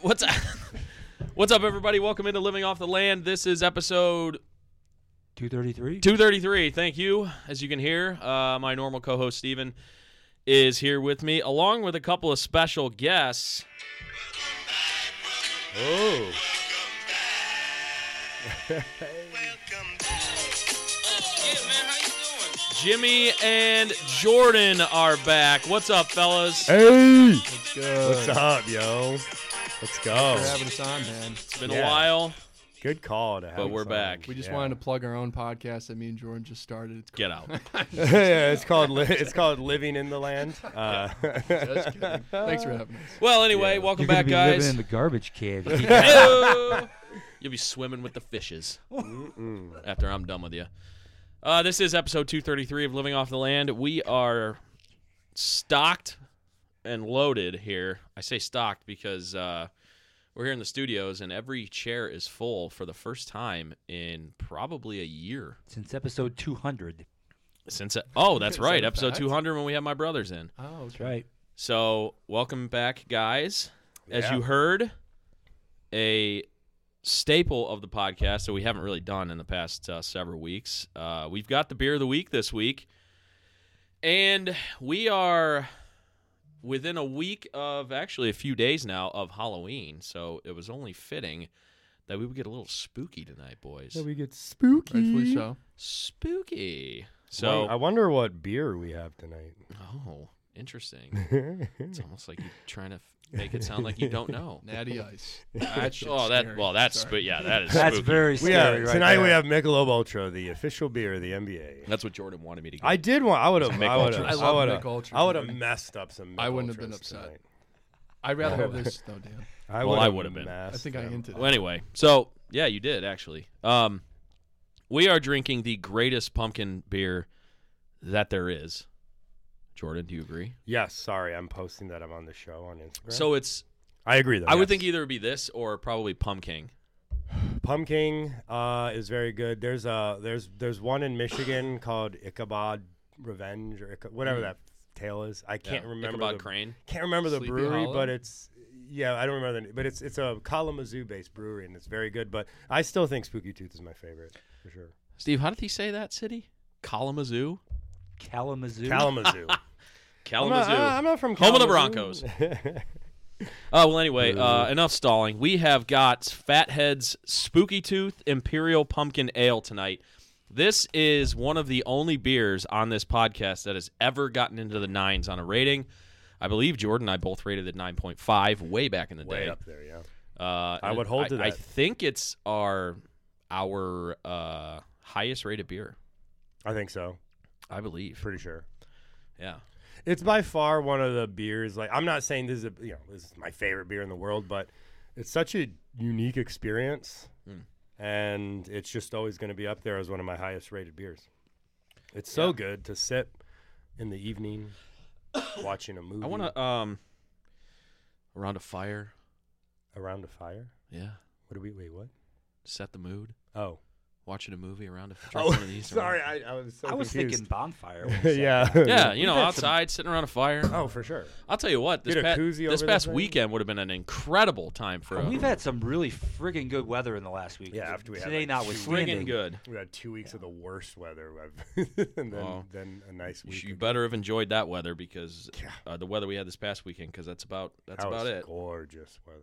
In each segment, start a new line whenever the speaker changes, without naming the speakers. What's up? What's up, everybody? Welcome into Living Off the Land. This is episode
233?
233. Thank you. As you can hear, uh, my normal co host, Steven, is here with me, along with a couple of special guests. Oh. Jimmy and Jordan are back. What's up, fellas?
Hey!
Good.
What's up, yo? Let's go.
Thanks for having us on, man.
It's been a
yeah.
while.
Good call to have
But
us
we're
on.
back.
We just
Yeah.
wanted to plug our own podcast that me and Jordan just started. It's
Get out.
yeah, it's called li- it's called living in the land. Uh,
Just kidding. Thanks for having us.
Well, anyway,
Yeah.
welcome
You're gonna
back,
be
guys.
living in the garbage can.
Ew. You'll be swimming with the fishes
mm.
after I'm done with you. Uh, this is episode 233 of Living Off the Land. We are stocked and loaded here. I say stocked because uh, we're here in the studios and every chair is full for the first time in probably a year
Since episode 200.
since. oh, that's
Is that
right,
a
episode
fact?
200 when we had my brothers in.
Oh, okay.
Right.
So, welcome back, guys. As
Yeah.
you heard, a staple of the podcast that we haven't really done in the past uh, several weeks. Uh, we've got the beer of the week this week, and we are within a week of actually a few days now of Halloween. So it was only fitting that we would get a little spooky tonight, boys.
we get spooky.
Mm-hmm.
Rightfully so.
spooky.
Wonder-
So,
I wonder what beer we have tonight.
oh, interesting. It's almost like you're trying to f- make it sound like you don't know.
Natty Ice.
I-
shit's
oh, that
scary.
well, that's
Sorry.
sp- yeah, that is
That's
spooky.
very
we
scary
have,
right
tonight we
there.
have Michelob Ultra, the official beer of the NBA.
that's what Jordan wanted me to get.
I did want. I would have.
Mick
I would
Ultras.
have.
I
I
love
would
Mick
have.
Ultra,
I would have
dude.
messed up some. Mick
I wouldn't have been
Ultras
upset.
tonight.
I'd rather have this though, Dan.
I
Well, I would've
would've
been. I
I
messed
think I
them
hinted.
well, anyway, so yeah, you did actually. Um, we are drinking the greatest pumpkin beer that there is. Jordan, do you agree?
Yes, sorry, I'm posting that I'm on the show on Instagram.
So it's
I agree. Though
I would
yes.
think either it would be this or probably pumpkin.
Pumpkin uh, is very good. There's a there's there's one in Michigan called Ichabod Revenge or Icha- whatever that tale is. I can't remember.
Hmm. Ichabod
the,
Crane.
Can't remember the
Sleepy
brewery,
Hollow?
but it's yeah, I don't remember the name, but it's it's a Kalamazoo based brewery and it's very good. But I still think Spooky Tooth is my favorite for sure.
Steve, how did he say that city? Kalamazoo.
Kalamazoo.
Kalamazoo. I'm, not,
Kalamazoo.
I- I'm not from
Home of the
Kalamazoo.
Oh, well, anyway, uh, enough stalling. We have got Fathead's Spooky Tooth Imperial Pumpkin Ale tonight. This is one of the only beers on this podcast that has ever gotten into the nines on a rating. I believe Jordan and I both rated it 9.5 way back in the
Way
day.
up there, yeah.
Uh,
I would hold to
I
that.
think it's our our uh, highest rated beer,
I think so.
I believe.
Pretty sure.
Yeah.
It's by far one of the beers. Like I'm not saying this is a, you know this is my favorite beer in the world, but it's such a unique experience,
Mm.
and it's just always going to be up there as one of my highest rated beers. It's so
Yeah.
good to sip in the evening, watching a movie
I want to um around a fire.
around a fire.
Yeah.
What do we wait? What?
Set the mood.
Oh,
Watching a movie around a fire.
oh, sorry, I, I was so
I was
confused.
thinking bonfire.
yeah,
Yeah,
We've
you know,
had some-
outside, sitting around a fire.
Oh, for sure.
I'll tell you what, this,
Get a
pa-
koozie
this
over Oh, the
past
thing.
weekend would have been an incredible time for a
We've had some really friggin' good weather in the last week.
Yeah, after we had,
Today
like,
notwithstanding.
friggin' good.
We had two weeks of the worst weather, I've- and then,
Well,
then a nice
You
week.
sh- You
of-
better have enjoyed that weather because
Yeah.
uh, the weather we had this past weekend, because that's about that's
That
about
was
it.
Gorgeous weather.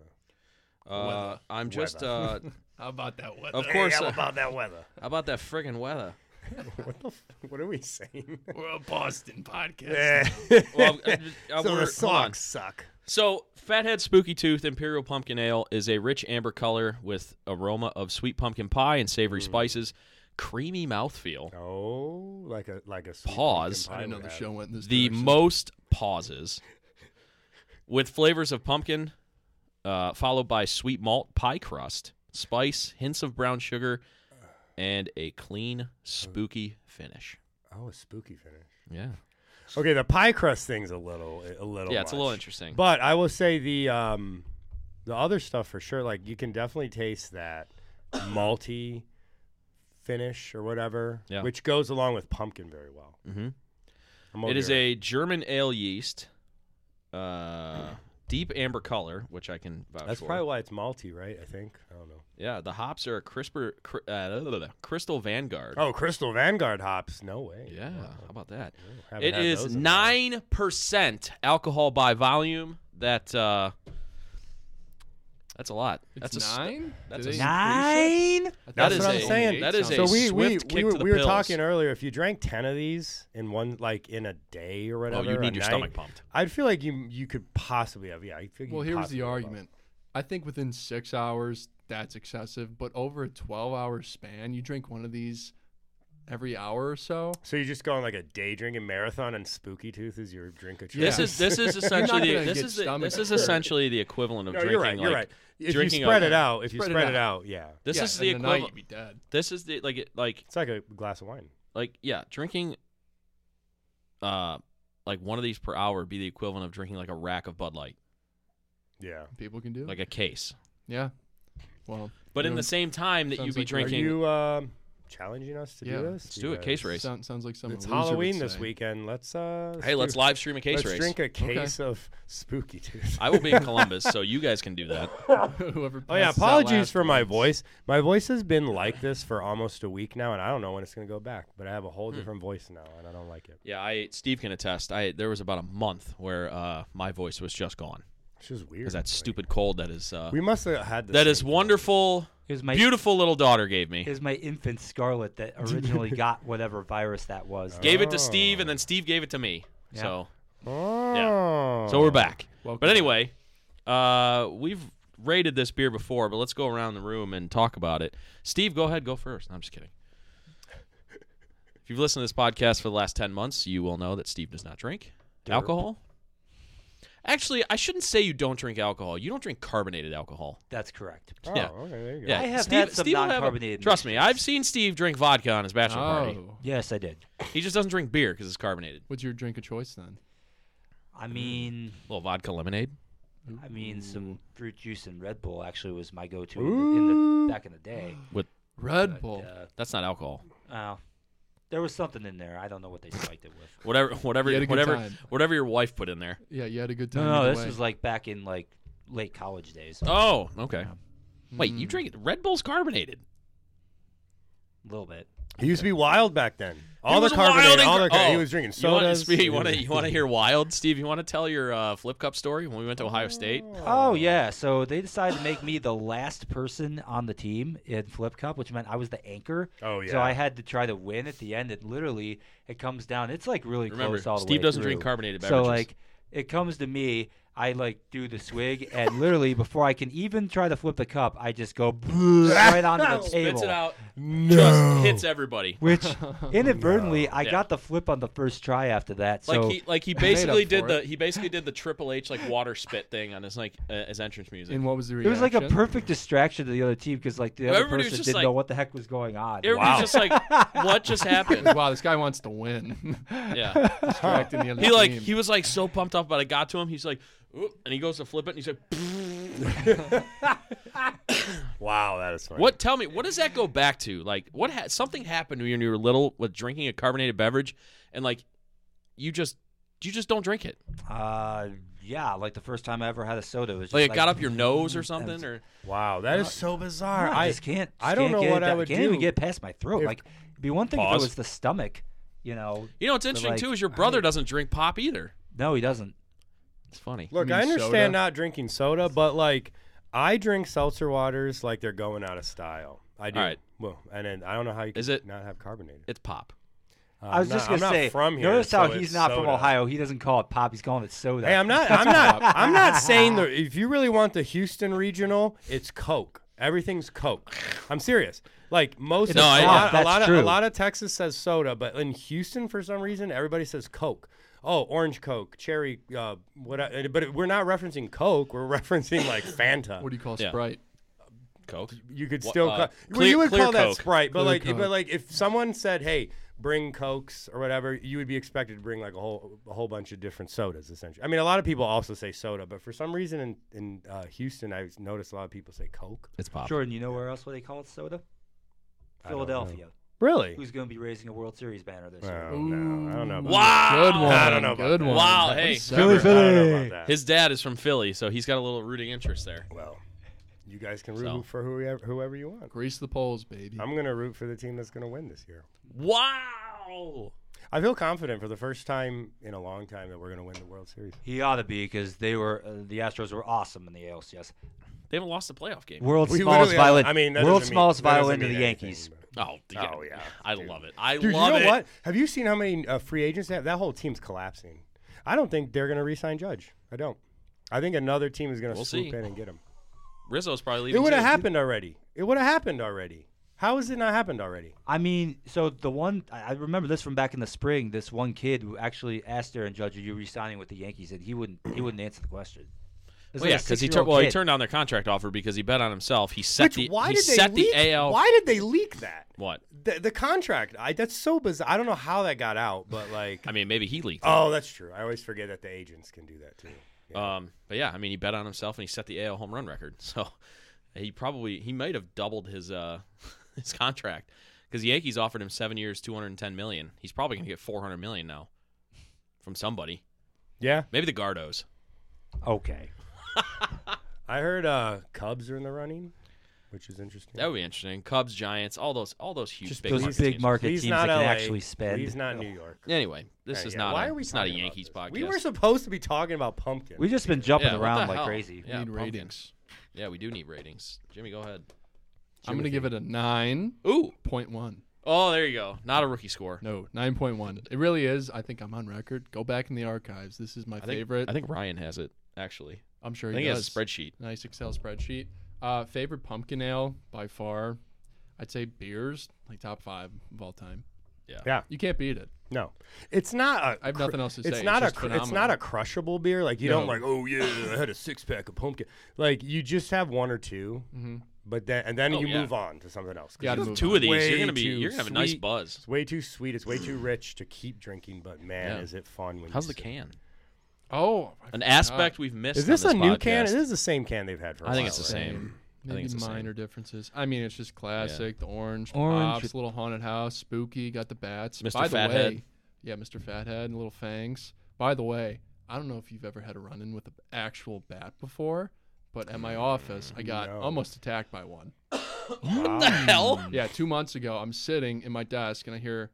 Uh,
Weather.
I'm just, uh,
Weather.
How about that weather?
of course,
Hey, how
uh, how
about that weather?
about that friggin' weather?
what the? F- what are we saying?
We're a Boston podcast.
Well, uh, I- I just- I wor-
so the
hold on.
socks suck.
So, Fathead Spooky Tooth Imperial Pumpkin Ale is a rich amber color with aroma of sweet pumpkin pie and
Mm.
savory spices, creamy mouthfeel.
Oh, like a like a sweet
Pause.
pumpkin
I
pie
didn't know
would
the
have.
show went in this
the
direction.
most pauses with flavors of pumpkin uh, followed by sweet malt pie crust spice hints of brown sugar and a clean spooky finish
Oh, a spooky finish.
yeah
Okay, the pie crust thing's a little, a little.
yeah, it's a little
much.
interesting.
But I will say the um, the other stuff for sure. Like you can definitely taste that malty finish or whatever,
Yeah.
which goes along with pumpkin very well.
Mhm.
I'm
It
over
is
here.
a German ale yeast, uh, deep amber color, which I can vouch
That's
for.
probably why it's malty, right? I think. I don't know.
yeah, the hops are a crisper, cr- uh, blah, blah, blah, Crystal Vanguard.
Oh, Crystal Vanguard hops. No way.
Yeah, how about that?
Haven't
It
had
is
those in a while.
nine percent alcohol by volume. That uh, that's a lot.
It's
that's a st-
nine.
that's
Did
a
they increase it?
Nine.
I thought
That's
it was
what I'm
only
saying.
eight
That is a
something.
So we we,
swift
we
kick
were,
to the
we were
pills.
talking earlier. If you drank ten of these in one, like in a day or
Oh,
whatever,
you
a
need your
night,
stomach pumped.
I'd feel like you you could possibly have. Yeah. I feel
Well, here's the argument. I think within six hours, that's excessive. But over a 12 hour span, you drink one of these every hour or so.
So you just go on like a day drinking marathon, and Spooky Tooth is your drink of choice.
This is this is essentially
gonna
this
get
is the,
stomach
this is
hurt.
essentially the equivalent of
No,
drinking
you're right.
like
You're right. If you
drinking
spread
a-
it out, if you
Spread it
spread it
out.
out, yeah,
this
Yeah,
is the
in night,
equivalent.
you'd be dead.
this is the like it- like
it's like a glass of wine.
like yeah, drinking uh like one of these per hour would be the equivalent of drinking like a rack of Bud Light,
Yeah.
People can do it.
like a case.
yeah. Well,
But
you
in
know,
the same time that you'd
Sounds
be
like- are
Are
drinking,
Mm-hmm. you um, challenging us to
Yeah,
do this?
let's do it. Case race.
sound, sounds like something.
It's Halloween this weekend. Let's uh.
hey, let's
do-
live stream a case
let's
race.
drink a case of Spooky Tooth.
I will be in Columbus, so you guys can do that.
Whoever.
Oh yeah,
passes that
apologies
last
for my
one's-
voice. My voice has been like this for almost a week now, and I don't know when it's gonna go back. But I have a whole
Hmm.
different voice now, and I don't like it.
Yeah, I Steve can attest. I there was about a month where uh, my voice was just gone
It's just weird.
because that
Like,
stupid cold that is uh,
We must have had this
that is wonderful,
Here's my
beautiful little daughter gave me.
here's my infant Scarlet that originally got whatever virus that was.
Gave it to
Oh.
Steve, and then Steve gave it to me.
Yeah.
So
Oh.
so we're back.
Welcome.
But anyway, uh, we've rated this beer before, but let's go around the room and talk about it. Steve, go ahead, go first. No, I'm just kidding. If you've listened to this podcast for the last 10 months, you will know that Steve does not drink alcohol. Actually, I shouldn't say you don't drink alcohol. You don't drink carbonated alcohol.
That's correct.
Oh,
yeah.
okay, there you go.
Yeah,
I have
Steve,
had some
Steve will have a-
non-carbonated
trust me, I've seen Steve drink vodka on his bachelor party.
Oh,
Yes, I did.
He just doesn't drink beer because it's carbonated.
what's your drink of choice then? Mm.
I mean,
A little vodka lemonade.
I mean, some fruit juice and Red Bull actually was my go-to in the, in the back in the day.
Red
But,
Bull.
uh,
That's not alcohol.
well, there was something in there. I don't know what they spiked it with.
Whatever, whatever,
You had a good
whatever,
time.
whatever your wife put in there.
Yeah, you had a good time.
No, no,
either
this
way.
was like back in like late college days. A
Oh, okay. Wait, you
Mm.
drink it? Red Bull's carbonated.
little bit.
He used to be wild back then. All the
was wild
carbonated,
and
all
gr-
the car- he
oh.
was drinking
You wanna-
sodas.
Steve, You want to
He
you
was-
want to hear wild, Steve? You want to tell your uh, flip cup story when we went to Ohio State?
Oh yeah, so they decided to make me the last person on the team in Flip Cup, which meant I was the anchor.
Oh yeah.
So I had to try to win at the end. It literally it comes down. It's like really
Remember,
close all the
Steve
way
doesn't
through.
drink carbonated
So
beverages.
like it comes to me, I like do the swig, and literally before I can even try to flip the cup, I just go right onto the
spits
table.
it out,
no.
just hits everybody.
Which inadvertently I
Yeah.
got the flip on the first try after that. So
like he like he
made
basically
up
did
for
the
it.
he basically did the Triple H like water spit thing on his like uh, his entrance music.
And what was the
it was
reaction?
like a perfect distraction to the other team because like the other
Everybody was
person
just
didn't
like-
know what the heck was going on.
Everybody's just like, "What just happened?"
wow, this guy wants to win.
Yeah,
Distracting the other
he like
team.
he was like so pumped up about it got to him. He's like, Oop, and he goes to flip it, and he's like,
Wow, that is funny.
What? Tell me, what does that go back to? Like, what? Ha- something happened when you were little with drinking a carbonated beverage, and like, you just, you just don't drink it.
Uh, yeah, like the first time I ever had a soda was just
Like, it got up your nose or something, or
Wow, that is so bizarre.
No, I, just can't.
I
just
don't
can't
know
get it
what I
down-
would
Can't even
do
get past my throat.
if-
like, it'd be one thing if
Pause.
it was the stomach, you know.
you know, it's interesting
like,
too is your brother doesn't drink pop either.
No, he doesn't.
It's funny.
Look,
mean
I understand
soda?
not drinking soda, but like I drink seltzer waters like they're going out of style. I do.
Alright.
Well, and then I don't know how you can
Is it-
not have carbonated.
It's pop.
Uh,
I was
I'm
just
not-
gonna
I'm
say.
Not from here,
notice
so
how he's
it's
not from
soda.
Ohio. He doesn't call it pop. He's calling it soda.
Hey, I'm not. I'm not. I'm not saying the. If you really want the Houston regional, it's Coke. Everything's Coke. I'm serious. Like most,
No,
a
I-
lot,
that's
a lot of
true.
a lot of Texas says soda, but in Houston, for some reason, everybody says Coke. Oh, orange Coke, cherry, uh, what? I- But we're not referencing Coke. We're referencing like Fanta.
what do you call
Yeah.
Sprite?
Coke.
you could
Wha-
still
uh,
call, well,
clear-
you would
clear
call that
Coke.
Sprite, but
Clear
like,
Coke.
but like, if someone said, "Hey, bring cokes or whatever, you would be expected to bring like a whole a whole bunch of different sodas. Essentially, I mean, a lot of people also say soda, but for some reason in in uh, Houston, I've noticed a lot of people say Coke.
It's pop.
Jordan, you know where else where they call it soda?
I don't know.
Philadelphia.
Really?
Who's going to be raising a World Series banner this
Oh,
year?
no, I don't know. About
Wow.
Good one.
I don't know about
Good
that.
one.
Wow,
That
hey.
was
that. I
clever.
don't know about that.
His dad is from Philly, so he's got a little rooting interest there.
Well, you guys can root
So.
for whoever whoever you want.
Grease the poles, baby.
I'm gonna root for the team that's gonna win this year.
Wow.
I feel confident for the first time in a long time that we're gonna win the World Series.
He ought to be because they were uh, the Astros were awesome in the ALCS.
They haven't lost a playoff game.
World's
We
smallest
literally-
violin.
I mean, that
world's
doesn't mean-
smallest
that doesn't
violin to
mean
the
anything,
Yankees.
but-
Oh, yeah.
Oh, yeah,
I
dude.
love it. I
Dude,
love
you
it.
know what? Have you seen how many uh, free agents they have? That whole team's collapsing. I don't think they're going to re-sign Judge. I don't. I think another team is going to
We'll
swoop
see.
in and get him.
Rizzo's probably leaving.
It would have
too.
happened already. It would have happened already. How has it not happened already?
I mean, so the one I I remember this from back in the spring. This one kid who actually asked Aaron Judge, "Are you re-signing with the Yankees?" And he wouldn't. He wouldn't answer the question. It was
Well,
like
yeah,
a
because he turned.
six-year-old
Well, he
kid.
turned down their contract offer because he bet on himself. He set the.
Which, why
he
did they
set
leak?
the AL.
Why did they leak that?
What?
The, the contract. I, that's so bizarre. I don't know how that got out, but like,
I mean, maybe he leaked. it.
oh, that's true. I always forget that the agents can do that too. Yeah.
Um, but yeah, I mean, he bet on himself and he set the AL home run record. So he probably he might have doubled his uh his contract because the Yankees offered him seven years, two hundred and ten million. He's probably gonna get four hundred million now from somebody.
yeah,
Maybe the Gardos.
Okay.
I heard uh, Cubs are in the running, which is interesting.
That would be interesting. Cubs, Giants, all those all those huge
Just
big
Those
market
big
teams.
market
Please
teams
not
that can
LA.
actually spend.
Please not New York.
Anyway, this
Hey,
is
yeah,
not
why
a,
are we
it's not a
talking about
Yankees
this?
podcast.
We were supposed to be talking about pumpkin.
We've just been
yeah,
jumping
what
around
the
like
hell?
crazy.
Yeah,
need
pumpkin.
ratings.
Yeah, we do need ratings. Jimmy, go ahead.
I'm gonna give it a nine
Ooh.
point one.
Oh, there you go. Not a rookie score.
No, nine point one. It really is. I think I'm on record. Go back in the archives. This is my
I think,
favorite.
I think Ryan has it actually.
I'm sure
I
he
think he
does.
has a spreadsheet.
Nice Excel spreadsheet. Uh, favorite pumpkin ale by far. I'd say beers, like top five of all time.
Yeah.
You can't beat it.
No, it's not. A,
I have nothing else to say.
It's not
it's
a.
just
cr- It's
phenomenal.
not a crushable beer. Like you don't
No.
like. Oh yeah, I had a six pack of pumpkin. Like you just have one or 2 but then and then
Mm-hmm. Oh,
you
yeah.
move on to something else. 'cause
Yeah,
it's
move
Two
on.
of these,
way
you're gonna be
too
you're gonna have a nice
sweet.
buzz.
It's way too sweet. It's way too rich to keep drinking. But man,
Yeah.
is it fun when.
How's
you
the
sip.
can?
Oh, I
An
forgot.
aspect we've missed.
Uh, Is this
on
a new can?
podcast.
It is the same can they've had for. a
I think
while,
it's the
right?
same. I
Maybe
think it's the
minor
same.
differences. I mean, it's just classic. The orange,
Orange
pops,
with-
little haunted house, spooky. Got the bats.
Mr.
By the
Fathead.
way, yeah, Mr. Fathead and little fangs. By the way, I don't know if you've ever had a run-in with an actual bat before, but at my office, I got
No.
almost attacked by one.
What the hell?
Yeah, two months ago, I'm sitting in my desk and I hear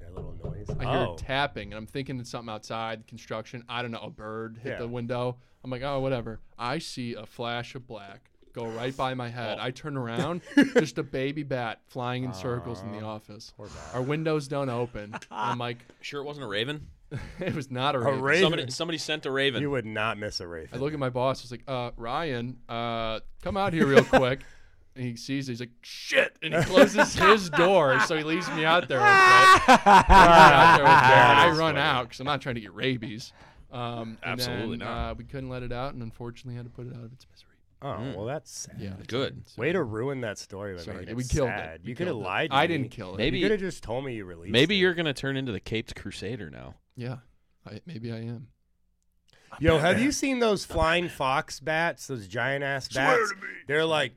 That little noise.
I hear
oh.
tapping, and I'm thinking it's something outside construction. I don't know, a bird hit
Yeah.
the window. I'm like, oh, whatever. I see a flash of black go right by my head.
Oh.
I turn around, just a baby bat flying in circles in the office. Our windows don't open. I'm like,
Sure, it wasn't a raven.
it was not a raven.
raven.
Somebody somebody sent a raven.
You would not miss a Wraith.
I look at my boss. I was like, uh, Ryan, uh, come out here real quick. And he sees it. He's like, shit. And he closes his door. So he leaves me out there real quick. out there with Jared. I
is
run
funny.
out because I'm not trying to get rabies. Um, and
Absolutely
then,
not.
Uh, we couldn't let it out, and unfortunately had to put it out of its misery.
Oh
Mm.
well, that's sad.
Yeah, it's
Good.
fine. So-
Way to ruin that story. By
Sorry,
making
we
it
killed it.
sad.
We
You could have
killed it.
lied. To
I
me.
didn't kill it.
Maybe-
you could have just told me you released.
Maybe
it.
you're gonna turn into the Caped Crusader now.
Yeah, I, maybe I am.
Yo, have you seen those flying fox bats? Those giant ass bats. They're like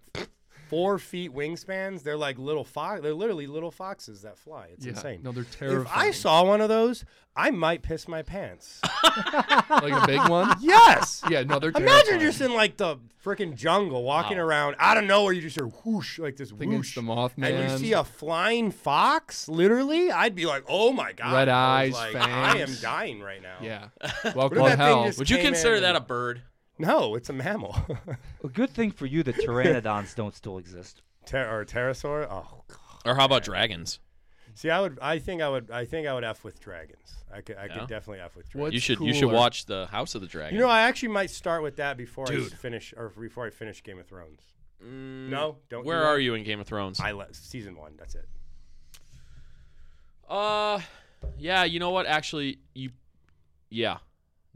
four feet wingspans. They're like little fox. They're literally little foxes that fly. It's
yeah.
insane.
No, they're
if
terrifying.
I saw one of those, I might piss my pants.
like a big one.
yes.
Yeah, no, they're terrifying.
Imagine just in like the freaking jungle, walking
Wow.
around out of nowhere. You just hear whoosh like this
Thinking
whoosh.
it's the Mothman.
and you see a flying fox, literally, I'd be like, "Oh my god!"
Red
I was
eyes,
like, I am
fangs.
dying right now.
yeah.
What if
Welcome
that
to
thing
hell.
just
Would you
came in
consider that
and-
a bird?
No, it's a mammal.
Well, good thing for you, the pteranodons don't still exist.
Ter- or pterosaur. Oh god.
Or how about dragons?
See, I would. I think I would. I think I would f with dragons. I could. I
Yeah?
could definitely f with dragons.
What's
you should you should
cooler?
watch the House of the Dragon.
You know, I actually might start with that before I
Dude. Mm,
s- finish or before I finish Game of Thrones. no, don't. do
Where
that.
are you in Game of Thrones?
I let season one. That's it.
Uh, yeah. You know what? Actually, you, yeah,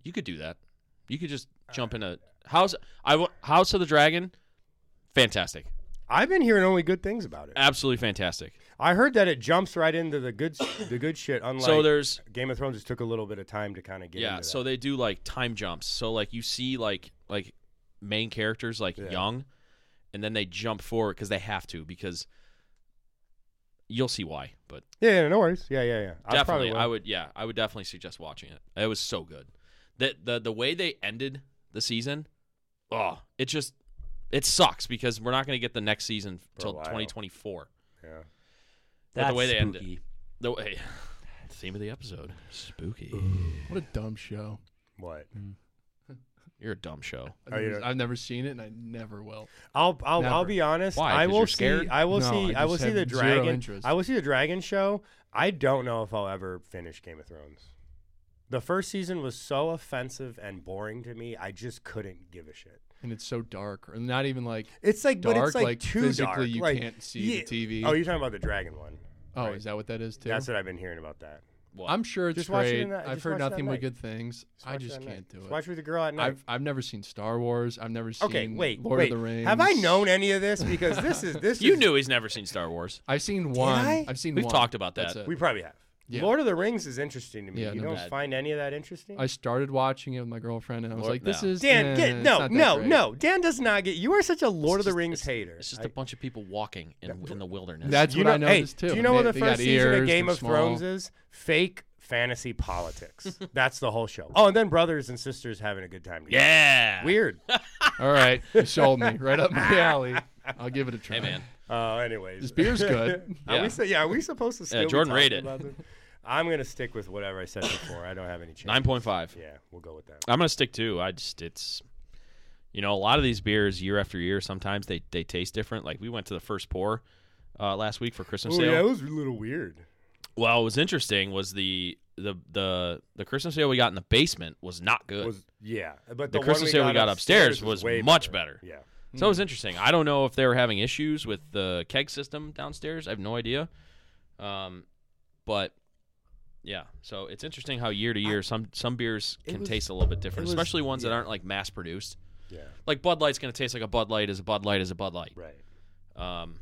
you could do that. You could just jump in a house. I wa- House of the Dragon, fantastic,
I've been hearing only good things about it.
absolutely fantastic.
I heard that it jumps right into the good, the good shit. Unlike
so there's
Game of Thrones, just took a little bit of time to kind of get.
yeah.
into
So
that.
they do like time jumps. So like you see like like main characters like
Yeah.
young, and then they jump forward because they have to because you'll see why. But
yeah, yeah, no worries. Yeah, yeah, yeah. I probably
definitely, I
will.
would yeah, I would definitely suggest watching it. It was so good. That the the way they ended the season, oh, it just it sucks because we're not going to get the next season
For a
until
while.
2024.
Yeah.
But
That's
the way they end it.
spooky.
The way theme of the episode, spooky.
What a dumb show.
What?
You're a dumb show.
I've,
Oh,
never,
yeah.
I've never seen it, and I never will.
I'll I'll, I'll
Never.
be honest.
Why?
I
'Cause
will
you're scared?
see. I will
No,
see.
I
I, will
just
see
have
the
zero
dragon.
interest.
I will see the dragon show. I don't know if I'll ever finish Game of Thrones. The first season was so offensive and boring to me. I just couldn't give a shit.
And it's so dark, or not even like.
It's like, but
Dark,
it's like,
like,
too
physically
dark.
you
like,
can't see
yeah.
the TV.
Oh, you're talking about the dragon one.
Oh,
Right.
is that what that is too?
That's what I've been hearing about that.
What?
I'm sure it's
Just watch it
great.
in that-
I've
just
heard
watch it at
nothing but
night.
good things. I
watch it
just
at
can't
night.
do
Just
it.
watch with the girl at night.
I've I've never seen Star Wars. I've never seen
okay, wait,
Lord
wait.
of the Rings.
Have I known any of this? Because this is this.
you
is,
knew he's never seen Star Wars.
I've seen one.
I?
have seen
We've
one.
talked about
That's
that.
it.
We probably have.
Yeah.
Lord of the Rings is interesting to me.
Yeah,
you
no
don't
bad.
find any of that interesting.
I started watching it with my girlfriend, and I was
Lord-
like, "This
no.
is
Dan,
eh,
get
it's
no,
not that
no,
great."
no. Dan does not get. You are such a Lord of the
just-
Rings hater.
It's just
I-
a bunch of people walking in, in the wilderness.
That's
you
what
know,
I
hey,
noticed too.
Do you know what
They-
the
they got
first season
ears,
of Game
they're
of Thrones
small.
is? Fake fantasy politics. That's the whole show. Oh, and then brothers and sisters having a good time together.
yeah.
Weird.
All right, you sold me right up my alley. I'll give it a try.
Hey man,
Uh, anyways,
This beer's good.
Are
Yeah.
we so, yeah, are we supposed to? Still be
Jordan, rate
talking
it.
about this? I'm gonna stick with whatever I said before. I don't have any change.
nine point five.
Yeah, we'll go with that.
I'm gonna stick too. I just it's, you know, a lot of these beers year after year. Sometimes they they taste different. Like we went to the first pour uh, last week for Christmas
Oh
sale.
yeah, it was a little weird.
Well, what was interesting was the the the the Christmas sale we got in the basement was not good.
Was yeah, but
The
the, one
Christmas sale we got upstairs was
way
much better.
Yeah.
So
Hmm.
it was interesting. I don't know if they were having issues with the keg system downstairs. I have no idea. Um, but yeah, so it's interesting how year to year some some beers
It
can
was-
taste a little bit different,
it was-
especially ones that
yeah.
aren't like mass produced.
Yeah.
Like Bud Light's gonna taste like a Bud Light is a Bud Light is a Bud Light.
Right.
Um,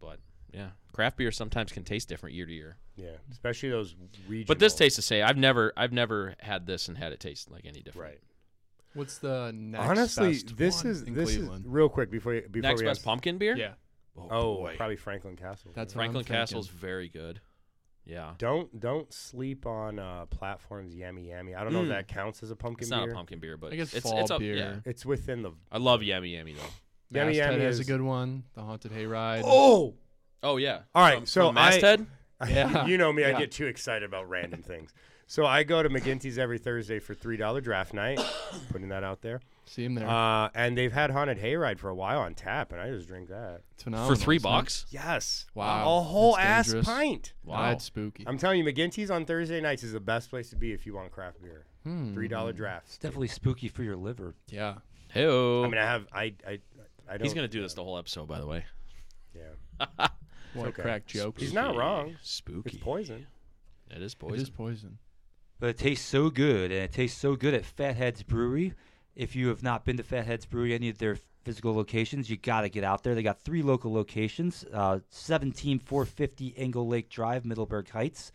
but yeah, craft beer sometimes can taste different year to year.
Yeah. Especially those regional.
But this tastes the same. I've never I've never had this and had it taste like any different.
right.
What's the next
Honestly,
best
this
one
is
in
this
Cleveland?
is real quick before you, before
Next
we
best
have,
pumpkin beer.
yeah.
Oh,
boy.
probably Franklin Castle.
That's what I'm
Franklin
thinking.
Castle's very good. Yeah,
don't don't sleep on uh, platforms. Yummy yummy. I don't know if
Mm.
that counts as a pumpkin
it's
beer.
not a pumpkin beer, but
I guess
it's
fall
it's a,
beer.
Yeah.
It's within the.
I love Yummy Yummy though.
Yummy
Masthead
yummy
has
is-
a good one. The Haunted Hayride.
Oh,
Oh yeah.
All right,
From-
so
from
I-
masthead.
Yeah.
you know me.
Yeah.
I get too excited about random things. So I go to McGinty's every Thursday for three dollar draft night. putting that out there.
See him there.
Uh, and they've had haunted hayride for a while on tap, and I just drink that.
it's phenomenal.
for three
isn't it?
bucks.
Yes.
Wow,
A whole
that's
ass
dangerous.
pint.
Wow.
That's spooky.
I'm telling you, McGinty's on Thursday nights is the best place to be if you want craft beer.
Hmm.
Three dollar drafts.
It's definitely spooky for your liver.
Yeah.
Hey,
I mean, I have. I. I. I don't.
he's gonna do this the whole episode, by the way.
Yeah.
What
okay.
crack jokes.
He's not
Spooky.
wrong.
Spooky.
It's poison.
It is
It is
poison.
poison.
But it tastes so good, and it tastes so good at Fatheads Brewery. If you have not been to Fatheads Brewery, any of their physical locations, you got to get out there. They got three local locations uh, 17450 Engle Lake Drive, Middleburg Heights,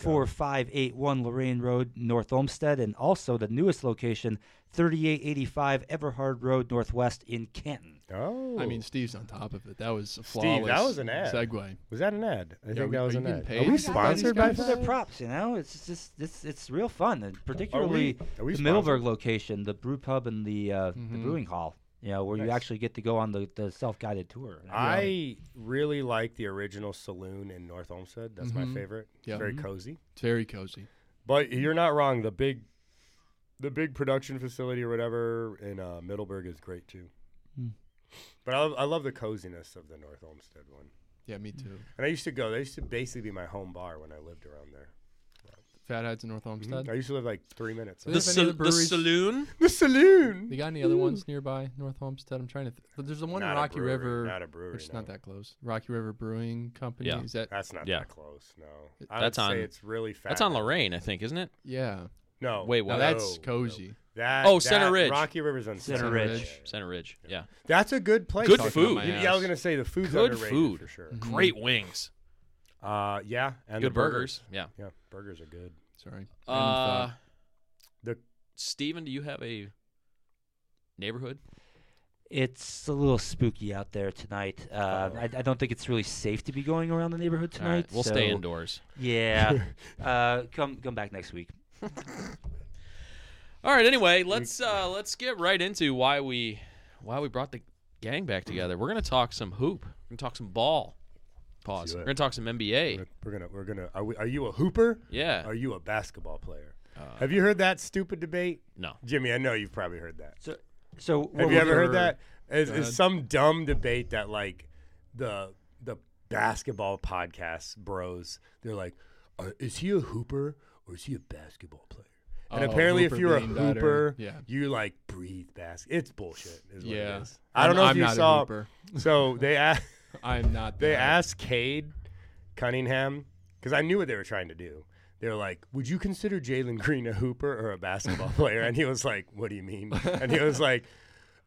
24581 Lorraine Road, North Olmsted, and also the newest location, 3885 Everhard Road, Northwest in Canton.
Oh.
I mean, Steve's on top of it. That was a flawless
Steve, that was an ad.
segue.
was that an ad? I think
we-
that was
are
an
you
ad. Are
getting paid
we
by these
sponsored by
guys?
for their
that?
props. You know, it's just it's it's real fun, and particularly
are we
the Middleburg
sponsored?
location, the brew pub and the uh, the
Mm-hmm.
Mhm.
brewing hall. You know, where you
Nice.
actually get to go on the, the self guided tour.
I really like the original saloon in North Olmsted. That's
Mhm.
my favorite. It's
Yeah.
very
Mhm.
cozy.
It's very cozy.
But you're not wrong. The big, the big production facility or whatever in uh, Middleburg is great too.
Hmm.
But I love, I love the coziness of the North Olmsted one.
Yeah, me too.
And I used to go. That used to basically be my home bar when I lived around there. Hmm.
Fatheads in North Olmsted.
I used to live like three minutes.
Do they
The,
have any other
sal- the
breweries?
saloon.
the saloon.
They got any other ones nearby North Olmsted? I'm trying to. Th- there's the one
Not
in
a
Rocky
brewery,
River.
Not a brewery.
Which is not
no.
that close. Rocky River Brewing Company.
Yeah.
Is that?
That's not
Yeah.
that close. No. I
That's
would
on-
Say it's really fat.
That's on Lorraine, I think, isn't it?
Yeah.
No.
Wait,
Now
what?
that's
no.
cozy.
That,
Oh, Center
that-
Ridge.
Rocky River's on
Center
Ridge.
Center Ridge. Yeah.
That's a good place.
Good
Talking
food.
about my Yeah, I was gonna say the food's
Good
underrated
food.
for sure.
Mhm.
Great wings.
Uh, yeah, and
Good
the burgers.
burgers. Yeah.
Yeah, burgers are good.
Sorry.
Uh,
The-
Steven, do you have a neighborhood?
It's a little spooky out there tonight. Uh, I, I don't think it's really safe to be going around the neighborhood
Oh. All
tonight.
right, we'll stay
so-
indoors.
Yeah. uh, come come back next week.
All right. Anyway, let's uh, let's get right into why we why we brought the gang back together. We're gonna talk some hoop. We're gonna talk some ball. Pause.
do
We're
it.
gonna talk some NBA.
We're- We're gonna we're gonna are, we, are you a hooper?
Yeah.
Are you a basketball player?
Uh,
Have you heard that stupid debate?
No.
Jimmy, I know you've probably heard that.
So so
Have
what
you
we-
ever heard
your-
that? It's,
Go ahead.
it's some dumb debate that like the the basketball podcast bros. They're like, "Are- is he a hooper or is he a basketball player? And
Oh,
apparently, if
hooper
you're a
being better.
hooper,
Yeah.
you like breathe basket. It's bullshit. Is what
Yeah.
it is. I don't
I'm-
know if
I'm
you
not a
saw.
hooper.
So they asked
I'm not.
they
that.
asked Cade Cunningham because I knew what they were trying to do. They were like, "Would you consider Jalen Green a hooper or a basketball player?" And he was like, "What do you mean?" And he was like,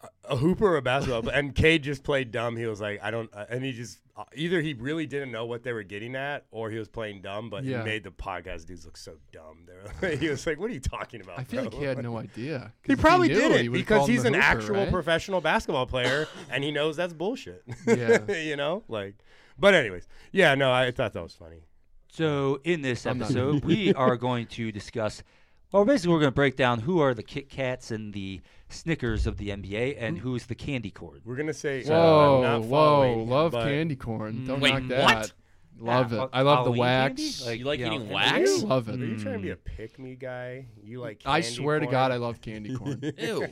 "A- "A hooper or a basketball." pla-" And Cade just played dumb. He was like, "I don't," uh, and he just uh, either he really didn't know what they were getting at, or he was playing dumb. But
Yeah.
he made the podcast dudes look so dumb. They were, he was like, "What are you talking about?"
I feel
bro?"
like he had no idea. 'Cause
He
if
probably
knew,
did
he
it
would've
because
called him
he's
a
an
hooper,
actual
right?
professional basketball player, and he knows that's bullshit.
Yeah.
you know, like. But anyways, yeah, no, I thought that was funny.
so in this
I'm not-
episode we are going to discuss well basically we're going to break down who are the Kit Kats and the Snickers of the NBA
Mm.
and who's the candy corn.
We're gonna say, uh, I'm
Whoa,
not
whoa,
following,
love
but-
candy corn. Don't
Wait,
knock
what?
that. Love
Yeah,
it. I
Ah,
love the
Halloween
wax.
candy?
You like
you know,
eating
and-
Are
wax?
you-
Love it.
Are you trying to be a pick me guy? You like?
I
candy
swear to
corn?
God, I love candy corn.
Ew.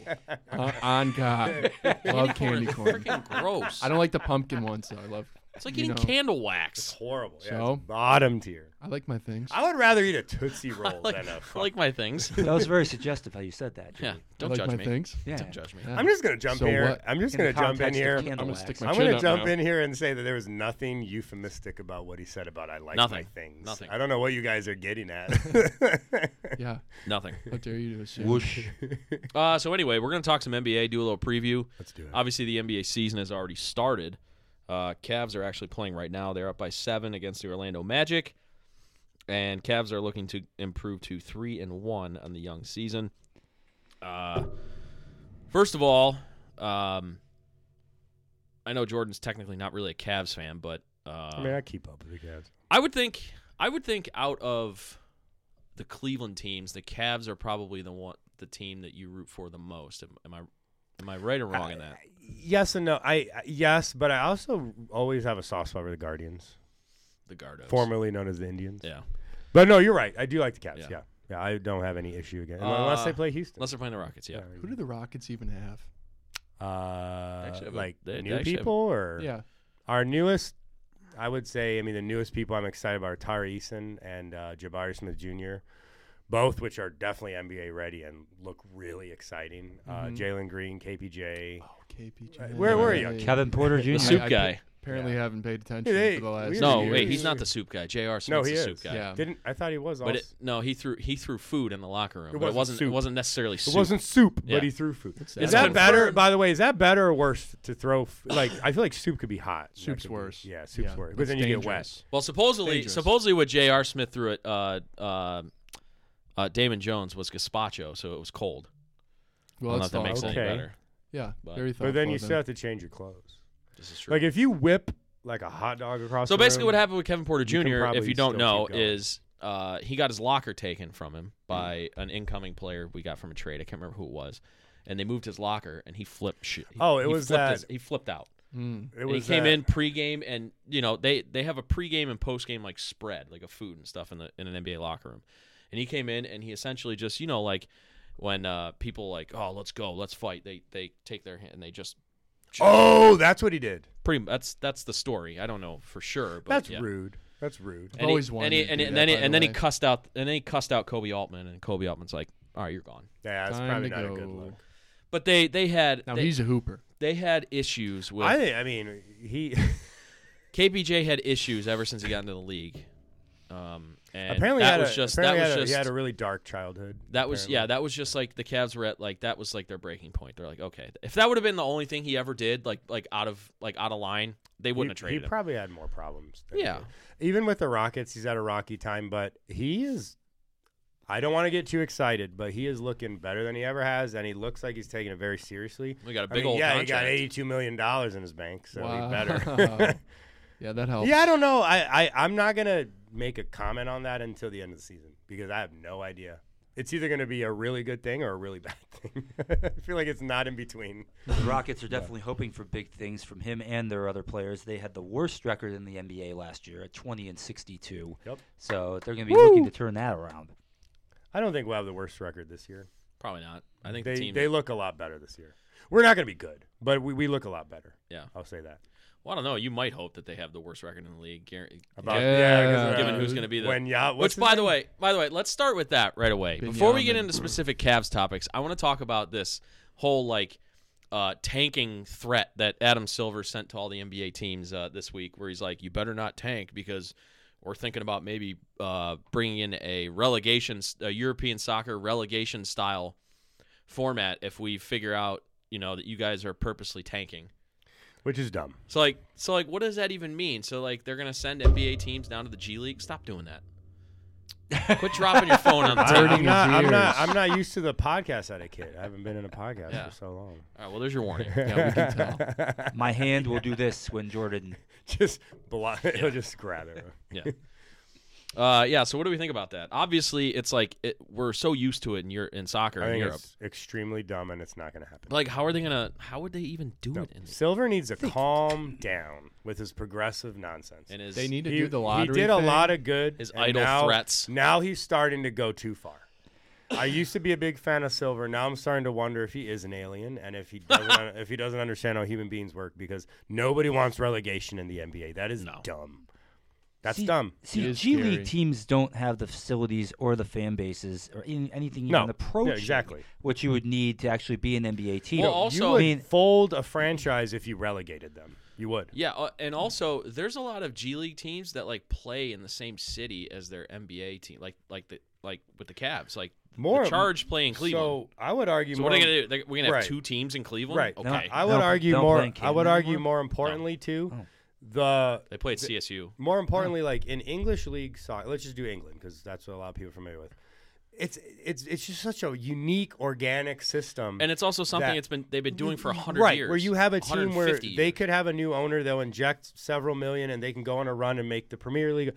Uh, on God, love candy corn.
Freaking gross.
I don't like the pumpkin ones though. I love.
It's like
you
eating
know,
candle wax.
horrible. Yeah,
So?
it's bottom tier.
I like my things.
I would rather eat a tootsie roll
Like,
than a.
I like my things.
That was very suggestive how you said that.
Yeah.
Jimmy.
I
Don't
like
judge
my
me.
things.
Yeah.
Don't judge me.
Yeah.
I'm just gonna jump
So
here.
what?
I'm just
In
gonna
the
jump in
context of
here.
candle
I'm gonna
wax.
stick my
I'm
chin
gonna
up
jump
now.
in here and say that there was nothing euphemistic about what he said about I like
Nothing.
my things.
Nothing.
I don't know what you guys are getting at.
Yeah.
Nothing.
How dare you to assume?
Whoosh.
Uh, so anyway, we're gonna talk some NBA. Do a little preview.
Let's do it.
Obviously, the NBA season has already started. Uh, Cavs are actually playing right now. They're up by seven against the Orlando Magic, and Cavs are looking to improve to three and one on the young season. Uh, first of all, um, I know Jordan's technically not really a Cavs fan, but uh,
I mean, I keep up with the guys.
I would think I would think out of the Cleveland teams, the Cavs are probably the one the team that you root for the most. Am, am I am I right or wrong in that?
Yes and no. I I- yes, but I also always have a soft spot for the Guardians,
The Gardos.
formerly known as the Indians.
Yeah.
But no, you're right. I do like the Cavs.
Yeah.
Yeah. Yeah. I don't have any issue again.
Uh,
Unless they play Houston.
Unless they're playing the Rockets, yeah.
Who do the Rockets even have?
uh,
actually have a-
like
they- they
new
actually have-
people or
Yeah.
our newest I would say, I mean, the newest people I'm excited about are Tari Eason and uh, Jabari Smith Jr., both which are definitely NBA ready and look really exciting. Uh,
Mhm.
Jalen Green, KPJ.
Oh, KPJ.
Where were you?
Hey.
Kevin Porter Jr.
The
I-
soup
I
guy.
Apparently, haven't paid attention
Hey,
for the
hey,
last.
we-
No,
few
wait,
years.
he's not the soup guy. J.R. Smith's
he
the
is.
soup guy.
Yeah.
Didn't I thought he was
But
also.
it, no, he threw he threw food in the locker room.
It
but it
wasn't
wasn't it
soup.
wasn't necessarily soup.
It wasn't soup,
Yeah.
but he threw food.
What's
Is
Is
that
that better?
confirmed?
By the way, is that better or worse to throw? F- like, I feel like soup could be hot. That
Soup's
could be-
worse.
Yeah, soup's
Yeah,
worse.
that's
But then you get wet.
dangerous.
well, supposedly
Dangerous.
supposedly what J.R. Smith threw at uh, uh, uh, Damon Jones was gazpacho, so it was cold.
Well,
I don't
that's
know if that makes
thoughtful.
any
Okay.
better.
Yeah.
But-
Very thoughtful.
But then you
of them.
still have to change your clothes.
This is true.
Like if you whip like a hot dog across.
So
the
basically,
room,
what happened with Kevin Porter
You can
Jr. If
probably
you don't
still
know,
keep going. Hmm.
is uh, he got his locker taken from him by an incoming player we got from a trade. I can't remember who it was, and they moved his locker, and he flipped. Shit. He-
Oh, it
he
was
flipped
that-
his- he flipped out.
Mm.
It
And he
was uh,
came
that-
in pregame, and you know they they have a pregame and postgame like spread, like a food and stuff in the in an NBA locker room, and he came in and he essentially just you know like when uh, people like oh let's go let's fight they they take their hand and they just
Oh, that's what he did.
pretty that's that's the story I don't know for sure but
That's
yeah.
rude. That's rude.
I've always wanted
And, he,
to
and,
do
he- and
that,
then he,
by
and
the
then he
way.
cussed out and then he cussed out Kobe Altman and Kobe Altman's like, all right, you're gone.
Yeah, that's
Time
probably
to
not
go.
a good look.
But they they had
Now
they,
he's a hooper.
they had issues with
I think- I mean he.
KPJ had issues ever since he got into the league. Um, And
apparently,
that
he had
was
a,
just that
apparently
was
had a-
just
he had a really dark childhood.
that was
apparently.
yeah, that was just like the Cavs were at like that was like their breaking point. They're like, okay, if that would have been the only thing he ever did, like like out of like out of line, they wouldn't have
he,
traded
he
him.
probably had more problems. than
Yeah.
he did. Even with the Rockets, he's had a rocky time, but he is. I don't want to get too excited, but he is looking better than he ever has, and he looks like he's taking it very seriously.
we got a
I
big
mean,
old
yeah,
contract.
he got eighty-two million dollars in his bank, so
Wow.
he better.
Yeah, that helps.
yeah, I don't know. I, I I'm not gonna make a comment on that until the end of the season because I have no idea. It's either gonna be a really good thing or a really bad thing. I feel like it's not in between.
The Rockets are definitely hoping for big things from him and their other players. They had the worst record in the NBA last year at 20 and 62.
Yep.
So they're going to be looking to turn that around.
I don't think we'll have the worst record this year.
Probably not. I think the
They
team.
they look a lot better this year. We're not gonna be good, but we, we look a lot better.
Yeah.
I'll say that.
well, I don't know. You might hope that they have the worst record in the league. guar-
About
Yeah.
because,
Given who's gonna be the-
when ya,
Which, by the way, by the way, let's start with that right away. Before we get into specific Cavs topics, I want to talk about this whole like uh, tanking threat that Adam Silver sent to all the NBA teams uh, this week, where he's like, "You better not tank because we're thinking about maybe uh, bringing in a relegation, a European soccer relegation style format if we figure out." You know that you guys are purposely tanking.
which is dumb.
So like, so like, what does that even mean? So like, they're gonna send NBA teams down to the G League. Stop doing that. Quit dropping your phone on the
I,
table.
Hurting
am
his
not, I'm not.
ears.
I'm not used to the podcast etiquette. I haven't been in a podcast
Yeah.
for so long.
All right, well, there's your warning.
Yeah, we can tell.
My hand will do this when Jordan.
just blo- He'll just grab it.
Yeah. Uh, yeah. So, what do we think about that? Obviously, it's like it, we're so used to it in Europe, in soccer
I
in
think
Europe.
it's extremely dumb, and it's not going to happen.
Like, how are they gonna? How would they even do
No.
it? In,
Oh, Silver needs to calm down with his progressive nonsense.
and is
They need to
he,
do the lottery.
he did a
thing.
lot of good.
His
and
idle
now-
threats.
Now he's starting to go too far. I used to be a big fan of Silver. Now I'm starting to wonder if he is an alien and if he doesn't if he doesn't understand how human beings work because nobody wants relegation in the NBA. That is
No.
dumb. That's
See-
dumb.
It
See,
is
G
scary.
League teams don't have the facilities or the fan bases or in, anything
No.
even approaching
Yeah, exactly.
what you would need to actually be an NBA team.
Well,
You
also-
you would
I mean-
fold a franchise if you relegated them. You would.
yeah. Uh, and also, there's a lot of G League teams that like play in the same city as their NBA team, like like the like with the Cavs, like
More-
the Charge play in Cleveland.
So I would argue.
So,
more,
what are they gonna do? They, we're gonna have
Right.
two teams in Cleveland,
Right.
Okay.
No,
I would
No,
argue
don't play
more.
in
I would
Canada
argue
anymore?
more importantly too,
Oh.
the
they play at CSU.
more importantly like in English league soccer. Let's just do England because that's what a lot of people are familiar with. It's it's it's just such a unique organic system.
And it's also something
that-
it's been they've been doing for hundred
right,
years.
where you have a team where
150
they
years.
could have a new owner, they'll inject several million, and they can go on a run and make the Premier League.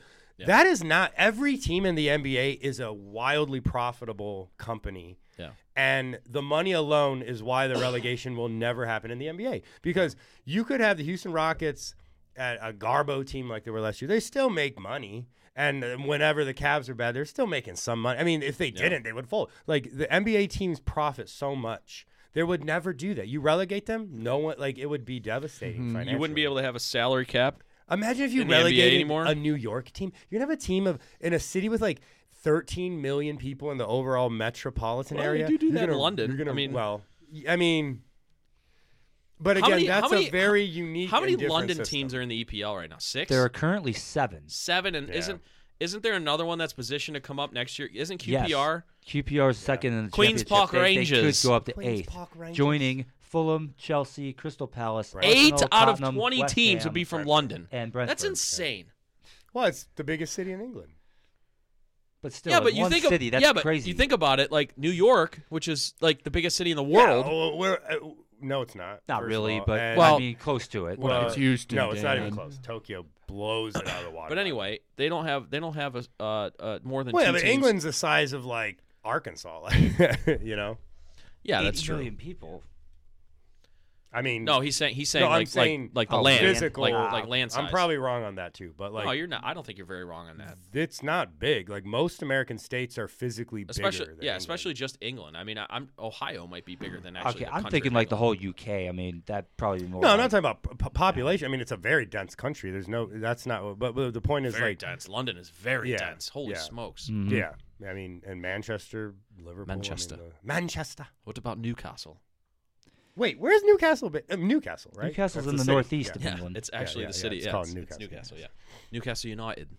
That is not every team in the NBA is a wildly profitable company.
Yeah.
And the money alone is why the relegation will never happen in the NBA because you could have the Houston Rockets at a Garbo team like they were last year. They still make money. And uh, whenever the Cavs are bad, they're still making some money. I mean, if they didn't, they would fold. Like the NBA teams profit so much. They would never do that. You relegate them, no one like it would be devastating financially.
Mm-hmm. you wouldn't be able to have a salary cap.
Imagine if you
in the NBA
relegated
anymore?
a New York team. You'd have a team of in a city with like 13 million people in the overall metropolitan
Well, you
area.
do do
You're
that in
gonna-
London.
You're gonna,
I mean-
well, y- I mean, but again,
many- how
that's
many-
a very unique.
How many
and different
London
system.
teams are in the EPL right now? Six,
there are currently seven.
seven, and
Yeah.
isn't isn't there another one that's positioned to come up next year? Isn't
Yes.
QPR?
QPR is second in the
Queens
championship.
Park
They- they
Rangers.
could go up to
Queens
eighth,
Park Rangers.
joining Fulham, Chelsea, Crystal Palace.
Eight
Arsenal,
out of
Tottenham,
twenty
West
teams
Ham,
would be from
Brentford.
London.
and Brentford.
that's insane.
Well, it's the biggest city in England.
But still,
yeah,
in
but you
one
think
city,
of,
that's
yeah, but
crazy.
you think about it, like New York, which is like the biggest city in the
Yeah,
world.
well, we're, uh, no, it's not.
not
first of
really,
all.
but
And-
Well-
I mean, close to it.
well,
It's Houston,
No, it's not
Dan.
even close. Tokyo blows it out of the water.
but anyway, they don't have they don't have a uh, uh, more than
well, yeah,
two
but
teams.
England's the size of like Arkansas. Like, you know,
yeah,
80
that's true.
million people.
I mean,
No, he's saying he's saying
No, I'm
like, like-
saying-
like the
Oh,
land,
physical.
like like land size.
I'm probably wrong on that too, but like
no, you're not. I don't think you're very wrong on that.
it's not big. Like most American states are physically
Especially,
bigger. Than
yeah,
England.
especially just England. I mean, I, I'm Ohio might be bigger than actually.
okay,
the
I'm
country
thinking
of
like the
England.
whole UK. I mean, that probably more.
No, I'm not
like-
talking about p- p- population. I mean, it's a very dense country. There's no. That's not. what- But, but the point is
very
like,
dense. London is very
Yeah,
dense. Holy
yeah.
smokes!
Mhm.
yeah. I mean, and Manchester, Liverpool, I mean,
Manchester.
the- Manchester.
What about Newcastle?
Wait, where's Newcastle? ba- um, Newcastle, right?
Newcastle's
That's
in the
city.
northeast
Yeah.
of England.
it's actually
yeah,
the
yeah,
city.
it's
yeah,
called
it's, it's
Newcastle,
Newcastle. Yeah, Newcastle United.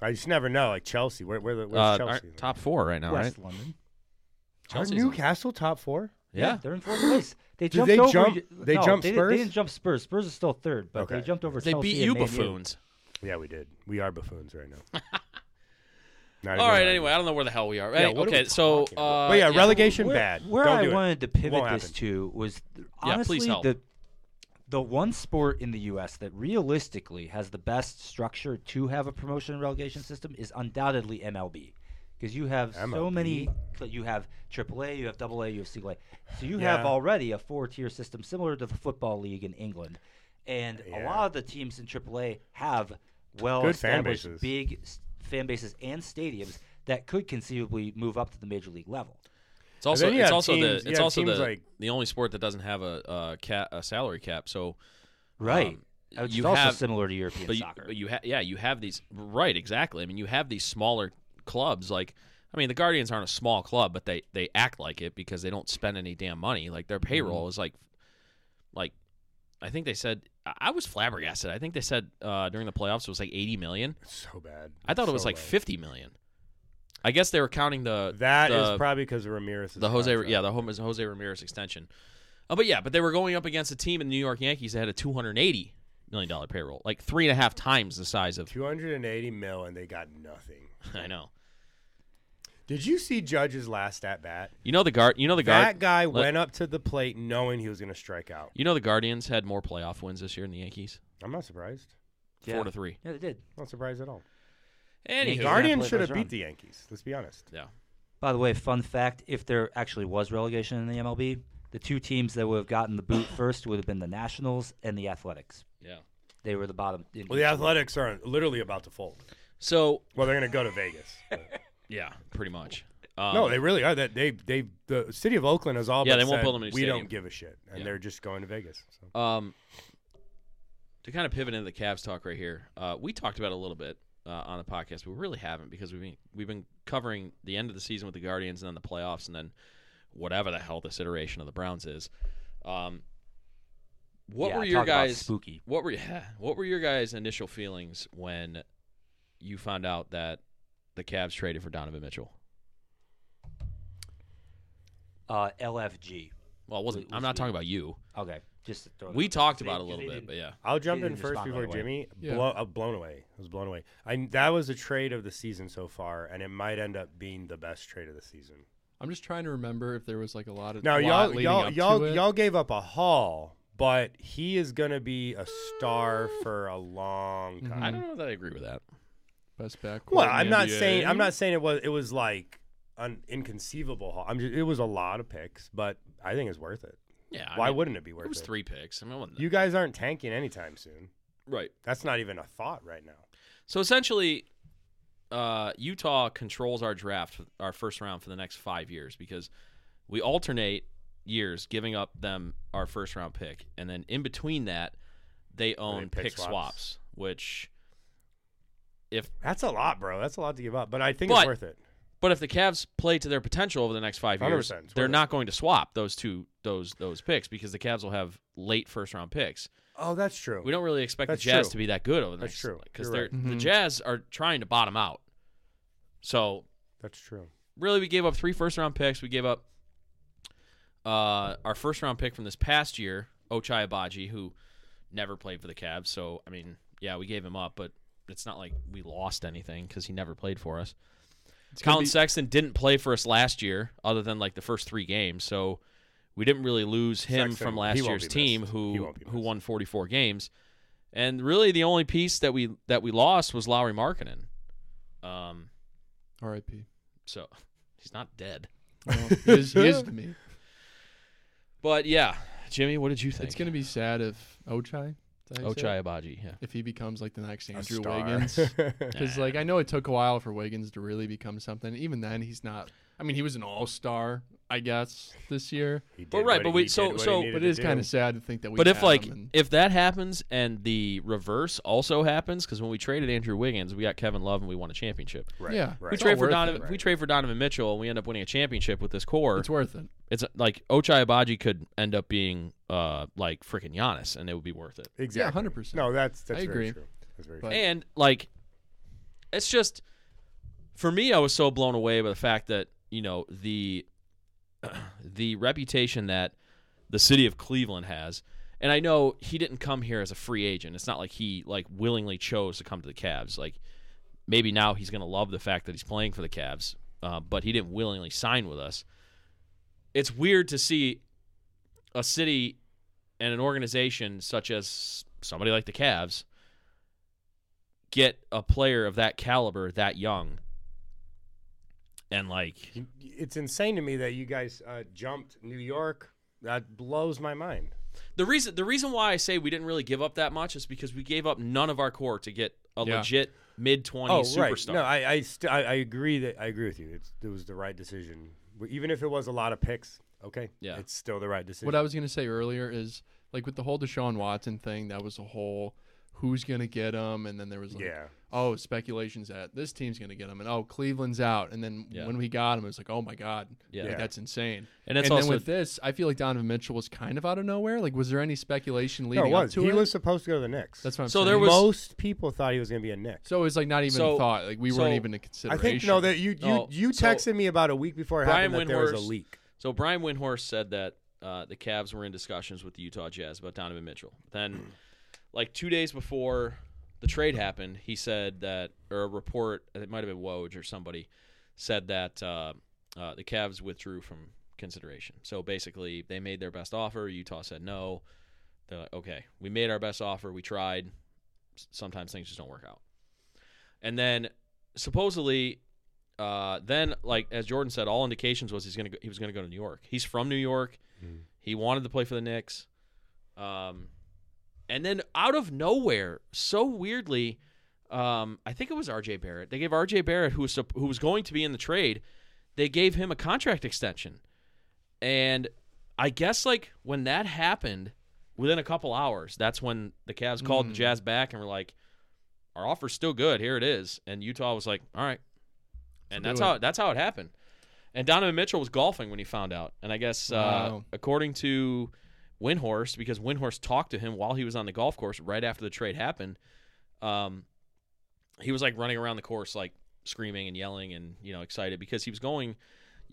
I just never know. Like Chelsea, where where the, where's
Uh,
Chelsea?
aren't- top four right now,
West
right?
London.
Are
Chelsea's in-
Newcastle top four?
Yeah.
they're in fourth place. They
Did
jumped
they
over.
jump-
you-
they
no,
jumped
they, didn't-
Spurs?
They didn't jump Spurs. Spurs is still third, but they
Okay.
jumped over.
They
Chelsea
beat
and
you,
Man U.
buffoons.
Yeah, we did. We are buffoons right now. Not
All
even
right.
lying.
Anyway, I don't know where the hell we are.
Yeah,
Any-
what are we
okay. So,
talking about?
uh,
but yeah, relegation
Where,
bad.
where
Don't
I
do it.
wanted to pivot
Won't
this
happen.
to was th-
Yeah,
honestly
please help.
the the one sport in the U.S. that realistically has the best structure to have a promotion and relegation system is undoubtedly MLB, because you have so
MLB?
many. like, You have AAA, you have AA, you have single A. So you have
Yeah.
already a four-tier system similar to the football league in England, and a
Yeah.
lot of the teams in AAA have
Good
well-established
fan bases.
big s- fan bases and stadiums that could conceivably move up to the major league level.
It's also
then you
it's
have
also
teams-
the
you
it's
have
also the
teams like-
the only sport that doesn't have a a, cap, a salary cap. So
Right.
Um,
Uh, which
you
is also
have-
similar to European
but you,
soccer.
but you ha- yeah you have these right exactly. I mean you have these smaller clubs like I mean the Guardians aren't a small club, but they they act like it because they don't spend any damn money. Like
Mm-hmm.
their payroll is like like I think they said I- I was flabbergasted. I think they said uh, during the playoffs it was like eighty million.
so bad.
I thought
So
it was like
low.
fifty million. I guess they were counting the
That is
the-
probably because of Ramirez.
the Jose, yeah, the Jose Jose Ramirez extension. Uh, but yeah, but they were going up against a team in the New York Yankees that had a two hundred eighty million dollar payroll, like three and a half times the size of.
two hundred and eighty mil, and they got nothing.
I know.
Did you see Judge's last at bat?
You know the guard. You know the guard.
That guy
let-
went up to the plate knowing he was going to strike out.
You know the Guardians had more playoff wins this year than the Yankees,
I'm not surprised.
four to three.
Yeah, they did.
Not surprised at all.
Anywho,
Yeah,
Guardians
play
should have
those
beat
round.
the Yankees. Let's be honest.
yeah,
By the way, fun fact: if there actually was relegation in the MLB, the two teams that would have gotten the boot first would have been the Nationals and the Athletics.
yeah.
They were the bottom. in
Well, the
each-
Athletics are literally about to fold.
So
Well, they're going to go to Vegas.
yeah, pretty much. Um,
no, they really are. That they they the city of Oakland has all
Yeah,
but
they won't
said,
build them a new
We
stadium."
don't give a shit, and
Yeah.
they're just going to Vegas. So.
Um, to kind of pivot into the Cavs talk right here, uh, we talked about it a little bit uh, on the podcast, but we really haven't because we've been we've been covering the end of the season with the Guardians and then the playoffs and then whatever the hell this iteration of the Browns is. Um, what
Yeah,
were your
talk about
guys?
spooky?
What were what were your guys' initial feelings when you found out that the Cavs traded for Donovan Mitchell?
Uh, LFG.
Well, it wasn't.
Wait,
I'm
what's
not
the-
talking about you.
Okay, just to throw it
We
out there.
talked
They-
about it a
they
little bit,
didn't-
but yeah,
I'll jump
They
in
didn't
first
respond right
before
away.
Jimmy.
Yeah.
Blow, uh, blown away. I was blown away. I that was a trade of the season so far, and it might end up being the best trade of the season.
I'm just trying to remember if there was like a lot of
Now
a lot
y'all
leading
y'all
up
y'all
to it.
y'all gave up a haul, but he is gonna be a star for a long time.
Mm-hmm. I don't know that I agree with that.
best backcourt.
Well,
in the
I'm not
NBA.
saying I'm not saying it was it was like an inconceivable haul. I'm just, it was a lot of picks, but I think it's worth it.
Yeah, I
Why
mean,
wouldn't it be worth
It
it?
was three picks. I mean, it wasn't
You guys aren't tanking anytime soon.
Right.
That's not even a thought right now.
So essentially, uh, Utah controls our draft, our first round for the next five years because we alternate years, giving up them our first round pick, and then in between that, they own
pick
pick swaps.
swaps.
which if
That's a lot, bro. That's a lot to give up, but I think
But-
it's worth it.
but if the Cavs play to their potential over the next five years,
100%, it's
they're
worth it.
not going to swap those two those those picks because the Cavs will have late first round picks.
Oh, that's true.
We don't really expect
That's
the Jazz
true.
to be that good over the
That's
next
true.
because
You're
they're
right.
the
Mhm.
Jazz are trying to bottom out. So
That's true.
really we gave up three first round picks. We gave up uh, our first round pick from this past year, Ochai Abaji, who never played for the Cavs. So I mean, yeah, we gave him up, but it's not like we lost anything because he never played for us. Colin Sexton didn't play for us last year, other than like the first three games. So we didn't really lose him
Sexton,
from
he
last
won't
year's
be
team,
missed. He
who
won't be
who
missed.
won 44 games. And really, the only piece that we that we lost was Lowry Markkinen. Um,
R.I.P.
so he's not dead.
Well, he is, he is to me.
But yeah, Jimmy, what did you think?
It's gonna be sad if Ochai. is that how you say
Ochai
it?
Abaji. Yeah.
If he becomes like the next
A
Andrew
star.
Wiggins, because
Nah.
like I know it took a while for Wiggins to really become something. Even then, he's not. I mean, he was an All Star, I guess, this year.
He did
But right,
what
but
he-
we-
he
so-
did what he
so-
needed
But it
to
is
do.
kind of sad to think that we.
But if
had
like
him and-
if that happens and the reverse also happens, because when we traded Andrew Wiggins, we got Kevin Love and we won a championship.
right,
yeah,
We
right.
It's all
trade for
worth it,
Donovan. We
right.
trade for Donovan Mitchell and we end up winning a championship with this core.
it's worth it.
It's, uh, like Ochai Abaji could end up being uh like freaking Giannis, and it would be worth it.
exactly.
100%.
No, that's that's
I
very
agree.
true. That's very
But-
true.
And like it's just for me i was so blown away by the fact that you know the the reputation that the city of cleveland has and i know he didn't come here as a free agent it's not like he like willingly chose to come to the Cavs. like maybe now he's going to love the fact that he's playing for the Cavs, uh, but he didn't willingly sign with us. It's weird to see a city and an organization such as somebody like the Cavs get a player of that caliber that young. And like
It's insane to me that you guys uh, jumped New York. That blows my mind.
the reason the reason why I say we didn't really give up that much is because we gave up none of our core to get a
Yeah.
legit mid 20s superstar.
Oh, No, I I, st- I I agree that I agree with you. It's, it was the right decision, W- even if it was a lot of picks. Okay,
Yeah.
it's still the right decision.
What I was gonna say earlier is like with the whole Deshaun Watson thing, that was a whole who's gonna get him, and then there was like,
yeah,
oh, speculations that this team's gonna get him, and oh, Cleveland's out, and then
Yeah.
when we got him, it was like, oh my god,
Yeah.
like,
Yeah.
that's insane.
and it's
and
also
then with this, I feel like Donovan Mitchell was kind of out of nowhere. Like, was there any speculation
no,
leading
it was.
up to
He
it?
was supposed to go to the Knicks.
That's what I'm
So
saying.
there was-
Most people thought he was going to be a Knicks.
so it was like not even
So-
a thought. Like we
so-
weren't even a
I
consideration.
think no, that you you,
No,
you
Oh, so-
texted me about a week before it
Brian
happened that there was a
Windhorst-
leak.
So Brian Windhorst said that uh, the Cavs were in discussions with the Utah Jazz about Donovan Mitchell. Then, like two days before the trade happened, he said that, or a report, it might have been Woj or somebody, said that uh, uh, the Cavs withdrew from consideration. So basically, they made their best offer. Utah said no. They're like, okay, we made our best offer. We tried. S- Sometimes things just don't work out. And then supposedly uh, then like as Jordan said, all indications was he's gonna go, he was gonna go to New York. He's from New York.
Mhm.
He wanted to play for the Knicks. Um, and then out of nowhere, so weirdly, um, I think it was R.J. Barrett. They gave R.J. Barrett, who was sup- who was going to be in the trade, they gave him a contract extension. And I guess like when that happened, within a couple hours, that's when the Cavs called the
Mm.
Jazz back and were like, "Our offer's still good. Here it is." And Utah was like, "All right." And that's
Let's do
how that's how it happened. And Donovan Mitchell was golfing when he found out. And I guess uh,
Wow.
according to Windhorst, because Windhorst talked to him while he was on the golf course right after the trade happened, um, he was like running around the course like screaming and yelling and you know excited because he was going.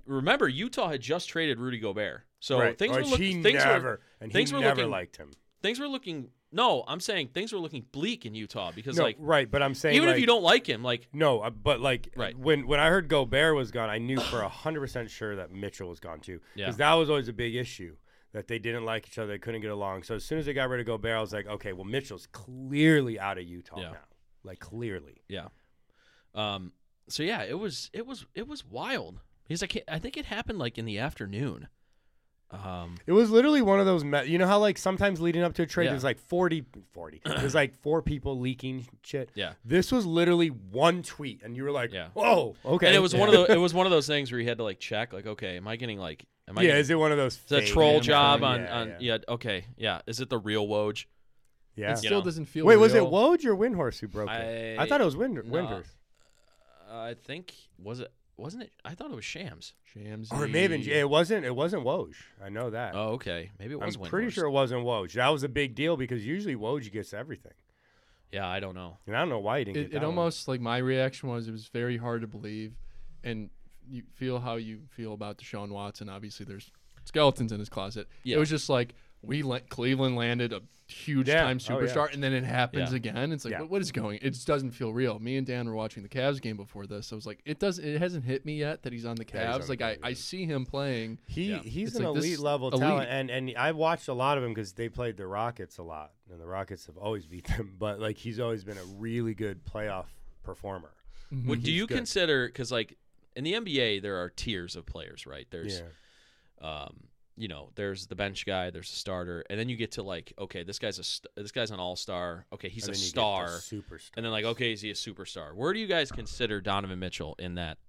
Remember, Utah had just traded Rudy Gobert, so
right.
things
Which
were look-
he
things
never
were
and
things
he
were
never
looking-
liked him.
things were looking. No, I'm saying things were looking bleak in Utah because
No,
like
right, but I'm saying
even if
like-
you don't like him, like
No, uh, but like
Right.
when when I heard Gobert was gone, I knew for hundred percent sure that Mitchell was gone too.
Yeah.
Because that was always a big issue that they didn't like each other, they couldn't get along. So as soon as they got rid of Gobert, I was like, okay, well Mitchell's clearly out of Utah
Yeah.
now, like clearly.
Yeah. Um. So yeah, it was it was it was wild because I can't, I think it happened like in the afternoon. Um.
It was literally one of those. Me- you know how like sometimes leading up to a trade,
Yeah.
there's like 40, 40. There's like four people leaking shit.
Yeah.
This was literally one tweet, and you were like,
Yeah.
whoa, okay.
And it was
yeah.
one of the it was one of those things where you had to like check like okay, am I getting like am I
yeah,
getting,
is it one of those?
is that
fake-
troll
yeah,
job
yeah,
on
yeah,
on
yeah.
yeah. okay yeah is it the real Woj?
Yeah.
it
you
still
know.
doesn't feel.
Wait, was it
real.
Woj or Windhorse who broke it? I
I-
thought it was Wind-
no.
Windhorse.
I think was it wasn't it? I thought it was Shams.
Shams.
Or maybe it wasn't. It wasn't Woj. I know that.
Oh okay, maybe it
I'm
was.
pretty
Windhorst.
sure it wasn't Woj. That was a big deal because usually Woj gets everything,
Yeah, I don't know.
and I don't know why he didn't. get
It,
that
it
one.
almost like my reaction was it was very hard to believe, and you feel how you feel about Deshaun Watson. Obviously, there's skeletons in his closet.
Yeah.
It was just like we let Cleveland landed a huge
Yeah.
time
Oh, yeah.
superstar, and then it happens
Yeah.
again. It's like
Yeah.
what, what is going? It just doesn't feel real. Me and Dan were watching the Cavs game before this. I was like, it does. It hasn't hit me yet that he's on the
Yeah, he's on
Cavs.
the
Like I,
Cavs,
I see him playing.
He
Yeah.
he's
It's
an
like this
elite level
elite.
talent, and and I watched a lot of him because they played the Rockets a lot, and the Rockets have always beat them. But like he's always been a really good playoff performer.
Would do
Mm-hmm. He's
you
good.
consider because like in the NBA there are tiers of players right? There's um, you know, there's the bench guy, there's a starter, and then you get to like, okay, this guy's a st- this guy's an all star. Okay, he's
And
a
then you get the
star,
superstar.
and then like, okay, is he a superstar? Where do you guys consider Donovan Mitchell in that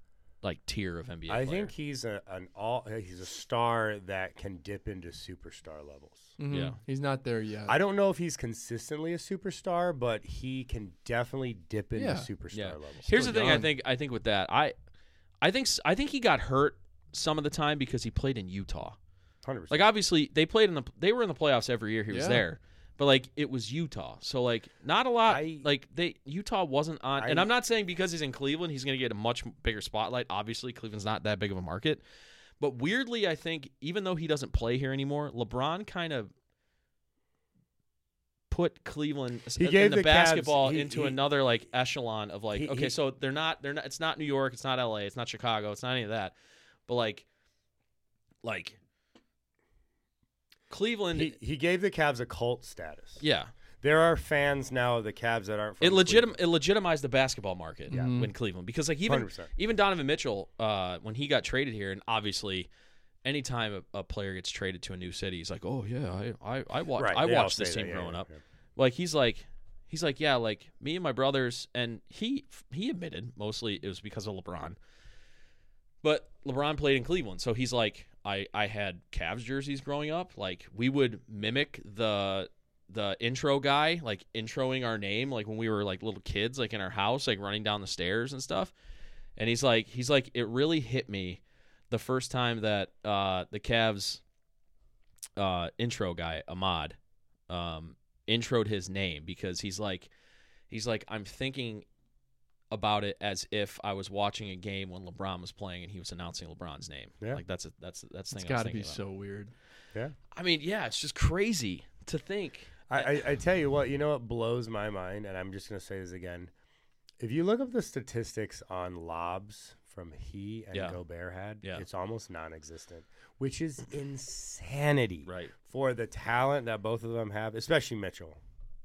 like tier of NBA?
I
player?
think he's a, an all he's a star that can dip into superstar levels.
Mhm.
Yeah. he's
he's not there yet.
I don't know if he's consistently a superstar, but he can definitely dip into
Yeah.
superstar
Yeah.
levels.
Here's the
still
thing. I
young.
think I think with that, I I think s- I think he got hurt some of the time because he played in Utah.
Hundred percent.
Like obviously they played in the they were in the playoffs every year he was
Yeah.
there, But like it was Utah, so like not a lot.
I-
like they Utah wasn't on, and
I-
I'm not saying because he's in Cleveland he's going to get a much bigger spotlight. Obviously, Cleveland's not that big of a market, but weirdly, I think even though he doesn't play here anymore, LeBron kind of put Cleveland
He
and
gave
the,
the Cavs-
basketball
he-
into
he-
another like echelon of like
He-
okay,
he-
so they're not they're not it's not New York, it's not LA, it's not Chicago, it's not any of that, but like like Cleveland,
He, he gave the Cavs a cult status.
yeah.
There are fans now of the Cavs that aren't. From
it
Cleveland.
legitim- it legitimized the basketball market
Yeah.
when Cleveland because like even
100%.
even Donovan Mitchell uh, when he got traded here and obviously anytime a, a player gets traded to a new city he's like oh yeah I I, I watched
Right,
I
they all
watched this
say that,
team
yeah,
growing
yeah,
up
yeah.
like he's like he's like yeah like me and my brothers and he he admitted mostly it was because of LeBron but LeBron played in Cleveland, so he's like, I, I had Cavs jerseys growing up. Like we would mimic the the intro guy, like introing our name, like when we were like little kids, like in our house, like running down the stairs and stuff. And he's like, he's like, it really hit me the first time that uh, the Cavs uh, intro guy Ahmad um, introed his name because he's like, he's like, I'm thinking about it as if I was watching a game when LeBron was playing and he was announcing LeBron's name.
Yeah.
Like that's a, that's that's the
It's
thing.
got
I
to
was
be
thinking about.
so weird.
I mean, yeah, it's just crazy to think.
I, I, I tell you what, you know what blows my mind, and I'm just gonna say this again. If you look up the statistics on lobs from he and
Yeah.
Gobert had,
Yeah.
it's almost non-existent, which is insanity
Right.
for the talent that both of them have, especially Mitchell.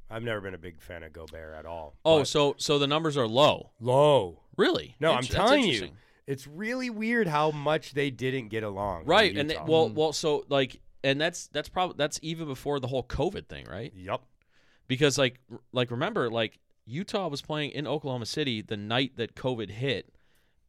I've never been a big fan of Gobert at all.
Oh,
but
so so the numbers are low.
low.
Really?
No, I'm
Int- that's
telling you,
interesting.
it's really weird how much they didn't get along. in
Right. And they,
Utah.
well well so like and that's that's probably that's even before the whole COVID thing, right?
Yup.
Because like r- like remember like Utah was playing in Oklahoma City the night that COVID hit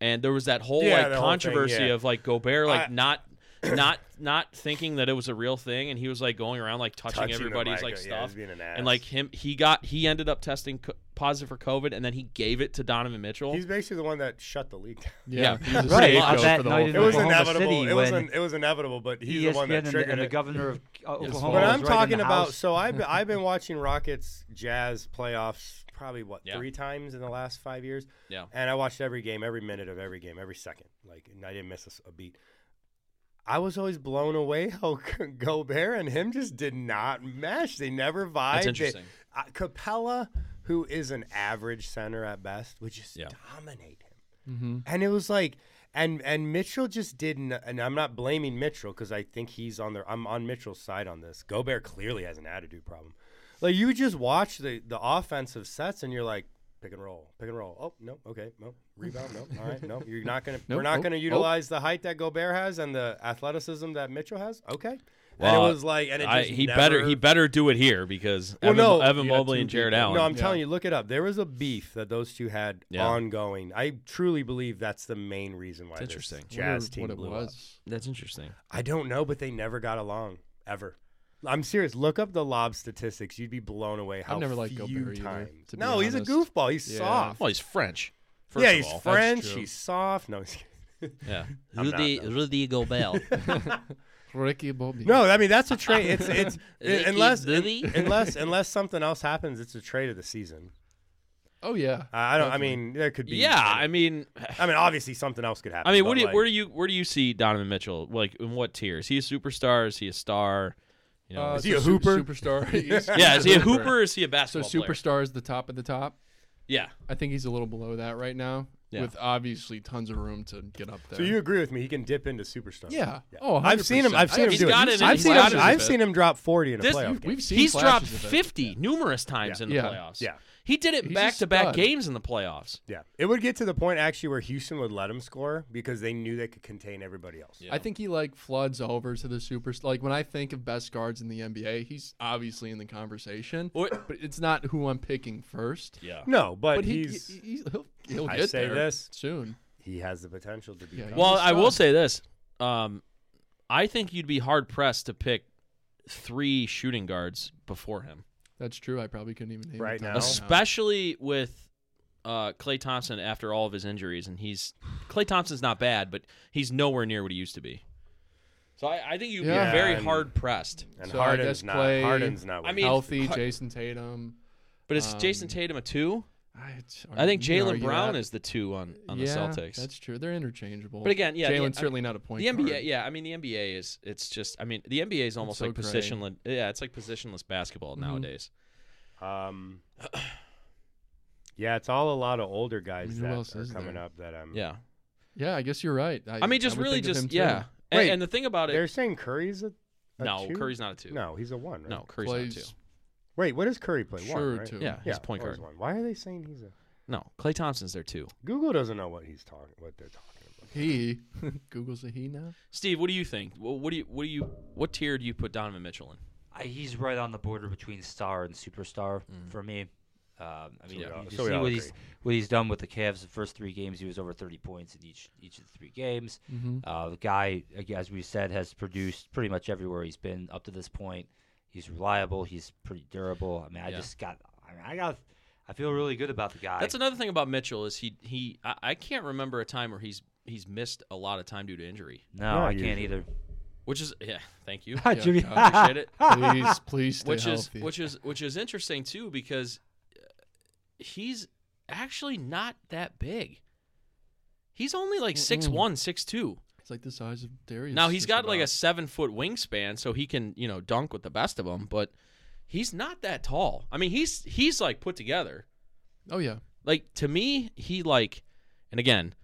and there was that whole
Yeah,
like
the whole thing,
controversy
yeah.
of like Gobert like
I-
not not not thinking that it was a real thing and he was like going around like touching,
Touching the
everybody's
mic, uh,
like
yeah,
stuff
he's being an
and like
ass.
him he got he ended up testing co- positive for COVID and then he gave it to Donovan Mitchell.
He's basically the one that shut the league down.
Yeah.
Yeah, he's a
Right.
scapegoat
Uh,
for
that
the
night
whole
in
It
thing.
was
Oklahoma
inevitable.
City
it was
when E
an, it was inevitable, but he's the
ESPN
one that
and the-
triggered
and the
it.
governor of uh, Oklahoma.
But
was
I'm
right in
talking
the
about.
house.
So I've been, I've been watching Rockets Jazz playoffs probably what
Yeah.
three times in the last five years.
Yeah.
And I watched every game, every minute of every game, every second. Like, and I didn't miss a s- a, beat. I was always blown away how Gobert and him just did not mesh. They never vibed. They-
interesting.
uh, Capella, who is an average center at best, would just
Yeah. Mm-hmm.
dominate him and it was like and and Mitchell just didn't and I'm not blaming Mitchell because I think he's on the I'm on Mitchell's side on this. Gobert clearly has an attitude problem. Like you just watch the the offensive sets and you're like pick and roll, pick and roll. Oh no, okay, no rebound, no, all right, no. You're not gonna we're
Nope,
not
nope,
gonna
nope.
utilize the height that Gobert has and the athleticism that Mitchell has. Okay.
Well,
and it was like and it
I,
just
he
never-
better he better do it here because
Well,
Evan,
no,
Evan
you had
Mobley
two
and Jared
people.
Allen.
no, I'm
Yeah.
telling you, look it up. There was a beef that those two had
Yeah.
ongoing. I truly believe that's the main reason why
It's
this
interesting.
Jazz
Wonder
team
what it
blew up.
was.
That's interesting.
I don't know, but they never got along ever. I'm serious. Look up the lob statistics. You'd be blown away how
never liked
few
Gobert either,
times.
to be
no, he's a
honest.
goofball. He's
Yeah.
soft.
Well, he's French. First
yeah,
of
he's
all.
That's
French.
true.
He's soft. No, he's-
yeah.
I'm not, Rudy- though.
Rudy Gobert.
Ricky Bobby.
no. I mean that's a trade. It's it's
Ricky
unless
Bobby?
unless unless something else happens, it's a trade of the season.
Oh yeah.
I I don't.
Definitely.
I mean, there could be.
yeah, I mean,
I mean, obviously something else could happen.
I mean,
but
what do you,
like-
where do you where do you see Donovan Mitchell? Like in what tier? Is he a superstar? Is he a star? You know,
Uh,
is-
he a
so su-
hooper?
Superstar. He's-
yeah, is he a
he's
hooper? Or is he a
So
basketball player?
superstar is the top of the top.
Yeah,
I think he's a little below that right now,
Yeah.
with obviously tons of room to get up there.
So you agree with me? He can dip into superstar.
yeah. Oh,
i have seen him. I've seen him
He's
do
got
it.
it in
I've
his
seen
flashes
him.
a
I've
bit.
seen him drop 40 in a
This-
playoff game.
We've seen
he's dropped
flashes of it.
50 numerous times in the
Yeah.
playoffs.
Yeah.
he did it
He's a
back to back
stud.
games in the playoffs.
Yeah, it would get to the point actually where Houston would let him score because they knew they could contain everybody else.
Yeah.
I think he like floods over to the super. Like when I think of best guards in the NBA, he's obviously in the conversation,
Or-
but it's not who I'm picking first.
Yeah.
No, but,
But he,
he's he,
he- he'll, he'll
I
get
say
there
this.
soon.
has the potential to be.
Yeah,
Well,
He's a
I will
stud.
say this. Um, I think you'd be hard pressed to pick three shooting guards before him,
That's true. I probably couldn't even name
Right
the top
now?
right
especially with uh, Clay Thompson after all of his injuries. And he's Clay Thompson's not bad, but he's nowhere near what he used to be. So I, I think you'd
Yeah.
be very
And-
hard pressed.
And
So I
Harden's
guess
not.
play-
Harden's not.
I
with
mean,
us.
healthy
Har-
Jason Tatum.
But it's Jason
Um,
Tatum a two?
I, it's-
I think
you know,
Jalen
you
Brown
got-
is the two on, on
yeah,
the Celtics.
That's true. They're interchangeable.
But again, yeah, the- I mean,
Jalen's certainly not a point.
the NBA,
guard.
yeah, I mean the NBA is it's just I mean the NBA is almost
so
like
gray. Mm-hmm.
positionless. Yeah, it's like positionless basketball nowadays.
Um, yeah, it's all a lot of older guys
mean, who
that
else
are
is
coming
there?
up that I'm.
Yeah,
Yeah, I guess you're right.
I mean just
would
really
think of him
just
too.
yeah. And,
Wait,
and the thing about
They're
it,
saying Curry's a. a
no,
two?
Curry's not a two.
No, he's a one. Right?
no, Curry's not a
Plays
two.
Wait, what does Curry play?
Sure,
one, right?
two.
Yeah, he's a point
always
guard.
One. Why are they saying he's a?
No, Clay Thompson's their two.
Google doesn't know what he's talking. What they're talking about.
he. Google's a he now.
Steve, what do you think? Wh- What do you what do you what tier do you put Donovan Mitchell in?
I, he's right on the border between star and superstar for me. Um, I mean,
we all-
you
Mm. so
just
we
see
all
what
agree.
he's what he's done with the Cavs. The first three games, he was over 30 points in each each of the three games.
Mm-hmm.
Uh, the guy, ag- as we said, has produced pretty much everywhere he's been up to this point. He's reliable. He's pretty durable. I mean, I
Yeah.
just got. I mean, I got. I feel really good about the guy.
That's another thing about Mitchell is he he I, I can't remember a time where he's he's missed a lot of time due to injury,
no,
No,
I
you-
can't either.
which is yeah. Thank you.
Ah,
Yeah,
Jimmy.
I
Appreciate it.
Please, please stay
which
healthy.
is which is which is interesting too because uh, he's actually not that big. He's only like six one, six two.
it's like the size of Darius.
Now he's
just
got like a
about.
seven foot wingspan, so he can you know dunk with the best of them. But he's not that tall. I mean, he's he's like put together.
Oh yeah.
Like to me, he like, and again,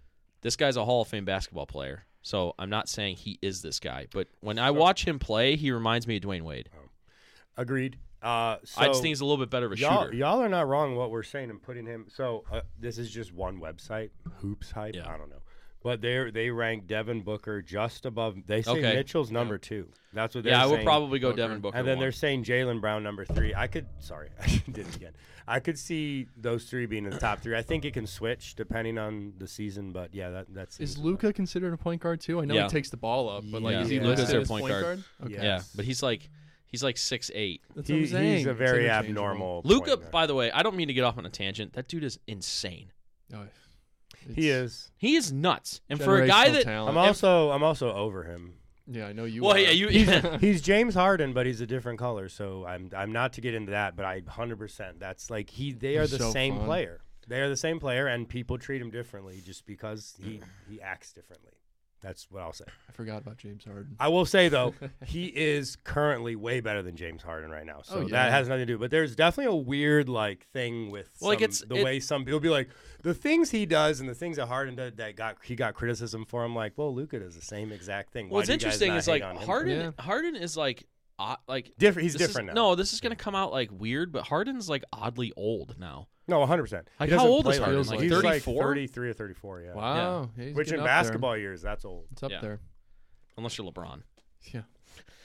this guy's a Hall of Fame basketball player. So I'm not saying he is this guy, but when I watch him play, he reminds me of Dwayne Wade.
Agreed. Uh, so
I just think he's a little bit better of a
y'all,
shooter.
y'all are not wrong what we're saying and putting him. So uh, this is just one website, Hoops Hype.
Yeah.
I don't know, but they are they rank Devin Booker just above. They say
Okay.
Mitchell's number two. That's what they're
yeah, I
saying.
would probably go
Booker.
Devin Booker.
And then
one.
they're saying Jalen Brown number three. I could sorry, I did it again. I could see those three being in the top three. I think it can switch depending on the season, but yeah, that that's
Is Luca considered a point guard too? I know
Yeah.
he takes the ball up, but like,
Yeah.
is he
Yeah.
listed
Considered
as
point
point
guard.
guard?
Yeah.
yeah, but he's like he's like six eight.
That's what
he,
I'm saying.
he's a
It's
very
interchangeable.
abnormal.
Luca,
point guard.
by the way, I don't mean to get off on a tangent. That dude is insane.
Oh,
he
it's
is.
He is nuts. And for a guy
generational
that
talent.
I'm also I'm also over him.
yeah, I know you.
well,
are.
yeah, you
He's James Harden, but he's a different color. So I'm I'm not to get into that, but I 100. percent That's like he. They are
He's
the
so
same
fun.
player. They are the same player, and people treat him differently just because he he acts differently. That's what I'll say.
I forgot about James Harden.
I will say though, he is currently way better than James Harden right now. So
Oh, yeah.
that has nothing to do. But there's definitely a weird like thing with
Well, like,
some-
it's-
the
it-
way some people be like the things he does and the things that Harden did that got he got criticism for. I'm like, well, Luca does the same exact thing. Why
what's
do you guys
interesting
not
is
hate
like
on him?
Harden. Harden is like uh, like
Different. He's
this is-
different now.
No, this is gonna come out like weird, but Harden's like oddly old now.
No, 100. percent
Like, how old is Harden?
Feels
Like
like-
he's like
34?
33 or 34. Yeah.
Wow, yeah, he's
Which in
getting up there.
basketball years, that's old.
it's up
Yeah.
there.
Unless you're LeBron,
Yeah,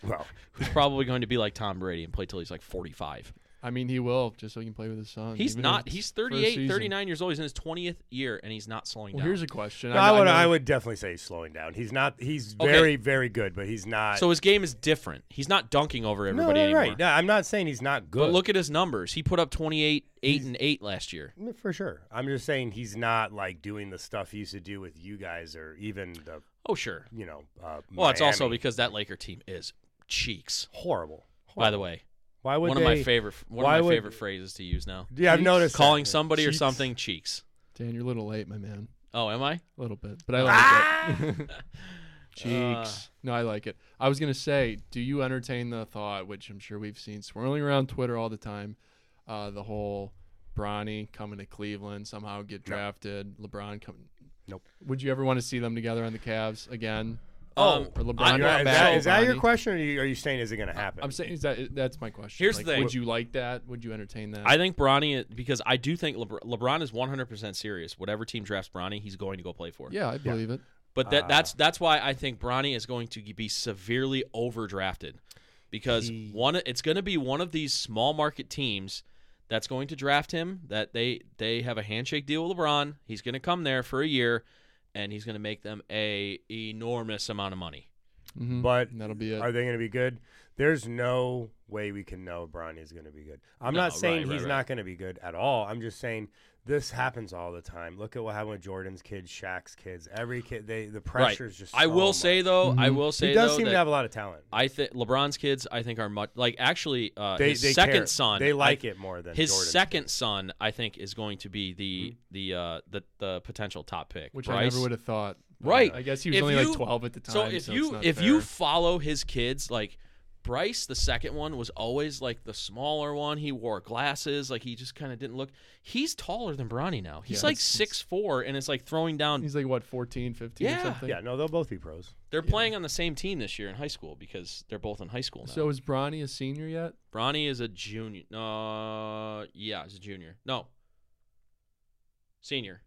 Well,
who's probably going to be like Tom Brady and play till he's like 45.
I mean he will just so he can play with his son.
He's
even if
not.
it's
He's
first
38,
season.
39 years old. He's in his 20th year, and he's not slowing
Well,
down.
here's a question.
I, would.
know-
I would definitely say he's slowing down. He's not. He's
Okay.
very, very good, but he's not.
so his game is different. He's not dunking over
no,
everybody
no,
anymore.
right. No, I'm not saying he's not good.
But look at his numbers. He put up 28, 8, and 8 last year.
Mm, For sure. I'm just saying he's not like doing the stuff he used to do with you guys or even the,
Oh, sure.
you know, uh,
Well, it's also
Miami.
because that Laker team is cheeks,
horrible.
by the way.
Why would
one
they,
of my favorite one
why
of my
would-
favorite phrases to use now.
Yeah, I've
Cheeks?
noticed that.
Calling somebody or
Cheeks.
something cheeks.
Dan, you're a little late, my man.
Oh, am I?
A little bit, but I like it.
Uh.
Cheeks. no, I like it. I was gonna say, do you entertain the thought, which I'm sure we've seen swirling around Twitter all the time, uh, the whole Bronny coming to Cleveland somehow get drafted, LeBron coming.
Nope.
Would you ever want to see them together on the Cavs again?
Oh,
or LeBron
I'm
Is
not
that-
not
bad.
is that,
back.
is that your
Bronny.
question or are you, are you saying is it going to happen?
I'm saying is that that's my question.
Here's
Like,
the thing.
Would you like that? Would you entertain that?
I think Bronny because I do think LeBron, LeBron is 100% serious. Whatever team drafts Bronny, he's going to go play for.
yeah, I believe it.
But
Ah.
that that's that's why I think Bronny is going to be severely overdrafted because one it's going to be one of these small market teams that's going to draft him that they they have a handshake deal with LeBron. He's going to come there for a year and he's going to make them a enormous amount of money.
Mhm.
But
And that'll be it.
are they going to be good? There's no way we can know Bronny's going to be good. I'm
No,
not saying
right, right,
he's
right.
not going to be good at all. I'm just saying this happens all the time. Look at what happened with Jordan's kids, Shaq's kids. Every kid, they the pressure's just.
I
so
will
much.
say though, I
Mhm.
will say
Mm-hmm. he does
though
seem
that
to have a lot of talent.
I think LeBron's kids, I think, are much like actually uh,
They,
his
they
second
care.
son.
they like
I,
it more than
His
Jordan's
second
kids.
son, I think, is going to be
Hmm.
the the uh, the the potential top pick.
which I
Bryce.
never would have thought.
Right.
I guess he was
If
only
you-
like 12 at the time.
So if
so it's
you
not
if you
fair.
follow his kids, like Bryce, the second one was always like the smaller one. He wore glasses, like he just kind of didn't look. He's taller than Bronny now. He's
Yeah,
like
it's-
six four, and it's like throwing down.
he's like what 14, 15
Yeah.
or something.
Yeah, no, they'll both be pros.
They're playing on the same team this year in high school because they're both in high school now.
So is Bronny a senior yet?
Bronny is a junior. Uh, yeah, he's a junior. No, senior.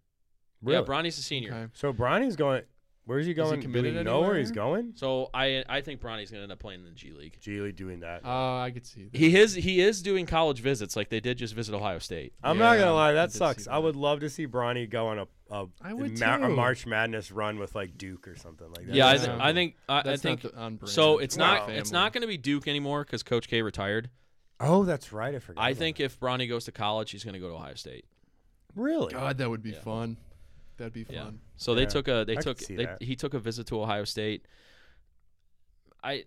Yeah, Bronny's a senior.
Okay.
So Bronny's going. Where's he going? Do we
committed
know where
anywhere?
he's going?
So I I think Bronny's gonna end up playing in the G League.
Geely doing that.
Oh, I could see that.
He is he is doing college visits like they did just visit Ohio State.
I'm not
Yeah,
gonna lie,
I
that
did see
sucks. I
that.
would love to see Bronny go on a a,
I would
ma- a
too.
March Madness run with like Duke or something like that.
yeah, I,
is
th-
not-
I think I, I
That's
think
not the, on brand
so. It's
for our
not it's
family.
not going to be Duke anymore because Coach K retired.
oh, that's right. I forgot.
I
about
think
that.
if Bronny goes to college, he's going to go to Ohio State.
really.
God, that would be
Yeah.
fun. That'd be
Yeah.
fun.
So they
Yeah,
took a they
I could
took
see
they,
that.
he took a visit to Ohio State. I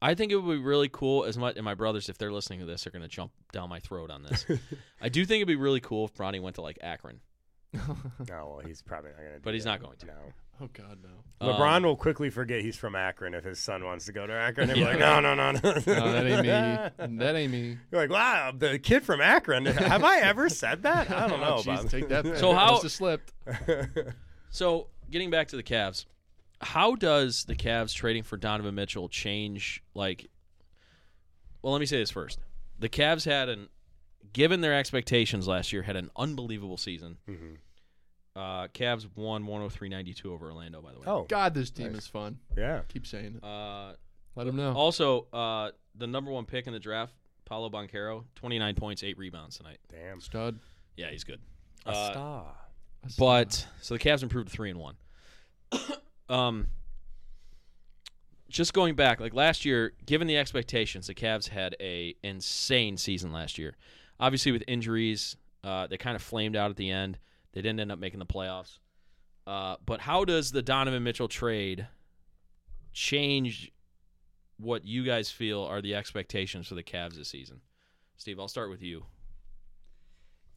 I think it would be really cool as much and my brothers if they're listening to this are going to jump down my throat on this. I do think it'd be really cool if Bronny went to like Akron.
no, well, he's probably not gonna. Do
But he's not
that.
going to.
No.
oh God, no.
Um,
LeBron will quickly forget he's from Akron if his son wants to go to Akron. He'll
Yeah.
be like, no, no, no, no.
No, that ain't me. That ain't me.
You're like, wow, the kid from Akron. Have I ever said that? I don't know.
Oh, jeez,
Bob.
take that.
So how-
Must have slipped.
So, getting back to the Cavs, how does the Cavs trading for Donovan Mitchell change? Like, well, let me say this first. The Cavs had an, given their expectations last year, had an unbelievable season.
Mhm.
Uh, Cavs won 103.92 over Orlando, by the way.
Oh,
God, this team
Nice.
is fun.
yeah.
Keep saying it.
Uh,
Let them know.
also, uh, the number one pick in the draft, Paolo Banquero, 29 points, eight rebounds tonight.
Damn.
Stud.
Yeah, he's good.
A
Uh,
star.
A stud.
But so the Cavs improved to three and one. um, just going back, like last year, given the expectations, the Cavs had a insane season last year. Obviously, with injuries, uh, they kind of flamed out at the end. They didn't end up making the playoffs. Uh, but how does the Donovan Mitchell trade change what you guys feel are the expectations for the Cavs this season? Steve, I'll start with you.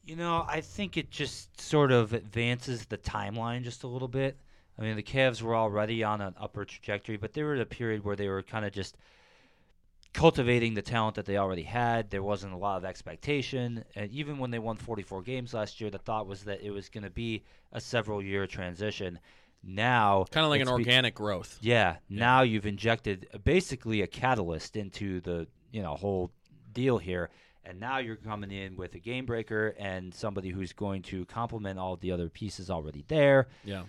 You know, I think it just sort of advances the timeline just a little bit. I mean, the Cavs were already on an upward trajectory, but they were at a period where they were kind of just cultivating the talent that they already had. There wasn't a lot of expectation, and even when they won 44 games last year, the thought was that it was going to be a several-year transition. Now,
Kind of like
it's
an
be-
organic growth.
yeah, now you've injected uh, basically a catalyst into the you know whole deal here, and now you're coming in with a game breaker and somebody who's going to complement all the other pieces already there.
Yeah.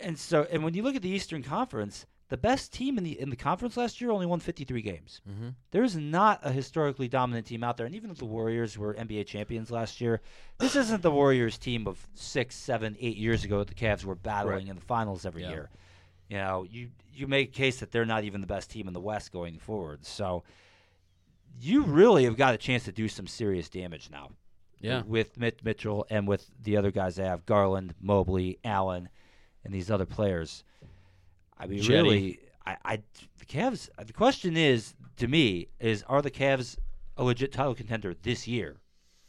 And so, and when you look at the Eastern Conference, the best team in the in the conference last year only won 53 games.
Mm-hmm.
There is not a historically dominant team out there, and even if the Warriors were NBA champions last year, this isn't the Warriors team of six, seven, eight years ago that the Cavs were battling in the finals every
Yeah.
year. You know, you you make a case that they're not even the best team in the West going forward. So you really have got a chance to do some serious damage now.
Yeah.
With Mit Mitchell and with the other guys they have, Garland, Mobley, Allen, and these other players. I mean,
Jetty.
really, I, I the Cavs. The question is to me is are the Cavs a legit title contender this year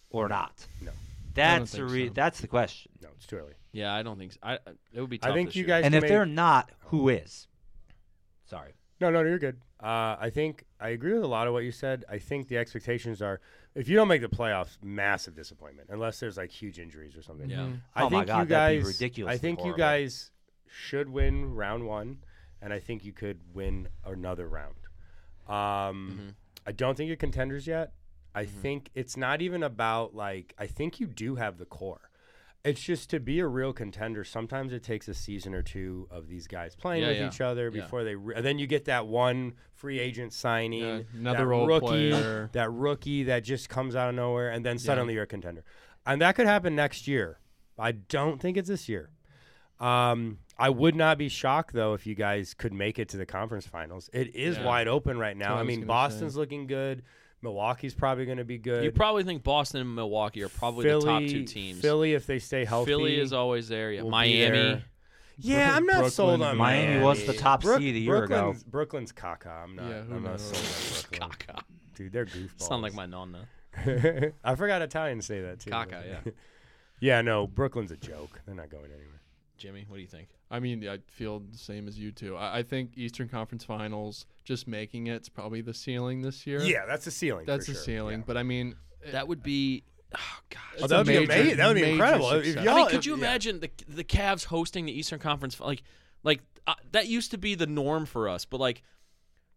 or not?
No.
That's the
think
re-
so.
that's the question.
No, it's too early.
Yeah, I don't think so. I, it would be
I
tough
think
this
you
year.
guys-
And if
make-
they're not, who is? Sorry.
No, no, you're good. Uh, I think I agree with a lot of what you said. I think the expectations are if you don't make the playoffs, massive disappointment, unless there's like huge injuries or something.
Yeah.
Mhm.
I
Oh my
think you
God, that'd be
guys,
ridiculously
I think
horrible.
you guys should win round one, and I think you could win another round. Um,
Mm-hmm.
I don't think you're contenders yet. I
Mm-hmm.
think it's not even about like I think you do have the core. It's just to be a real contender. Sometimes it takes a season or two of these guys playing
Yeah,
with
yeah.
each other
Yeah.
before they, re- and then you get that one free agent signing,
Yeah, another
that
role
rookie,
player.
that rookie that just comes out of nowhere, and then suddenly you're a contender, and that could happen next year. I don't think it's this year. Um, I would not be shocked though if you guys could make it to the conference finals. It is
Yeah.
wide open right now.
what I
I,
was
mean,
gonna
Boston's looking good. Milwaukee's probably going to be good.
You probably think Boston and Milwaukee are probably the top two teams.
Philly, if they stay healthy,
Philly is always there. Yeah.
will be
Miami.
there. Yeah,
Brooklyn-
I'm not sold
Brooklyn-
on
Miami
Miami.
was the top
Brook-
seed a year ago.
Brooklyn's, Brooklyn's caca. I'm not.
Yeah, who
I'm not
knows?
sold on Brooklyn.
Caca.
Dude, they're goofballs.
Sound like my nonna.
I forgot Italians say that too.
Caca, yeah.
yeah, no, Brooklyn's a joke. They're not going anywhere.
Jimmy, what do you think?
I mean, I feel the same as you two. I, I think Eastern Conference Finals, just making it's probably the ceiling this year.
Yeah, that's the ceiling.
that's
for
the
sure.
ceiling.
Yeah.
But I mean, eh,
That would be. Oh gosh.
Oh,
It's
that
a
would be
major-
amazing. That would be
major
incredible. If
success.
y'all,
I
I mean, could you
if- yeah.
imagine the the Cavs hosting the Eastern Conference? Like, like uh, that used to be the norm for us, but like,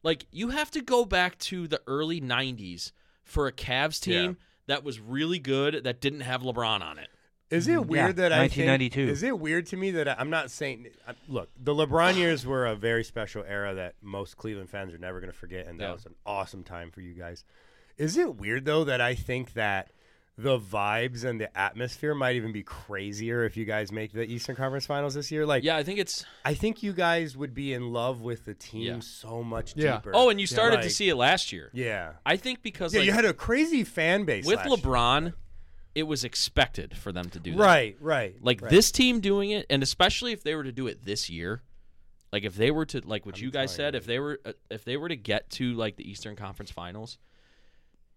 like you have to go back to the early '90s for a Cavs team that was really good that didn't have LeBron on it.
Is it weird that I think-
1992.
is it weird to me that I, I'm not saying? I, look, the LeBron years were a very special era that most Cleveland fans are never going to forget, and that
Yeah.
was an awesome time for you guys. Is it weird though that I think that the vibes and the atmosphere might even be crazier if you guys make the Eastern Conference Finals this year? Like,
Yeah, I think it's.
I think you guys would be in love with the team
Yeah.
so much
Yeah.
deeper.
Oh, and you started to
like-
see it last year.
yeah,
I think because
yeah.
like,
you had a crazy fan base
with
last year.
LeBron, it was expected for them to do that.
Right, right.
Like
right.
this team doing it, and especially if they were to do it this year, like if they were to like what you guys said,
telling
if they were uh, if they were to get to like the Eastern Conference Finals,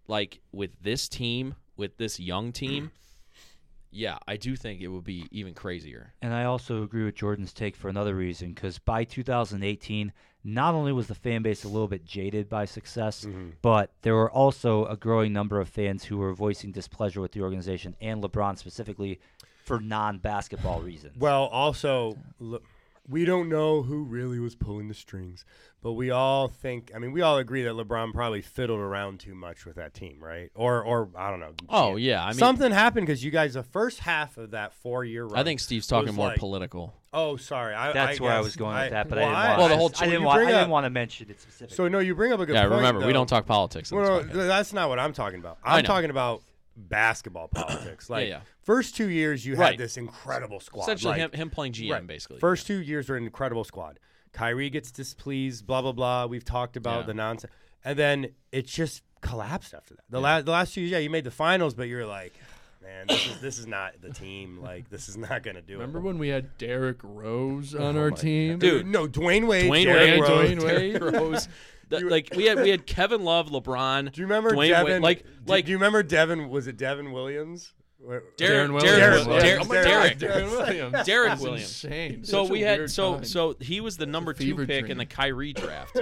like with this team, with this young team, yeah, I do think it would be even crazier.
And I also agree with Jordan's take for another reason, because by 2018, not only was the fan base a little bit jaded by success,
Mm-hmm.
but there were also a growing number of fans who were voicing displeasure with the organization and LeBron specifically for non-basketball reasons.
Well, also, look, we don't know who really was pulling the strings, but we all think. I mean, we all agree that LeBron probably fiddled around too much with that team, right? Or, or I don't know.
Oh yeah, I mean,
something happened because you guys, the first half of that four-year run,
I think Steve's talking
was
more
like-
political.
Oh, sorry, I,
That's
I
where I
guess-
was going with that, but I,
well,
didn't want.
Well, the whole-
I didn't
you
want. I
bring
didn't
up-
want to mention it specifically.
So no, you bring up a good.
Yeah,
point,
remember we
though.
don't talk politics. on
Well,
this podcast.
no, that's not what I'm talking about.
I
I'm
know.
talking about basketball politics. Like
yeah.
first two years, you
Right.
had this incredible squad.
Essentially,
like,
him, him playing GM
Right.
basically.
First two years were an incredible squad. Kyrie gets displeased, blah blah blah. We've talked about
Yeah.
the nonsense, and then it just collapsed after that. The last the last two years, yeah, you made the finals, but you're like, man, this is this is not the team. Like this is not gonna do
remember
it.
when we had Derrick Rose on our team?
Dude,
no, Dwayne Wade,
Dwayne Wade,
Derrick Rose,
Dwayne Wade, Rose. That- like we had we had Kevin Love, LeBron.
Do you remember
Dwayne Wade?
Devin?
Like
do,
like
do you remember Devin? Was it Devin Williams? Where-
Darren,
Darren
Darren,
Williams.
Darren,
Derrick-
Williams. Oh
Darren- Darren-
Derrick.
Darren Williams.
Derrick
That's
Williams.
Insane.
So
Such a
we had
weird
so
time.
so he was the number two
fever
pick in
dream.
the Kyrie draft.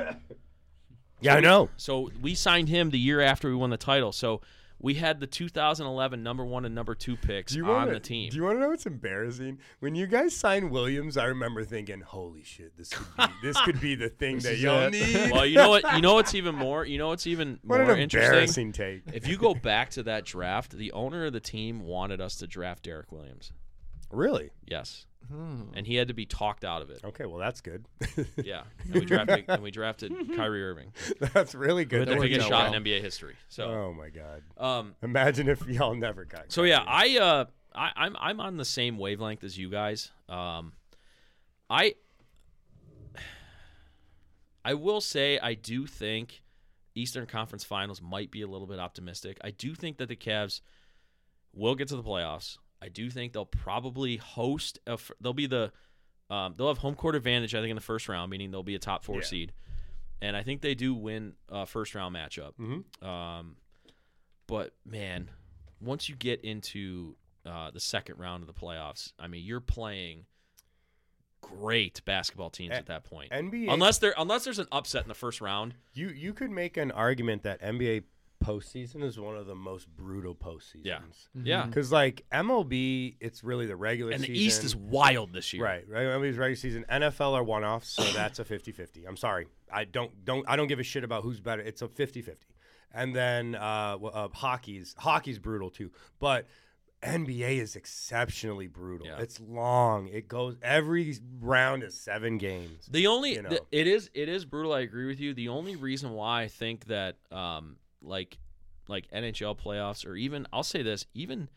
Yeah, I know.
so we signed him the year after we won the title. So we had the 2011 number one and number two picks
Do you
on
wanna,
the team.
Do you want to know what's embarrassing? When you guys signed Williams, I remember thinking, "Holy shit, this could be, this could be the thing that
is
y'all
it.
need."
well, you know what? You know what's even more. You know what's even
What
more
an
interesting.
embarrassing take.
If you go back to that draft, the owner of the team wanted us to draft Derek Williams.
Really?
Yes,
Hmm.
and he had to be talked out of it.
Okay, well that's good.
Yeah, and we drafted and we drafted Kyrie Irving,
that's really good.
the
worked
biggest
out
shot
well.
in NBA history. So,
Oh my god.
um,
Imagine if y'all never got.
So yeah, I uh I, I'm I'm on the same wavelength as you guys. Um I I will say I do think Eastern Conference Finals might be a little bit optimistic. I do think that the Cavs will get to the playoffs. I do think they'll probably host a, f- they'll be the um, they'll have home court advantage I think in the first round, meaning they'll be a top 4
Yeah.
seed. And I think they do win a first round matchup.
Mhm.
Um but man, once you get into uh, the second round of the playoffs, I mean, you're playing great basketball teams
A-
at that point.
NBA.
Unless there, unless there's an upset in the first round,
you you could make an argument that NBA postseason is one of the most brutal postseasons.
Yeah. yeah.
Because like MLB, it's really the regular
Mm-hmm. And the
season.
East is wild this year.
Right, right. MLB's regular season. NFL are one offs, so that's a 50-50. I'm sorry, I don't don't I don't give a shit about who's better. It's a 50-50. And then uh, w- uh, hockey's hockey's brutal too, but NBA is exceptionally brutal.
Yeah.
It's long. It goes every round is seven games.
The only
You know.
the- it is it is brutal. I agree with you. The only reason why I think that um like like NHL playoffs or even I'll say this even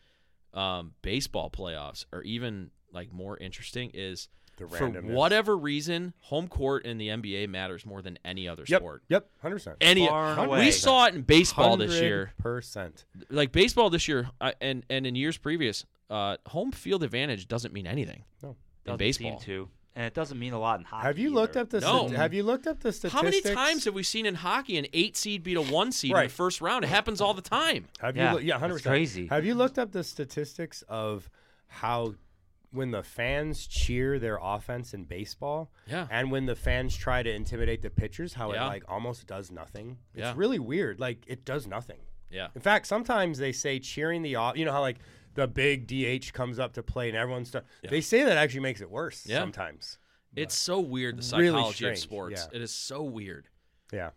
um, baseball playoffs are even like more interesting is
The
for
randomness.
whatever reason home court in the NBA matters more than any other
Yep.
sport.
Yep. Hundred percent.
Any
Far and
we
away.
saw it in baseball this year.
Percent.
Like baseball this year I, and and in years previous, uh, home field advantage doesn't mean anything
No.
in
Doesn't
baseball.
seem to, and it doesn't mean a lot in hockey.
Have you
either.
looked up the?
No.
sta- have you looked up the statistics?
How many times have we seen in hockey an eight seed beat a one seed in
Right.
the first round? It happens all the time.
Have
Yeah,
you? Lo- yeah,
that's
hundred percent.
crazy.
Have you looked up the statistics of how when the fans cheer their offense in baseball,
Yeah.
and when the fans try to intimidate the pitchers, how
Yeah.
it like almost does nothing? It's
Yeah.
really weird. Like it does nothing.
Yeah.
In fact, sometimes they say cheering the off. You know how like the big DH comes up to play and everyone's. St- They say that actually makes it worse
Yeah.
sometimes.
It's so weird the
Really
psychology of
strange,
sports.
yeah.
It is so weird.
Yeah.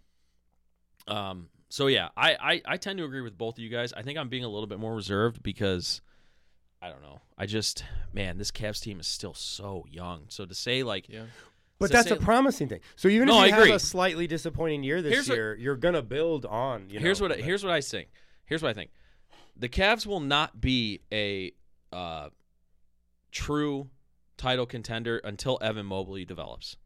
Um, so yeah, I, I I tend to agree with both of you guys. I think I'm being a little bit more reserved because I don't know. I just man, this Cavs team is still so young. So to say like
Yeah.
But
So
that's
say-
a promising thing. So even
No,
if
I
you have
agree.
a slightly disappointing year this
Here's what-
year, you're gonna build on. You know,
here's what I,
the-
here's what I think. Here's what I think. The Cavs will not be a uh, true title contender until Evan Mobley develops.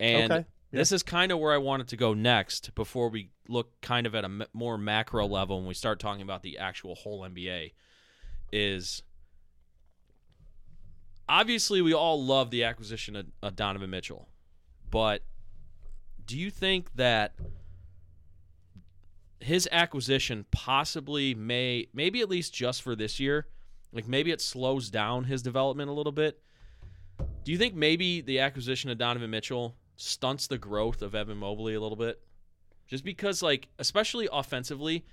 And
Okay, yeah.
this is kind of where I wanted to go next before we look kind of at a m- more macro level and we start talking about the actual whole NBA is obviously we all love the acquisition of, of Donovan Mitchell. But do you think that his acquisition possibly may maybe at least just for this year like maybe it slows down his development a little bit do you think maybe the acquisition of donovan mitchell stunts the growth of evan mobley a little bit just because like especially offensively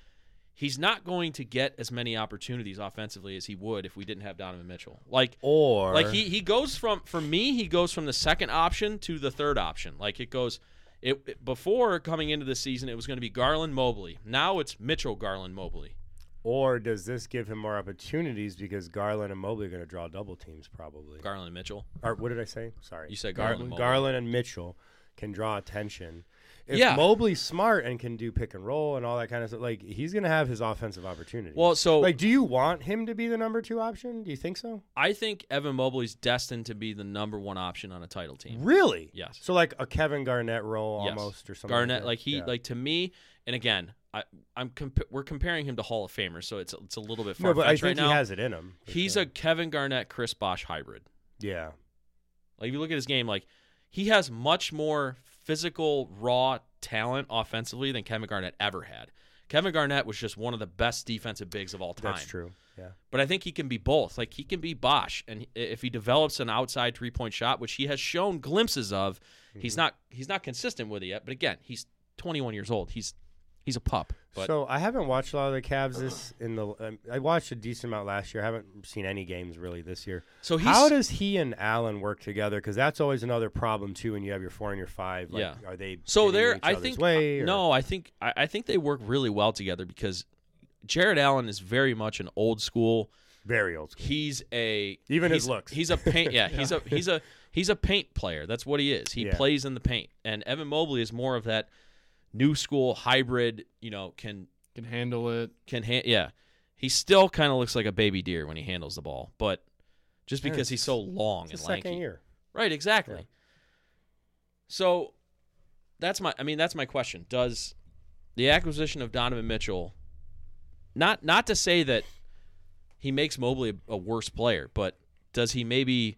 he's not going to get as many opportunities offensively as he would if we didn't have donovan mitchell like
or
like he he goes from for me he goes from the second option to the third option. Like it goes it, it- before coming into the season it was going to be Garland Mobley. Now it's Mitchell Garland Mobley.
Or does this give him more opportunities because Garland and Mobley are going to draw double teams probably?
Garland Mitchell.
or what did I say? Sorry.
You said Garland and Mobley.
Garland and Mitchell can draw attention. If
Yeah.
Mobley's smart and can do pick and roll and all that kind of stuff, like he's going to have his offensive opportunities.
Well, so
like, do you want him to be the number two option? Do you think so?
I think Evan Mobley's destined to be the number 1 option on a title team.
Really?
Yes.
So like a Kevin Garnett role
Yes.
Mm-hmm. almost or something.
Garnett
that.
like he
Yeah.
like to me and again I I'm comp- we're comparing him to Hall of Famers so it's it's a little bit far
no, but I
fetched
think
right now.
he has it in him. for
He's
sure.
a Kevin Garnett Chris Bosh hybrid.
yeah.
Like if you look at his game, like he has much more physical, raw talent offensively than Kevin Garnett ever had. Kevin Garnett was just one of the best defensive bigs of all time.
That's true. Yeah.
But I think he can be both. Like he can be Bosch, and i- if he develops an outside three point shot, which he has shown glimpses of, he's
Mm-hmm.
not he's not consistent with it yet. But again, he's 21 years old. He's he's a pup. But
so I haven't watched a lot of the Cavs this in the. Um, I watched a decent amount last year. I haven't seen any games really this year.
so he's
How does he and Allen work together? Because that's always another problem too. When you have your four and your five, like,
Yeah.
Are they
So
getting in
they're
each
I
other's
think uh,
way, or-
no, I think I, I think they work really well together because Jared Allen is very much an old school.
very old school.
He's a
Even his
he's-
looks.
He's a paint. Yeah, he's a he's a he's a paint player. That's what he is. He
Yeah.
plays in the paint. And Evan Mobley is more of that new school hybrid. You know, can
Can handle it.
can hand. Yeah, he still kind of looks like a baby deer when he handles the ball, but just
Yeah,
because he's so long
It's the
and lanky.
second year.
Right, exactly.
Yeah.
So that's my I mean that's my question. Does the acquisition of Donovan Mitchell not not to say that he makes Mobley a, a worse player, but does he maybe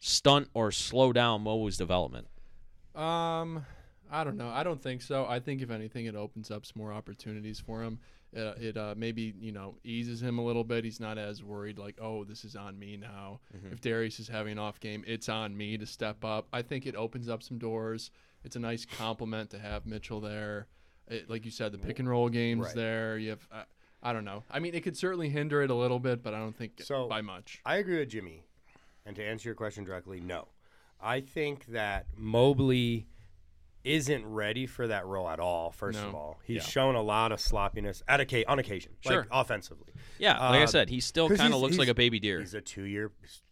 stunt or slow down Mobley's development?
Um, I don't know. I don't think so. I think if anything, it opens up some more opportunities for him. Uh, it uh, maybe you know eases him a little bit. He's not as worried like, oh, this is on me now.
Mm-hmm.
If Darius is having an off game, it's on me to step up. I think it opens up some doors. It's a nice compliment to have Mitchell there. It, like you said, the pick and roll games
Right.
there. You have. Uh, I don't know. I mean, it could certainly hinder it a little bit, but I don't think
So-
by much.
I agree with Jimmy. And to answer your question directly, no. I think that Mobley isn't ready for that role at all, first
No.
of all. He's shown a lot of sloppiness at occa- on occasion,
Sure.
like offensively.
Yeah, like I
Uh,
said, he still
'cause
kind of
he's-
looks like
he's-
a baby deer.
He's a two year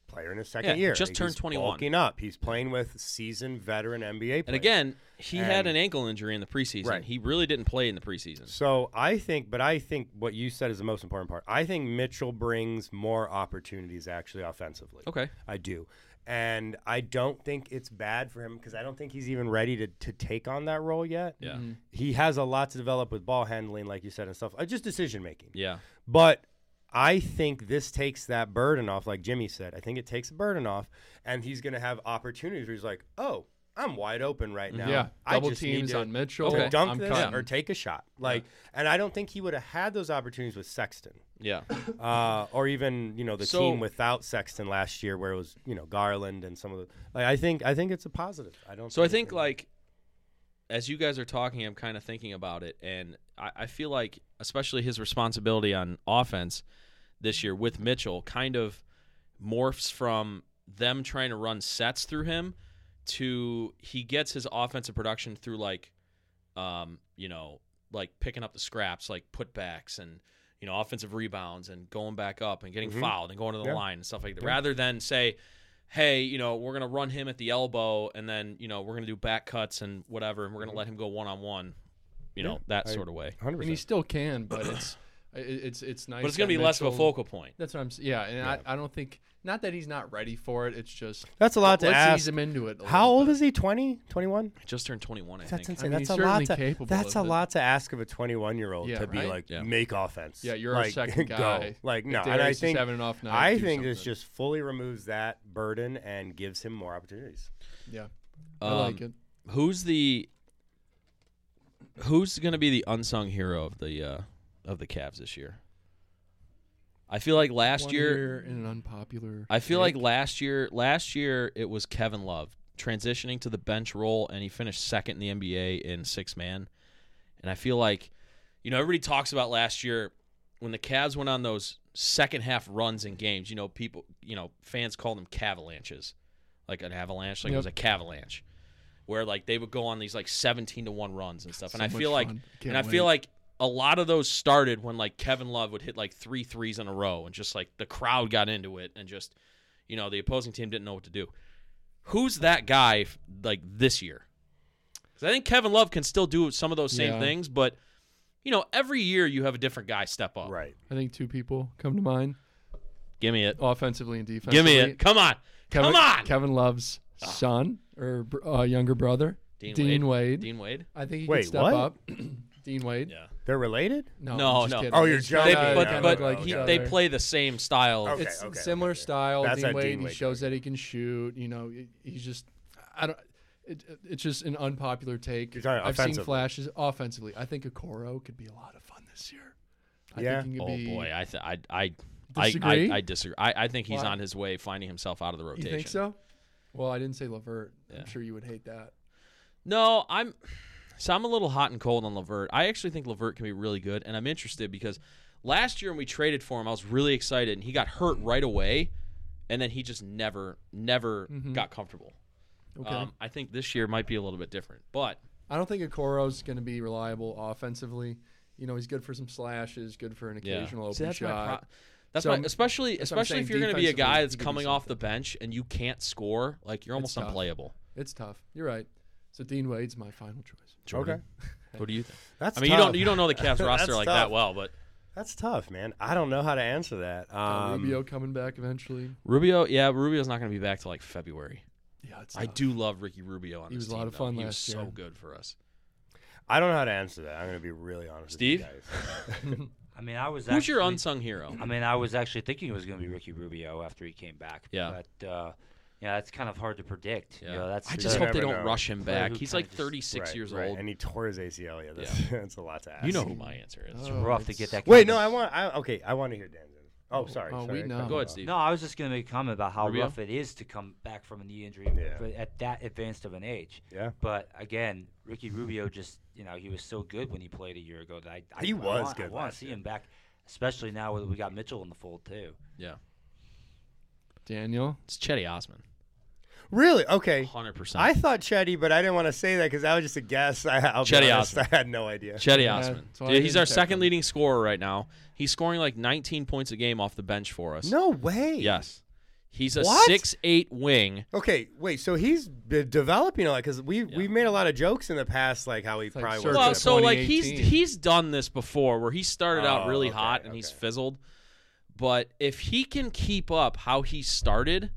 player in his second
Yeah,
year.
just
He's
turned 21.
Walking up, he's playing with seasoned veteran NBA. Players.
And again, he had
And-
an ankle injury in the preseason.
Right.
He really didn't play in the preseason.
So I think, but I think what you said is the most important part. I think Mitchell brings more opportunities actually offensively.
Okay.
I do. And I don't think it's bad for him because I don't think he's even ready to, to take on that role yet.
Yeah.
He has a lot to develop with ball handling, like you said, and stuff, uh, just decision making.
Yeah.
But I think this takes that burden off, like Jimmy said. I think it takes the burden off, and he's going to have opportunities where he's like, oh, I'm wide open right now.
Yeah,
I
double
just need
teams
to-
on Mitchell.
to
Okay.
dunk
I'm
this
cutting.
or take a shot. Like, and I don't think he would have had those opportunities with Sexton,
Yeah.
uh, or even you know the
So-
team without Sexton last year, where it was you know Garland and some of the. Like, I think I think it's a positive. I don't.
So I
it's
think
a-
like as you guys are talking, I'm kind of thinking about it, and I, I feel like especially his responsibility on offense this year with Mitchell kind of morphs from them trying to run sets through him to he gets his offensive production through like um, you know, like picking up the scraps, like putbacks and you know, offensive rebounds and going back up and getting
Mhm.
fouled and going to the
Yeah.
line and stuff like that. Rather than say, hey, you know, we're gonna run him at the elbow and then you know we're gonna do back cuts and whatever, and we're gonna let him go one on one, you know,
Yeah,
that
I-
sort of way.
100%.
And he still can, but it's it, it's it's nice.
But it's
that
gonna be less of a
Mitchell-
focal point.
That's what I'm saying. Yeah, and I, I don't think not that he's not ready for it. It's just
That's a lot to
let's ease
ask.
him into it. a
How
little
old
bit.
is he? 20? 21?
I just turned 21, I
That's
think.
insane.
mean,
that's
he's
a lot.
certainly
To,
capable
that's
of
a
it.
lot to ask of a 21 year old
Yeah,
to be
right?
like
Yeah.
make offense.
Yeah, you're our
like,
second
go.
guy.
Like
If
no, and I
Darius is
think
having an off night,
I
do
think this
something.
just fully removes that burden and gives him more opportunities.
Yeah,
Um,
I like it.
Who's the Who's gonna be the unsung hero of the uh, of the Cavs this year? I feel like last
One
year
in an unpopular.
I feel
take.
like last year, last year it was Kevin Love transitioning to the bench role, and he finished second in the NBA in six man. And I feel like, you know, everybody talks about last year when the Cavs went on those second half runs in games. You know, people, you know, fans called them cavalanches, like an avalanche, like it
Yep.
was a cavalanche, where like they would go on these like seventeen to one runs and stuff. and
So
I
much
feel like,
fun. Can't
and I feel
wait.
like a lot of those started when like Kevin Love would hit like three threes in a row, and just like the crowd got into it, and just you know the opposing team didn't know what to do. Who's that guy f- like this year? Because I think Kevin Love can still do some of those same
Yeah.
things, but you know every year you have a different guy step up.
Right.
I think two people come to mind,
Give me it.
offensively and defensively.
Give me Oh, it. Come on.
Kevin,
Come on. Ah.
Kevin Love's son or br- uh, younger brother,
Dean
Dean Wade.
Dean Wade.
I think he
Wait,
can step
what?
up. Dean Wade.
Yeah.
They're related?
No,
No,
I'm just
no.
kidding.
Oh, you're
It's kinda-
They,
joking.
but
kinda
yeah,
but
look
okay,
he,
each
they
other.
play the same style.
Okay,
it's
okay,
similar
okay.
style.
That's
Dean
that
Wade,
Dean
he
Wade
shows that he can shoot. You know, he- he's just I don't. It, it- it's just an unpopular take.
You're talking
I've seen
offensively.
flashes offensively. I think Okoro could be a lot of fun this year. I
Yeah.
Think he could
Oh
be,
boy, I th- I I. I, I,
Disagree?
I disagree. I, I think he's
Why?
on his way finding himself out of the
You
rotation.
think so? Well, I didn't say Lavert.
Yeah.
I'm sure you would hate that.
No, I'm so I'm a little hot and cold on Lavert. I actually think Lavert can be really good, and I'm interested because last year when we traded for him, I was really excited, and he got hurt right away, and then he just never, never got comfortable.
Mm-hmm. Okay.
Um, I think this year might be a little bit different, but
I don't think Okoro's going to be reliable offensively. You know, he's good for some slashes, good for an
Yeah.
occasional open
See, that's my
shot.
pro- that's
So
my
I'm-
especially
what I'm
especially if
saying,
you're going to be a guy
defensively,
that's
he could do
coming off the bench and you can't score, like you're almost
tough.
unplayable.
it's tough. You're right. So Dean Wade's my final choice.
Jordan, what do you think?
That's
I mean,
tough.
you don't you don't know the Cavs roster
That's
like
tough.
that well, but
That's tough, man. I don't know how to answer that.
Uh,
Um,
Rubio coming back eventually.
Rubio, yeah, Rubio's not going to be back till like February.
Yeah, it's
I
tough.
do love Ricky Rubio on
He
this
was a lot
team,
of
though.
fun
He
last
was so
year.
good for us.
I don't know how to answer that. I'm going to be really honest
Steve?
with you guys.
I mean, I was.
Who's your
actually-
unsung hero?
I mean, I was actually thinking it was going to be Ricky Rubio after he came back.
Yeah.
But uh, yeah, that's kind of hard to predict. You
Yeah.
know, that's
I
the-
just hope they
never
don't
know.
rush him back.
who
He's
kinda
like
just-
36
Right,
years
right.
old.
And he tore his ACL. Yeah, that's, that's a lot to ask.
You know who my answer is.
Oh,
rough to get
it's-
that.
Wait,
kind
no,
of-
I want. I, okay, I want to hear Dan's. answer. Oh, sorry.
oh, we
sorry.
know.
Go ahead, Steve.
No, I was just going to make a comment about how
Rubio?
rough it is to come back from a knee injury
Yeah.
but at that advanced of an age.
Yeah.
But again, Ricky Rubio just, you know, he was so good when he played a year ago that I, I
He
I
was
want,
good
I want
last
to see
year.
him back, especially now that we got Mitchell in the fold too.
Yeah.
Daniel.
It's Chetty Osman.
Really? Okay.
100%.
I thought Chetty, but I didn't want to say that because that was just a guess. I, I'll be
Chetty
honest,
Osman.
I had no idea.
Chetty
Yeah,
Osman.
that's why I
Yeah, he's
didn't
our
check
second
him.
leading scorer right now. He's scoring like 19 points a game off the bench for us.
No way.
Yes. He's a
What?
six eight wing.
Okay, wait. So he's been developing a lot because we we've made a lot of jokes in the past, like how he
like
probably
surgery.
was.
Well,
at
so like he's
2018.
he's done this before, where he started out
Oh,
really
okay,
hot and he's
okay.
fizzled. But if he can keep up how he started,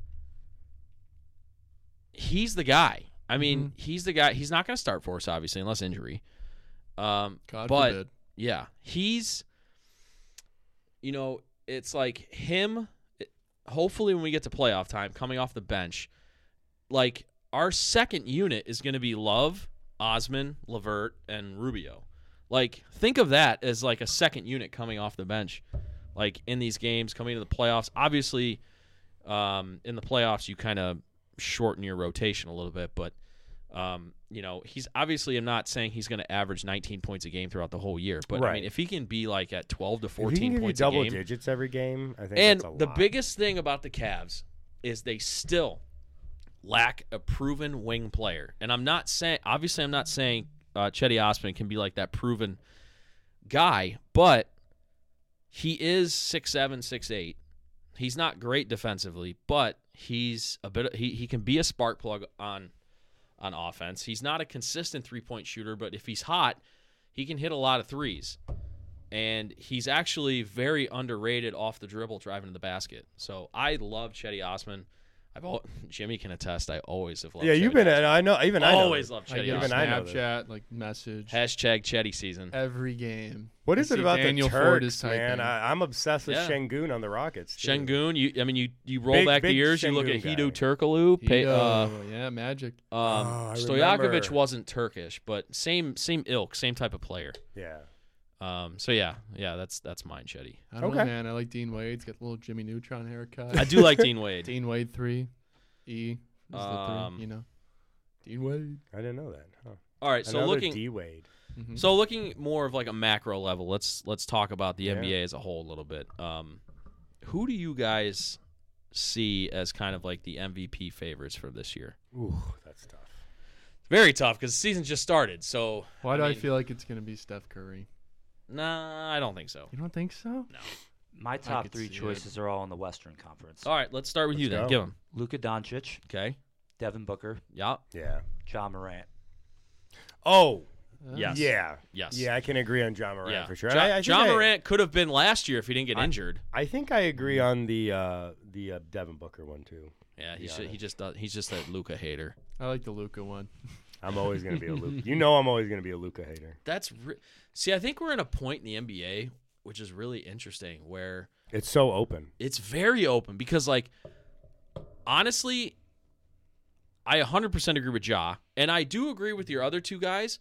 he's the guy. I
Mm-hmm.
mean, he's the guy. He's not going to start for us, obviously, unless injury. Um,
God
but
forbid.
yeah, he's. You know, it's like him. it- Hopefully, when we get to playoff time, coming off the bench, like our second unit is going to be Love, Osman, Lavert, and Rubio. Like, think of that as like a second unit coming off the bench, like in these games coming to the playoffs. Obviously, um, in the playoffs, you kind of shorten your rotation a little bit, but. Um, you know, he's obviously. I'm not saying he's going to average 19 points a game throughout the whole year, but I
Right.
mean, if he can be like at 12 to
If he can
14
give you
points
double
a game,
digits every game, I think.
and
that's a
the
lot.
biggest thing about the Cavs is they still lack a proven wing player. And I'm not saying, obviously, I'm not saying uh, Chetty Osman can be like that proven guy, but he is six seven, six eight. He's not great defensively, but he's a bit. He he can be a spark plug on on offense. He's not a consistent three point shooter, but if he's hot, he can hit a lot of threes and he's actually very underrated off the dribble driving to the basket. So I love Chetty Osman. I've al- Jimmy can attest. I always have loved.
Yeah, you've
Chetty
been.
Osman.
I know. Even I know
always
that.
loved
I
Chetty
get a
Even
Osman.
I know this.
Snapchat like message
Hashtag Chetty season.
every game.
What
I
is it
see
about
Daniel
the
Ford
Turks,
is
man?
typing.
I, I'm obsessed with
Yeah.
Shengun on the Rockets. too.
Shengun, you. I mean, you. You roll
Big-
back the
big
years. you look at
Şengün guy.
Hidu Turkoglu.
He,
Pay, uh,
uh, yeah, Magic.
um,
Oh, I
Stojakovic
remember.
wasn't Turkish, but same same ilk, same type of player.
Yeah.
Um, so yeah, yeah, that's that's mine, Chetty.
I don't know,
Okay.
man. I like Dean Wade's got a little Jimmy Neutron haircut.
I do like Dean Wade.
Dean Wade three, E. is the
Um,
three, you know, Dean Wade.
I didn't know that. Huh.
All right, so
Another
looking
D Wade.
Mhm.
So looking more of like a macro level, let's let's talk about the
Yeah.
NBA as a whole a little bit. Um, who do you guys see as kind of like the MVP favorites for this year?
Ooh, that's tough.
Very tough because the season just started. So
Why do I
mean-
feel like it's gonna be Steph Curry?
nah, I don't think so.
You don't think so?
My top
could
three
see it.
choices are all in the Western Conference.
All right, let's start with
Let's
you then.
go.
Give them.
Luka Doncic,
Okay.
Devin Booker,
Yeah.
Yeah.
John Morant.
Oh.
Uh,
Yes.
Yeah.
Yes.
Yeah, I can agree on John Morant
Yeah.
for sure.
Ja-
And I, I think
John
I-
Morant could have been last year if he didn't get injured.
I think I agree on the uh, the uh, Devin Booker one too.
Yeah. He
Yeah,
should,
I-
he just does, he's just that Luca hater.
I like the Luca one.
I'm always gonna be a Luca. You know, I'm always gonna be a Luca hater.
That's re- see. I think we're in a point in the NBA which is really interesting where.
It's so open.
It's very open because, like, honestly, I 100% agree with Ja, and I do agree with your other two guys.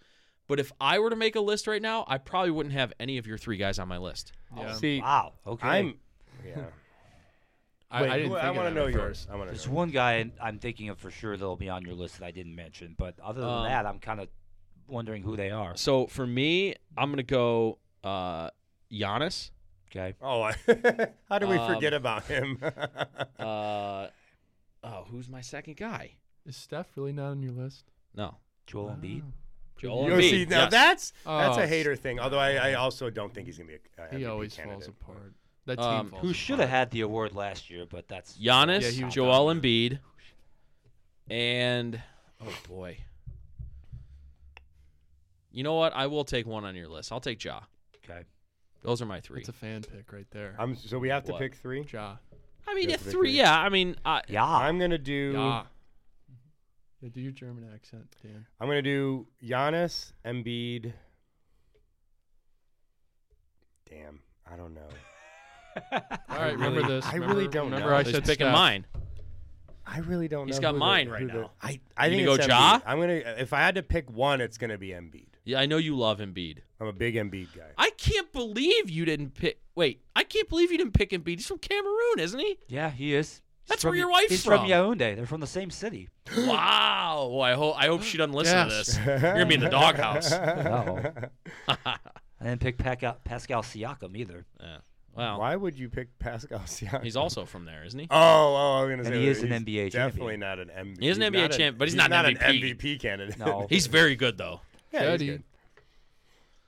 But if I were to make a list right now, I probably wouldn't have any of your three guys on my list.
Yeah.
See,
Wow. Okay.
I'm. Yeah.
I,
Wait,
I didn't.
who-
think
I
of
wanna
that
know
at
yours.
first.
I want
There's
to know.
one guy in- I'm thinking of for sure that'll be on your list that I didn't mention, but other than
Um,
that, I'm kind of wondering who they are.
So for me, I'm gonna go uh, Giannis.
Okay.
Oh, I- how did we
Um,
forget about him?
Uh, oh, who's my second guy?
Is Steph really not on your list?
No, Ah.
Joel Embiid.
Oh.
Joel
you
Embiid,
see, now
yes.
that's that's
Oh,
a hater thing. Although I, I also don't think he's gonna be. A, a
He
MVP
always
candidate.
falls apart. That team
Um,
falls
Who should have
apart.
had the award last year, but that's
Yeah,
Giannis,
he was
Joel Embiid, and oh boy. You know what? I will take one on your list. I'll take Ja.
Okay.
Those are my three.
That's a fan pick right there.
I'm, so we have to
What?
pick three.
Ja.
I mean,
You
yeah,
have to pick
three.
three.
Yeah, I mean, I,
Yeah.
I'm gonna do.
Ja. Yeah, do your German accent, Dan.
I'm gonna do Giannis, Embiid. Damn, I don't know.
All right, remember
really-
this.
I
remember-
really don't
remember
know.
I
he's
said
picking
Steph.
mine.
I really don't
He's
know.
got
who the-
mine
who
right
the-
now.
I, I
You
think
gonna
it's
go
Embiid.
Ja?
I'm gonna. If I had to pick one, it's gonna be Embiid.
Yeah, I know you love Embiid.
I'm a big Embiid guy.
I can't believe you didn't pick. Wait, I can't believe you didn't pick Embiid. He's from Cameroon, isn't he?
Yeah, he is. He's
That's
from
where your
Y-
wife's
he's from.
from.
Yaounde. They're from the same city.
Wow. Well, I hope I hope she doesn't listen to
Yes.
this. You're gonna be in the doghouse.
No. I didn't pick Paca- Pascal Siakam either.
yeah. Well,
Why would you pick Pascal Siakam?
he's also from there, isn't he?
Oh, oh, I was gonna
And
say
he is
he's
an NBA champion.
Definitely not an MVP.
He is an NBA
not
champ, but he's not
not
an
an
MVP.
MVP candidate.
No.
He's very good though.
yeah, he's
Chetty.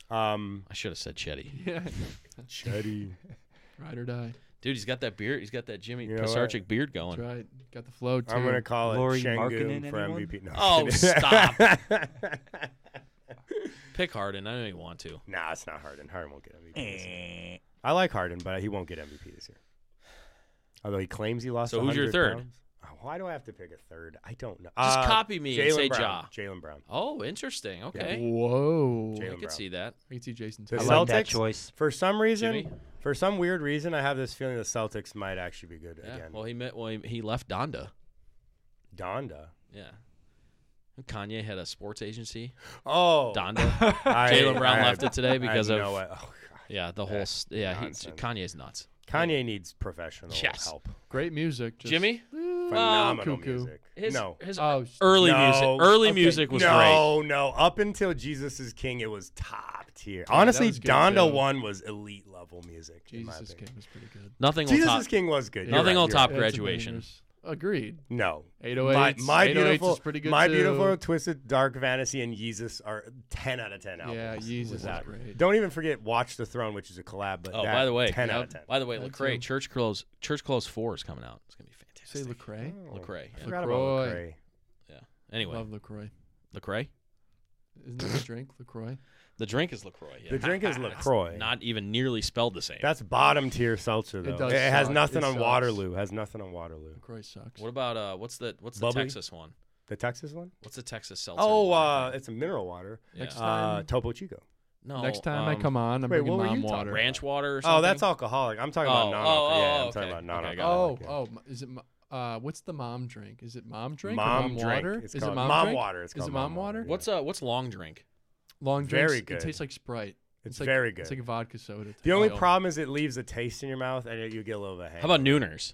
good. Um,
I should have said Chetty.
Yeah.
Chetty.
Ride or die.
Dude, he's got that beard. He's got that Jimmy
You know what?
Pisarcik beard going.
That's right. Got the flow too.
I'm gonna call it
Lori
Shengu
Markkanen,
for
anyone?
MVP. No,
Oh,
I'm kidding.
stop. Pick Harden. I don't even want to.
nah, it's not Harden. Harden won't get MVP. This year.
Eh.
I like Harden, but he won't get MVP this year. Although he claims he lost.
So who's your
100
third?
pounds. Oh, why do I have to pick a third? I don't know.
Just
Uh,
copy me and
Jaylen
say
Brown.
Ja.
Jalen Brown.
Oh, interesting. Okay.
Whoa.
I
Jalen
could
Brown.
see that.
I can see Jason.
The
I
too.
like that
Celtics?
choice.
For some reason,
Jimmy?
for some weird reason, I have this feeling the Celtics might actually be good
Yeah.
again.
Well, he met. Well, he- he left Donda.
Donda.
Yeah. Kanye had a sports agency.
Oh,
Donda.
I-
Jalen Brown
I-
left it today because
I
of-
know what- oh, God.
Yeah, the whole. s- Yeah, he,
nonsense.
Kanye's nuts.
Kanye needs professional
Yes.
help.
Great music. Just,
Jimmy, Um,
Phenomenal
cuckoo.
music.
his
no. Uh,
his
Oh, sh-
early
no.
music, early
Okay.
music was
no,
great.
No, Up until Jesus is King, it was top tier. Honestly,
was good,
Donda
too.
1 was elite level music. in my
Jesus is King
opinion.
was pretty good.
Nothing will
Jesus
top.
is King was good. You're
Nothing
right,
will
you're
top
right.
graduation.
It's a bangers. Agreed.
No.
808s.
my
808s
beautiful,
is pretty good
my
too.
beautiful twisted dark fantasy and Jesus are ten out of ten albums.
Yeah, Yeezus is
without-
great.
Don't even forget Watch the Throne, which is a collab. But
Oh,
that,
by the way,
ten out
yep.
of ten.
By the way,
That
Lecrae
too.
Church Close Church Close Four is coming out. It's gonna be
Say
fantastic.
Lecrae.
Oh,
Lecrae.
I
yeah.
forgot about
LaCroix.
Lecrae.
Yeah. Anyway,
Love Lecrae.
Lecrae.
Isn't that a drink, Lecroix?
The drink is Lacroix. Yeah.
The drink is
It's
Lacroix.
Not even nearly spelled the same.
That's bottom tier seltzer though. It,
does
has
suck.
nothing
It
on
sucks.
Waterloo. Has nothing on Waterloo.
Lecroix sucks.
what about uh? What's the what's the
Bubbly?
Texas one?
The Texas one?
What's the Texas seltzer?
Oh,
water
uh,
thing?
it's a mineral water.
Yeah.
Next
Uh,
time,
Topo Chico.
no.
next time I
um,
come on, I'm
wait,
bringing
what were
mom
you talking
water.
about?
ranch water. Or something?
Oh, that's alcoholic. I'm talking
Oh,
about
oh,
non-alcoholic. yeah, I'm
oh,
talking about
okay. Okay,
non-alcoholic.
Oh,
yeah.
oh, m- is it? mo- Uh, what's the mom drink? Is it mom drink? or
Mom
mom
drink.
water?
It's
is
called
it mom,
mom
drink?
water. It's
is it
called
mom
mom
water?
water.
What's uh what's long drink?
Long drink.
Very
It
good.
tastes like Sprite.
It's
like,
very good.
It's like a vodka soda.
The only
type.
problem is it leaves a taste in your mouth and it, you get a Oh, little bit.
Oh. How about Nooners?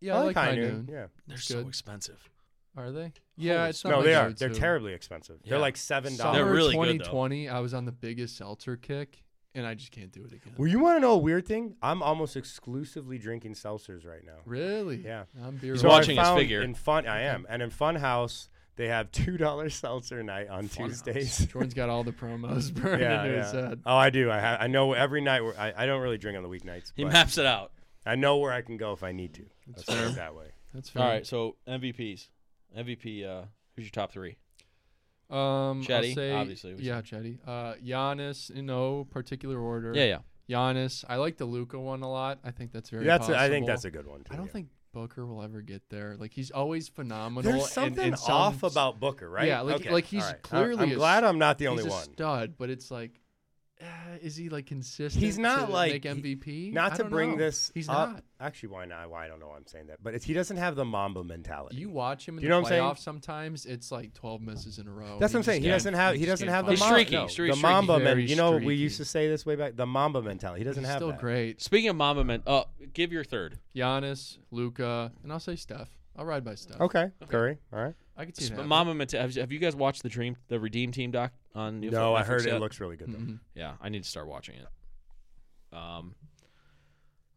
Yeah, I like
High
High
Noon,
Noon.
Yeah.
They're
It's
so
good.
expensive.
Are they? Yeah, it's not
No,
my
they are.
go-to.
They're terribly expensive.
Yeah.
They're like seven
Summer
They're
dollars.
really good, though.
2020, I was on the biggest seltzer kick, and I just can't do it again.
Well, you want to know a weird thing? I'm almost exclusively drinking seltzers right now.
really?
Yeah.
I'm beer.
He's
So I
watching his
found
figure.
In fun, I am, and in Funhouse they have two dollar seltzer night on
Funhouse.
Tuesdays.
Jordan's got all the promos burned
yeah,
into
yeah.
his uh, head.
Oh, I do. I ha- I know every night. Where I, I don't really drink on the weeknights.
He
but
maps it out.
I know where I can go if I need to. Let's put
fair.
it that way.
That's fair.
All right, so MVPs. MVP. Uh, who's your top three?
Um,
Chetty,
I'll say,
obviously, we
Yeah, Chetty. Uh, Giannis in no particular order.
Yeah, yeah.
Giannis. I like the Luca one a lot. I think that's very.
That's.
Possible.
A, I think that's a good one. Too,
I don't
yeah.
think Booker will ever get there. Like he's always phenomenal.
There's
and-
something
and some-
off about Booker, right?
Yeah, like-
Okay,
like he's
all right. I-
clearly
I'm
a
glad I'm not the
He's
only
a
one.
stud, but it's like, uh, is he like consistent?
He's not
to
like-
make MVP.
Not
I
to
don't
bring
know.
this.
He's
up-
not.
Actually, why not? Why I don't know why I'm saying that, but it's, he doesn't have the Mamba mentality.
You watch him in
Do you
the
know what I'm saying?
playoffs. Sometimes it's like 12 misses in a row.
That's what I'm saying. He
Yeah.
doesn't have. He doesn't have the
He's
Mamba.
streaky,
no,
streaky,
the
streaky.
Mamba.
Very
Men, you know, we
streaky.
used to say this way back. The Mamba mentality. He doesn't
He's
have
still
that.
great.
Speaking of Mama Men, uh, give your third.
Giannis, Luca, and I'll say Steph. I'll ride by Steph.
Okay, Curry. All right.
I could see
Sp-
that.
Mama Men. Have, have you guys watched the Dream, the Redeem Team doc on? Netflix
No, I heard it
yet?
looks really
Mm-hmm.
good. though.
Yeah, I need to start watching it. Um.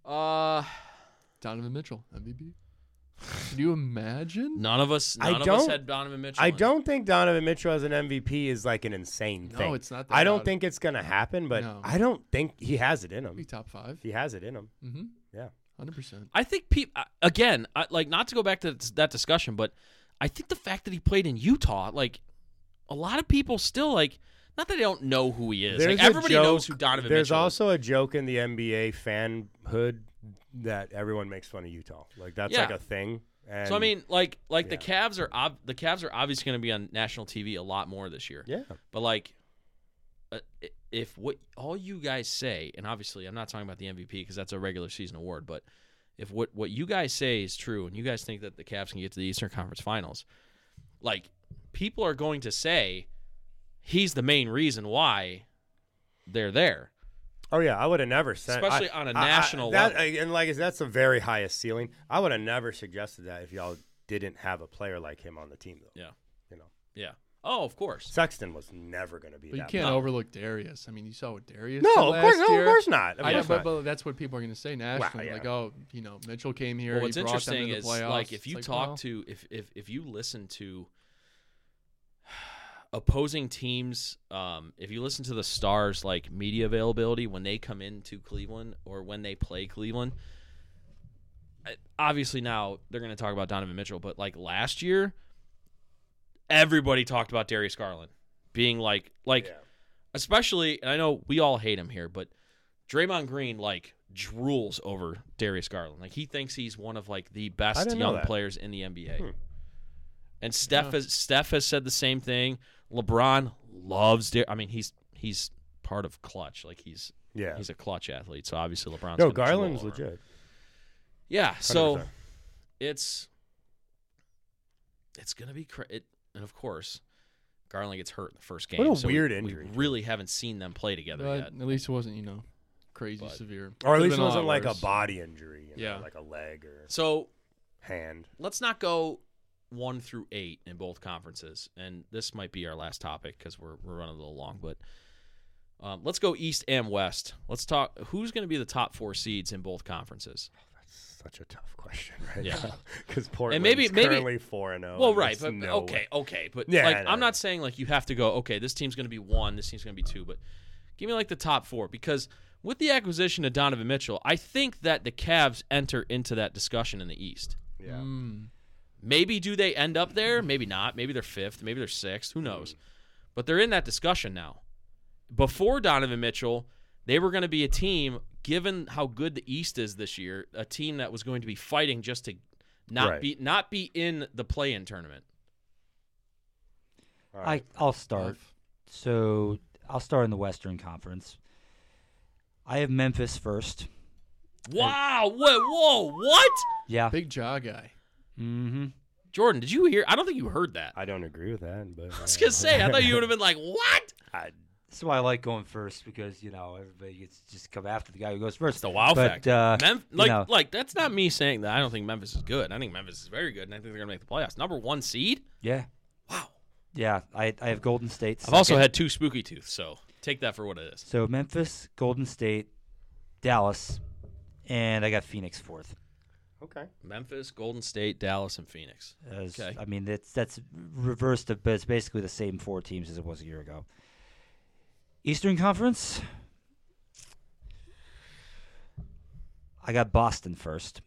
Uh,
Donovan Mitchell, MVP. Can you imagine?
none of us.
I
None of us
don't-
had Donovan Mitchell.
I
in it.
don't think Donovan Mitchell as an MVP is like an insane
No,
thing.
it's not that
I don't
loud.
think it's gonna happen, but
No.
I don't think he has it in
Be
him.
top five.
He has it in him.
Mm-hmm.
Mm. Yeah.
100%.
I think people again, I, like not to go back to th- that discussion, but I think the fact that he played in Utah, like a lot of people still like, not that they don't know who he is. Like,
a
everybody knows who
joke-
Donovan
There's
Mitchell. is.
also a joke in the NBA fanhood that everyone makes fun of Utah. Like that's
Yeah.
like a thing. And
So I mean, like like the Cavs are ob- the Cavs are obviously going to be on national TV a lot more this year.
yeah,
But like, uh, i- if what all you guys say, and obviously I'm not talking about the MVP because that's a regular season award, but if what what you guys say is true, and you guys think that the Cavs can get to the Eastern Conference Finals, like people are going to say he's the main reason why they're there.
Oh yeah, I would have never said,
Especially
I-
on a
I- I-
national
that-
level.
and like I said, that's the very highest ceiling. I would have never suggested that if y'all didn't have a player like him on the team, though.
Yeah.
You know,
Yeah. Oh, of course.
Sexton was never going to be
But you
that.
can't
guy.
overlook Darius. I mean, you saw what Darius did
No, of course,
last
no,
year.
of course not. Of
I know,
course
but,
not.
but that's what people are going to say nationally.
yeah.
Like, oh, you know, Mitchell came here.
Well,
he
what's
brought
interesting
them to
is
the playoffs.
like if
It's
you talk
well,
to if if if you listen to opposing teams, um, if you listen to the stars like media availability when they come into Cleveland or when they play Cleveland, I- obviously now they're going to talk about Donovan Mitchell, but like last year, everybody talked about Darius Garland being like, like,
Yeah.
especially, and I know we all hate him here, but Draymond Green like drools over Darius Garland. Like he thinks he's one of like the
I
best
didn't know
young
that.
players in the NBA.
Hmm.
And Steph
Yeah.
has Steph has said the same thing. LeBron loves. Dar- I mean, he's he's part of clutch. Like he's
Yeah.
he's a clutch athlete. So obviously LeBron's
No,
gonna drool
Garland's
over him.
legit.
Yeah. So
100%.
it's it's gonna be cra- it, and of course Garland gets hurt in the first game.
What a
so we-
weird
we
injury.
really haven't seen them play together
But
yet.
at least it wasn't, you know, crazy
But-
Or
severe.
at
Could've
least it
been
wasn't
lot
like a
worse.
body injury, you know,
Yeah.
like a leg or
So
hand.
let's not go one through eight in both conferences, and this might be our last topic because we're we're running a little long, but. Um, let's go east and west. Let's talk. Who's going to be the top four seeds in both conferences?
That's such a tough question right
Yeah.
now because Portland's
maybe- maybe-
currently four and zero.
Well,
and
right, but
there's no way.
okay, okay, but
Yeah, I
like
know.
I'm not saying like you have to go. Okay, this team's going to be one, this team's going to be two, but give me like the top four because with the acquisition of Donovan Mitchell, I think that the Cavs enter into that discussion in the East.
Yeah.
Mm.
Maybe do they end up there? Maybe not. Maybe they're fifth. Maybe they're sixth. Who knows? But they're in that discussion now. Before Donovan Mitchell, they were going to be a team, given how good the East is this year, a team that was going to be fighting just to not
Right.
be not be in the play-in tournament.
All
I,
right.
I'll start.
Tough.
So I'll start in the Western Conference. I have Memphis first.
Wow! Whoa! Whoa! What?
Yeah.
Big jaw guy.
Mm-hmm.
Jordan, did you hear? I don't think you heard that.
I don't agree with that, but uh,
I was gonna say. I thought you would have been like, "What?"
That's why I like going first because you know everybody gets to just come after the guy who goes first.
It's the wow
but,
factor.
uh,
Mem-
you
like,
know.
like that's not me saying that. I don't think Memphis is good. I think Memphis is very good, and I think they're gonna make the playoffs. Number one seed.
Yeah.
Wow.
Yeah. I, I have Golden State.
I've also
second.
had two spooky teeth, so take that for what it is.
so Memphis, Golden State, Dallas, and I got Phoenix fourth.
okay.
Memphis, Golden State, Dallas, and Phoenix.
As,
Okay.
I mean, that's that's reversed, but it's basically the same four teams as it was a year ago. Eastern Conference. I got Boston first,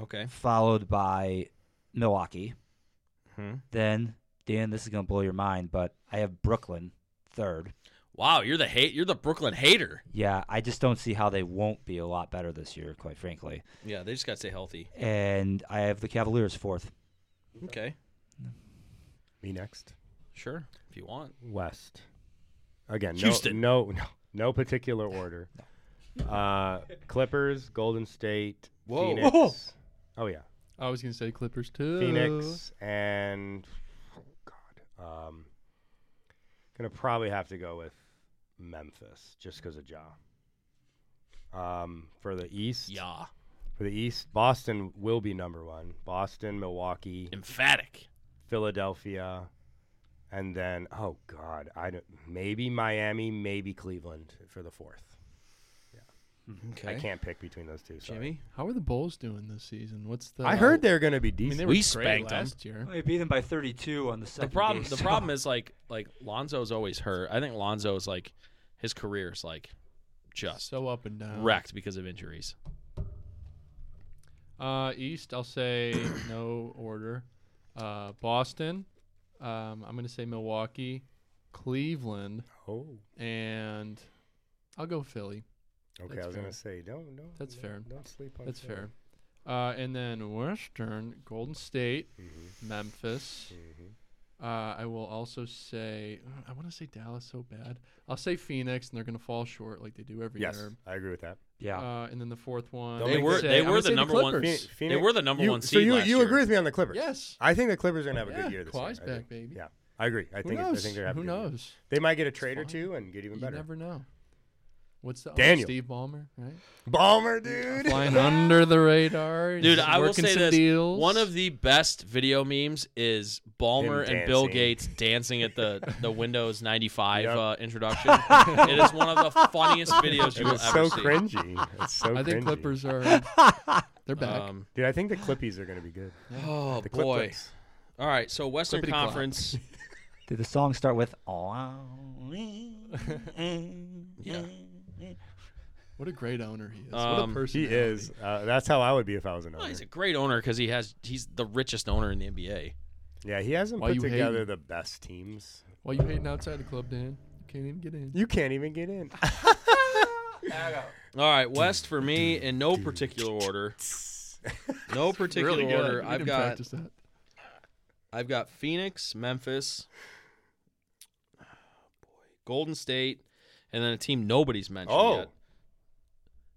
Okay.
followed by Milwaukee.
Hmm.
Then, Dan, this is gonna blow your mind, but I have Brooklyn third.
Wow, you're the hate. You're the Brooklyn hater.
Yeah, I just don't see how they won't be a lot better this year, quite frankly.
Yeah, they just got to stay healthy.
And I have the Cavaliers fourth.
Okay.
Me next.
Sure, if you want.
West. Again, no-
Houston.
No, no, no, particular order. Uh, Clippers, Golden State,
Whoa.
Phoenix.
Whoa.
Oh yeah,
I was gonna say Clippers too.
Phoenix and oh god, um, gonna probably have to go with Memphis just because of Ja. Um, for the East,
Yeah,
for the East, Boston will be number one. Boston, Milwaukee,
emphatic.
Philadelphia, and then oh god, I don't maybe Miami, maybe Cleveland for the fourth.
Hmm.
Okay.
I can't pick between those two. Sorry.
Jimmy.
How are the Bulls doing this season? What's the?
I heard they're going to be
I mean,
decent.
they were
We
great
spanked 'em.
last year.
I beat them by 32 on the
The
second.
problem, the problem is like, like Lonzo's always hurt. I think Lonzo's like, his career is like, just
So uh, up and down.
wrecked because of injuries.
Uh, East, I'll say no order. Uh, Boston. Um, I'm gonna say Milwaukee, Cleveland,
oh,
and I'll go Philly.
okay.
That's
I was going
fair.
to say don't don't.
That's
don't-
fair.
Don't sleep on.
That's
Philly.
fair. Uh, and then Western, Golden State,
Mhm,
Memphis.
mhm.
Uh, I will also say I want to say Dallas so bad. I'll say Phoenix, and they're gonna fall short like they do every
Yes,
year.
I agree with that.
Yeah.
Uh, and then the fourth one.
They'll
I'm
They
make
gonna
were,
it.
say-
they
I'm gonna
were
say
the number one.
Clippers.
s- They
Phoenix-
were the number
You-
one
so
seed
you
last
you
year.
agree with me on the Clippers?
Yes.
I think the Clippers are going to have a
Yeah,
good year this
Kawhi's
year. I think.
back, baby.
Yeah, I agree. I
Who
think it- I
knows?
think they're having
Who
a good year.
knows?
They might get a trade or
fine.
two and get even
You
better.
never know. What's the
Daniel.
Steve Ballmer, right?
Balmer, dude.
Flying under the radar,
Dude,
he's
I will
working
say
some
this.
Deals.
One of the best video memes is Balmer
Him
and Bill
dancing.
Gates dancing at the, the Windows 95
Yep.
uh, introduction. it is one of the funniest videos you will
It's
ever
so
see.
cringy. It's so
I
cringy.
think Clippers are they're back.
Um,
Dude, I think the Clippies are going to be good.
oh,
The
boy.
Clippers.
All right, so Western
Clippity clop.
Conference.
Did the song start with?
Yeah.
What a great owner he is. what
Um,
a
he
person
He is. Uh, that's how I would be if I was an
Well, oh,
owner.
he's a great owner because he has he's the richest owner in the NBA.
Yeah, he hasn't
Why
put
you hating?
together the best teams.
Why you hating outside the club, Dan? You can't even get in.
You can't even get in.
All right, West for me in no particular order. No particular
really good.
order.
We
I've
didn't
got
practice that.
I've got Phoenix, Memphis, Golden State, and then a team nobody's mentioned
Oh.
yet.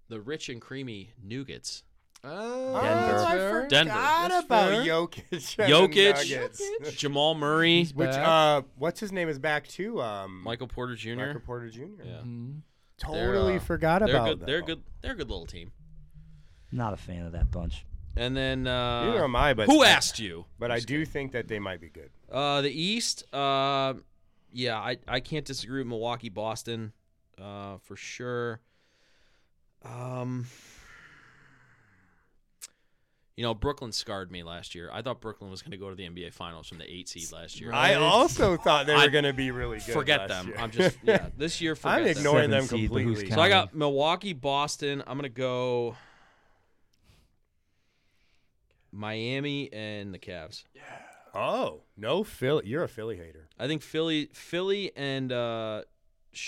The rich and creamy Nuggets.
Oh,
Denver.
that's
I
fair.
Denver.
Forgot
That's
about
fair.
Jokic. and the Nuggets.
Jokic, Jamal Murray,
He's
Which
back.
uh, what's his name is back too. Um,
Michael Porter Jr.
Michael Porter Jr.
Yeah.
Mhm.
They're,
Totally
uh,
forgot
They're
about
good.
them.
They're good. They're a good little team.
Not a fan of that bunch.
And then
Neither
uh,
am I, but
who asked you?
But I do think that they might be good.
Uh, the East. Uh, yeah, I, I can't disagree with Milwaukee, Boston, uh, for sure. Um, you know, Brooklyn scarred me last year. I thought Brooklyn was going to go to the NBA Finals from the eight seed last year.
Right.
I also thought they
I-
were going to be really good.
forget
last
them.
year.
I'm just yeah. This year, forget
I'm
them.
ignoring them
Seven seed, but who's
completely.
So I
Counting.
got Milwaukee, Boston. I'm gonna go Miami and the Cavs.
Oh no, Philly! You're a Philly hater.
I think Philly, Philly, and uh,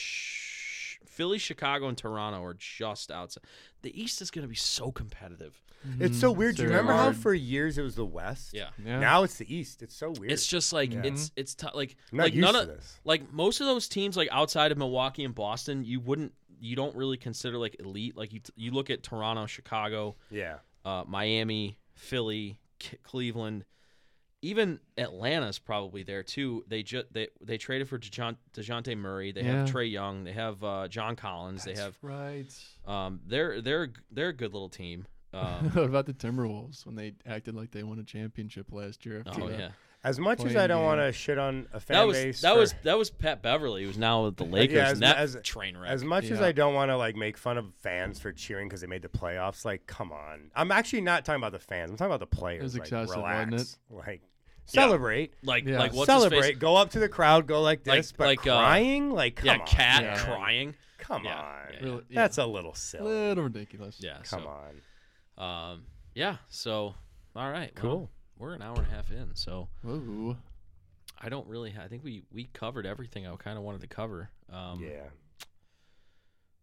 sh- Philly, Chicago, and Toronto are just outside. The East is gonna be so competitive.
It's so weird. Do you
Mm-hmm. Very
remember how
hard.
for years it was the West?
Yeah,
Yeah.
Now it's the East. It's so weird.
it's just like
Yeah.
it's it's t- like
I'm not
like
used
none
to
of
this.
like most of those teams like outside of Milwaukee and Boston, you wouldn't you don't really consider like elite. Like you t- you look at Toronto, Chicago,
yeah.
uh, Miami, Philly, C- Cleveland, even Atlanta's probably there too. They just they they traded for Dejoun- Dejounte Murray. They have
Yeah.
Trey Young. They have uh, John Collins. they have
right.
um, they're they're they're a good little team. Um,
what about the Timberwolves when they acted like they won a championship last year? after
oh
the-
yeah,
As much as
Playing
I don't
game.
want to shit on a fan
that was
base,
that
for-
was that was Pat Beverly who's now with the Lakers.
as-
and that
as-
train wreck.
as much as
Yeah.
I don't want to like make fun of fans for cheering because they made the playoffs. Like, come on. I'm actually not talking about the fans. I'm talking about the players.
was
like,
excessive,
relax.
wasn't it?
Like, celebrate,
like
Yeah.
like what's His
celebrate.
face?
Go up to the crowd. Go like
Like-
this, but
like, uh,
crying. like, come
Yeah,
on,
cat
Yeah.
man.
crying.
Come
Yeah.
on.
Yeah.
Really,
That's a little
a
silly.
little ridiculous.
Yeah,
Come
so,
on.
Um, yeah. So, all right. well,
Cool.
we're an hour and a half in, so
Ooh.
I don't really. ha- I think we we covered everything I kind of wanted to cover. Um,
yeah.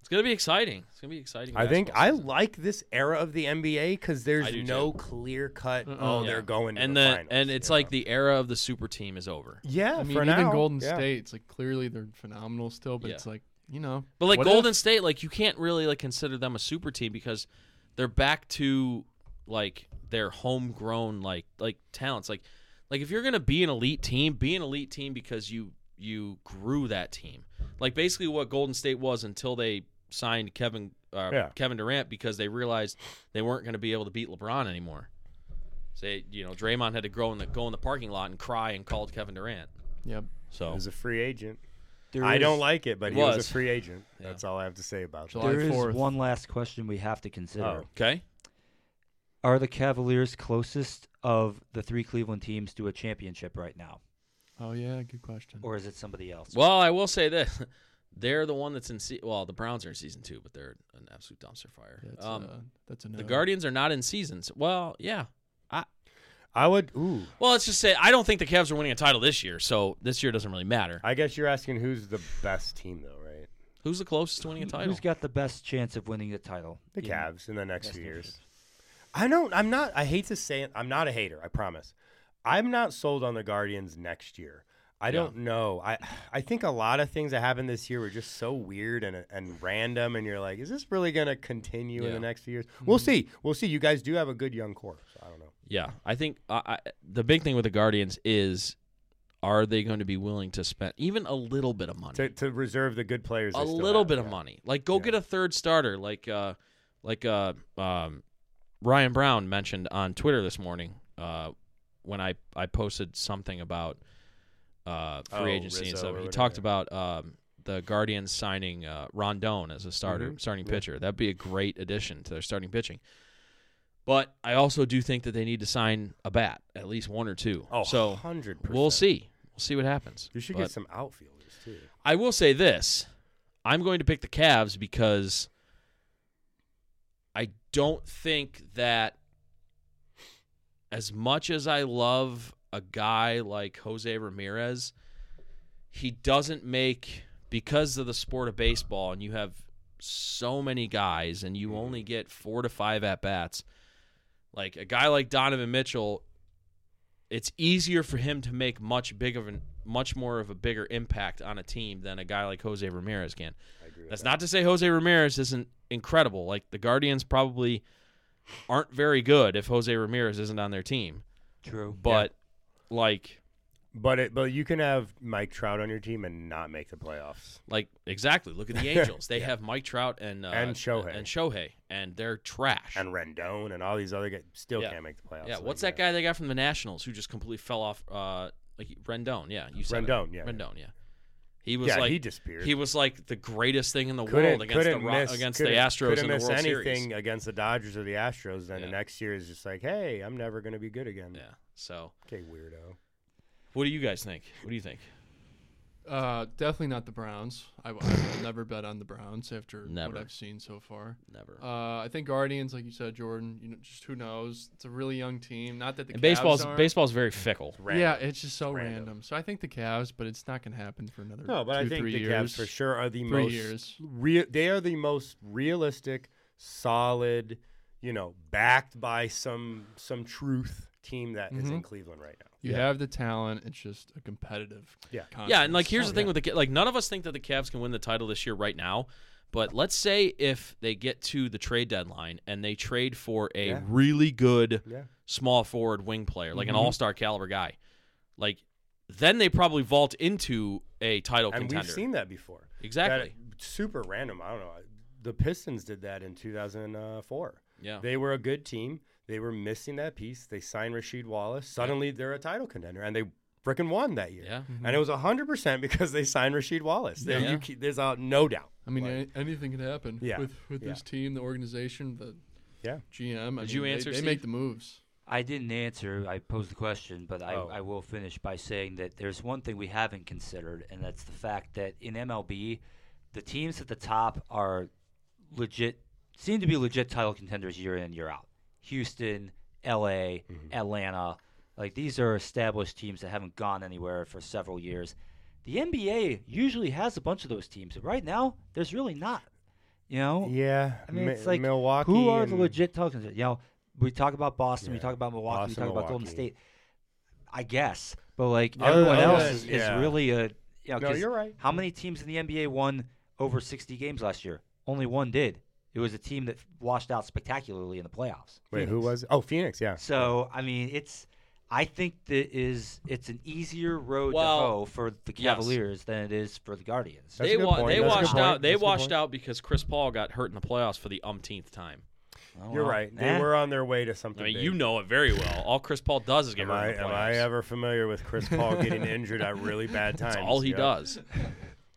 It's gonna be exciting. It's gonna be exciting.
I think
basketball
I
season.
like this era of the NBA because there's
do,
no clear cut.
Uh-uh.
Oh,
Yeah.
they're going to
and
the,
the,
finals,
and it's
you
like
know?
the era of the super team is over.
yeah.
I mean,
for
even
now,
Golden
yeah.
State's like clearly they're phenomenal still, but
Yeah.
it's like you know.
But like
what
Golden
if-
State, like you can't really like consider them a super team because they're back to like their homegrown like like talents. Like like if you're gonna be an elite team, be an elite team because you you grew that team. Like basically what Golden State was until they signed Kevin uh,
Yeah.
Kevin Durant because they realized they weren't gonna be able to beat LeBron anymore. Say you know Draymond had to grow in the go in the parking lot and cry and called Kevin Durant.
Yep.
So
He's a free agent.
There
I
is-
don't like it, but he was,
Oh. Was.
a free agent.
Yeah.
That's all I have to say about
July
that.
There is
4th.
one last question we have to consider.
Oh.
okay,
Are the Cavaliers closest of the three Cleveland teams to a championship right now,
Oh yeah, good question.
or is it somebody else?
Well, I will say this: they're the one that's in. Se- well, the Browns are in season two, but they're an absolute dumpster fire.
That's,
um,
uh, that's a no.
the Guardians are not in seasons. Well, yeah.
I would. Ooh,
Well, let's just say I don't think the Cavs are winning a title this year, so this year doesn't really matter.
I guess you're asking who's the best team though, right?
Who's the closest to winning a title?
Who's got the best chance of winning the title?
The
in-
Cavs in the next
Yes,
few
no
years. I don't. I'm not. I hate to say it. I'm not a hater. I promise. I'm not sold on the Guardians next year. I don't know. I I think a lot of things that happened this year were just so weird and and random. And you're like, is this really gonna continue in
Yeah. Mm-hmm.
the next few years? We'll see. We'll see. You guys do have a good young core. So I don't know.
yeah, I think I, I, the big thing with the Guardians is are they going to be willing to spend even a little bit of money?
To, to reserve the good players. they
a
still
little
have,
bit of
yeah.
money. Like go
Yeah.
get a third starter, like uh, like uh, um, Ryan Brown mentioned on Twitter this morning uh, when I I posted something about uh, free
Oh,
agency
Rizzo
and stuff.
or
He
whatever,
talked
yeah.
about um, the Guardians signing uh, Rondon as a starter,
Mhm.
starting
Yeah.
pitcher. That'd be a great addition to their starting pitching. But I also do think that they need to sign a bat, at least one or two.
Oh,
so
100%.
we'll see. We'll see what happens.
You should
But-
get some outfielders too.
I will say this: I'm going to pick the Cavs because don't think that as much as I love a guy like Jose Ramirez, he doesn't make because of the sport of baseball and you have so many guys and you only get 4 to 5 at bats. Like a guy like Donovan Mitchell, it's easier for him to make much big of an much more of a bigger impact on a team than a guy like Jose Ramirez can.
I agree with
That's
that.
not to say Jose Ramirez isn't incredible. Like the Guardians probably aren't very good if Jose Ramirez isn't on their team.
True.
But like
But it, but you can have Mike Trout on your team and not make the playoffs.
like exactly. Look at the Angels. They have Mike Trout and uh,
And Shohei.
and Shohei and they're trash.
And Rendon and all these other guys still
Yeah.
can't make the playoffs.
yeah,
So
what's
you
that guy they got from the Nationals who just completely fell off uh like Rendon, yeah. You said it.
Rendon, yeah, yeah.
Rendon, yeah. He
got-
was
yeah,
like
he disappeared.
he was like the greatest thing in the world
couldn't,
against the
couldn't
Ro-
miss,
against the
couldn't-
Astros
couldn't
in the
miss
World
anything
Series.
against the Dodgers or the Astros. Then
Yeah.
the next year is just like, hey, I'm never going to be good again.
Yeah. So,
Okay, weirdo.
what do you guys think? What do you think?
Uh, definitely not the Browns. I, w- I will never bet on the Browns after
Never.
what I've seen so far.
Never.
Uh, I think Guardians, like you said, Jordan. You know, just who knows? It's a really young team. Not that the
and
Cavs
baseball's
aren't.
baseball's very fickle.
Random.
Yeah, it's just so
Random.
random. So I think the Cavs, but it's not going to happen for another.
No, but I
two,
think
three
the
years.
Cavs for sure are the
Three
most
years.
Rea- they are the most realistic, solid, you know, backed by some some truth team that is in
Mhm.
Cleveland right now.
You have the talent. It's just a competitive.
Yeah.
Yeah, and like here's
Oh,
the thing
yeah.
with the Ca- like none of us think that the Cavs can win the title this year right now, but let's say if they get to the trade deadline and they trade for a
Yeah.
really good
Yeah.
small forward wing player, like
Mhm.
Mm-hmm.
an all-star caliber guy, like then they probably vault into a title
And
contender.
we've seen that before. That-
exactly.
super random. I don't know. The Pistons did that in 2004.
yeah.
They were a good team. They were missing that piece. They signed Rasheed Wallace. Suddenly they're a title contender and they freaking won that year.
yeah.
Mm-hmm.
And it was 100% because they signed Rasheed Wallace. There,
Yeah.
you, ke- there's uh, no doubt.
I mean,
Like-
a- anything can happen.
Yeah.
With with
Yeah.
this team, the organization, the
Yeah.
GM. I
Did
mean,
you
they-
answer,
They,
Steve?
make the moves.
I didn't answer. I posed the question, but I,
Oh.
I will finish by saying that there's one thing we haven't considered, and that's the fact that in MLB, the teams at the top are legit, seem to be legit title contenders year in and year out. Houston, LA, Atlanta. Like these are established teams that haven't gone anywhere for several years. The NBA usually has a bunch of those teams, but right now, there's really not. You know?
Yeah.
I mean,
Mi-
it's like
Milwaukee.
Who are the
and-
legit tokens? You know, we talk about Boston, we
Yeah.
talk about Milwaukee,
Boston,
we talk about Golden
Milwaukee.
State. I guess, but like
Yeah,
everyone
other
else
than-
is, is
yeah.
really a. You know,
No,
'cause
you're right.
How many teams in the NBA won over 60 games last year? Only one did. It was a team that washed out spectacularly in the playoffs.
Wait, who
Phoenix.
was? Oh, Phoenix. Yeah.
So I mean, it's. I think that is it's an easier road
Well,
to hoe for the
yes.
Cavaliers than it is for the Guardians.
That's
they
a good
wa-
point.
they
That's a good
washed
point.
out. They
That's a good
washed
point.
out because Chris Paul got hurt in the playoffs for the umpteenth time.
Oh,
You're
well,
right. They
eh.
were on their way to
I
something.
mean,
big.
you know it very well. All Chris Paul does is get
Am
hurt
I,
in the playoffs.
am I ever familiar with Chris Paul getting injured at really bad times?
That's all he
yo?
does.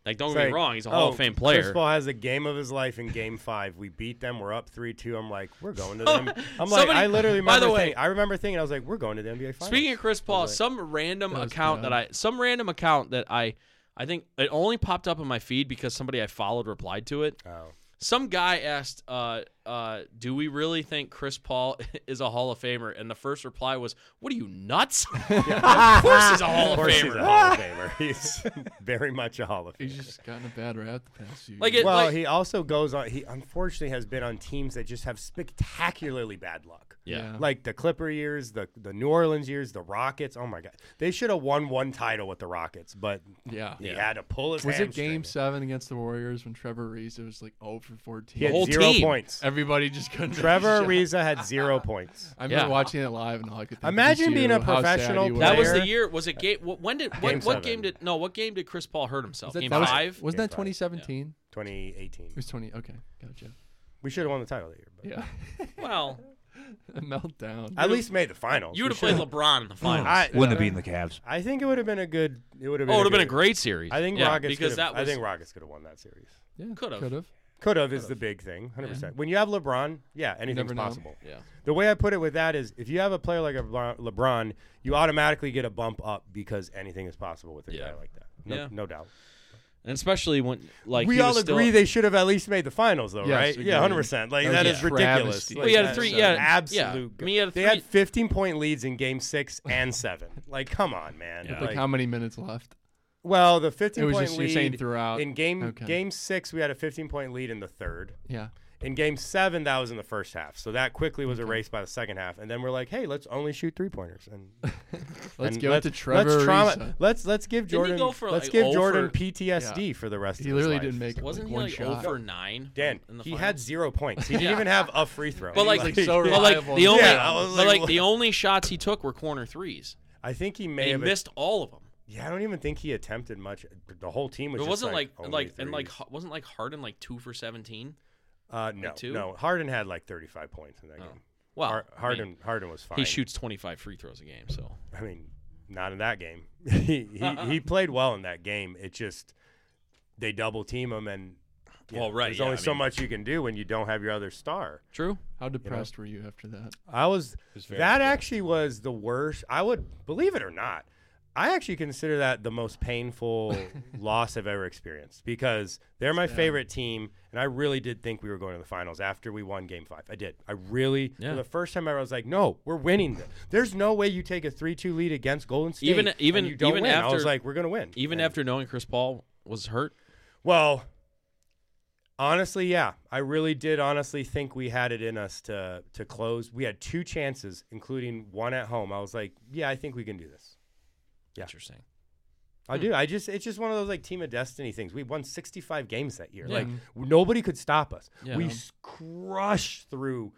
Like, don't
It's
get me
like,
wrong, he's a Hall
oh,
of Fame player.
Chris Paul has a game of his life in Game Five. We beat them. We're up three two. I'm like, we're going to them. I'm like,
Somebody-
I literally
by
remember.
the way-
thinking, I remember thinking, I was like, we're going to the NBA Finals.
Speaking of Chris Paul,
like-
some random
That was
account that I
bad.
some random account that I I think it only popped up in my feed because somebody I followed replied to it.
oh,
Some guy asked, uh, uh, "Do we really think Chris Paul is a Hall of Famer?" And the first reply was, "What are you nuts? of course he's a Hall of,
of course
Famer."
he's a Hall of Famer. He's very much a Hall of Famer.
He's just gotten a bad rap the past few.
Like
years.
it-
well, he also goes on. He unfortunately has been on teams that just have spectacularly bad luck.
yeah.
Like the Clipper years, the the New Orleans years, the Rockets. Oh my God, they should have won one title with the Rockets, but
yeah.
he had to pull his.
Was it
hamstring.
Game Seven against the Warriors when Trevor Reese it was like 0 for 14?
He had
whole
zero
team.
points.
Everybody just couldn't.
Trevor Ariza had zero points.
I remember
Yeah.
watching it live and all I could think was
Imagine being
you,
a
how sad
professional
he was.
That was the
Player.
year. Was it game? What, when did what,
Game
what
seven.
game did no? What game did Chris Paul hurt himself?
Was that,
game
that was-
five.
Wasn't
Game
that
five.
2017?
2018.
It was 20. Okay, gotcha.
We should have won the title that year. But
Yeah,
well,
A meltdown.
At least made the finals.
you would
We
have played
should've-
LeBron in the finals.
I,
Wouldn't have beaten the Cavs.
I think it would have been a good. It would have
oh,
been.
it would have been a
good-
great series.
I think
yeah,
Rockets
because
could've-
that was
I think Rockets could have won that series.
yeah,
could've.
Could have.
Could have is the big thing. 100. percent When you have LeBron, yeah, anything's
never know.
possible.
yeah.
The way I put it with that is, if you have a player like a Lebron- LeBron, you automatically get a bump up because anything is possible with a
Yeah.
guy like that. No,
Yeah.
no doubt.
and especially when like
we
he
all
was still-
agree they should have at least made the finals, though,
Yes,
right?
agreed.
Yeah, hundred percent. Like
That
that
was
is
a
ridiculous.
travesty.
Like,
Well, he had a
that's
three.
an
Yeah,
absolute.
Yeah, I mean, he had a
They
three.
had fifteen point leads in Game Six and Seven. Like, come on, man.
Yeah.
Like,
Like,
how many minutes left?
well, the
It
fifteen
was
point
just you're saying
lead
throughout.
in Game
Okay.
Game Six, we had a fifteen point lead in the third.
yeah.
In Game Seven, that was in the first half. So that quickly was erased by the second half. And then we're like, hey, let's only shoot three pointers and
Let's
and
give
let's-
it to Trevor.
Let's
Ariza.
Let's let's give
Didn't he
Jordan.
go for,
let's
like,
give
oh
Jordan
for-
PTSD for the rest.
He
of
literally
his life.
didn't make it.
Wasn't
like
he
one
like
shot.
0 for nine?
Dan,
in the
he
finals?
had zero points. He
Yeah.
didn't even have a free throw.
But
He
like,
was
so
but like
reliable.
the only,
Yeah, I was
but
like,
like
what?
the only shots he took were corner threes.
I think he
And
may
he
have.
missed all of them.
yeah, I don't even think he attempted much. The whole team was.
It
just
wasn't like
only
like and like
threes.
Har- wasn't like Harden like two for seventeen.
uh, no,
two?
no. Harden had like 35 points in that game.
Well,
Har-
I mean,
Harden, Harden was fine.
he shoots twenty five free throws a game. So
I mean, not in that game. he, he he played well in that game. It just they double team him and. you
Well,
know,
right,
There's
yeah,
only
I
so
mean-
much you can do when you don't have your other star.
true.
How depressed were you after that?
I was
was very
that actually was the worst. I would believe it or not. I actually consider that the most painful loss I've ever experienced because they're my favorite team, and I really did think we were going to the finals after we won Game Five. I did. I really,
Yeah.
for the first time ever, I was like, "No, we're winning this. There's no way you take a three-two lead against Golden State.
Even- even-
and you don't
even
win." I was
after-
like, "We're gonna win."
Even
And-
after knowing Chris Paul was hurt,
well, honestly, yeah, I really did honestly think we had it in us to to close. We had two chances, including one at home. I was like, yeah, I think we can do this. Yeah.
interesting.
I
Hmm.
do. I just it's just one of those like team of destiny things. We won 65 games that year.
Yeah.
Like nobody could stop us.
Yeah.
We s- crushed through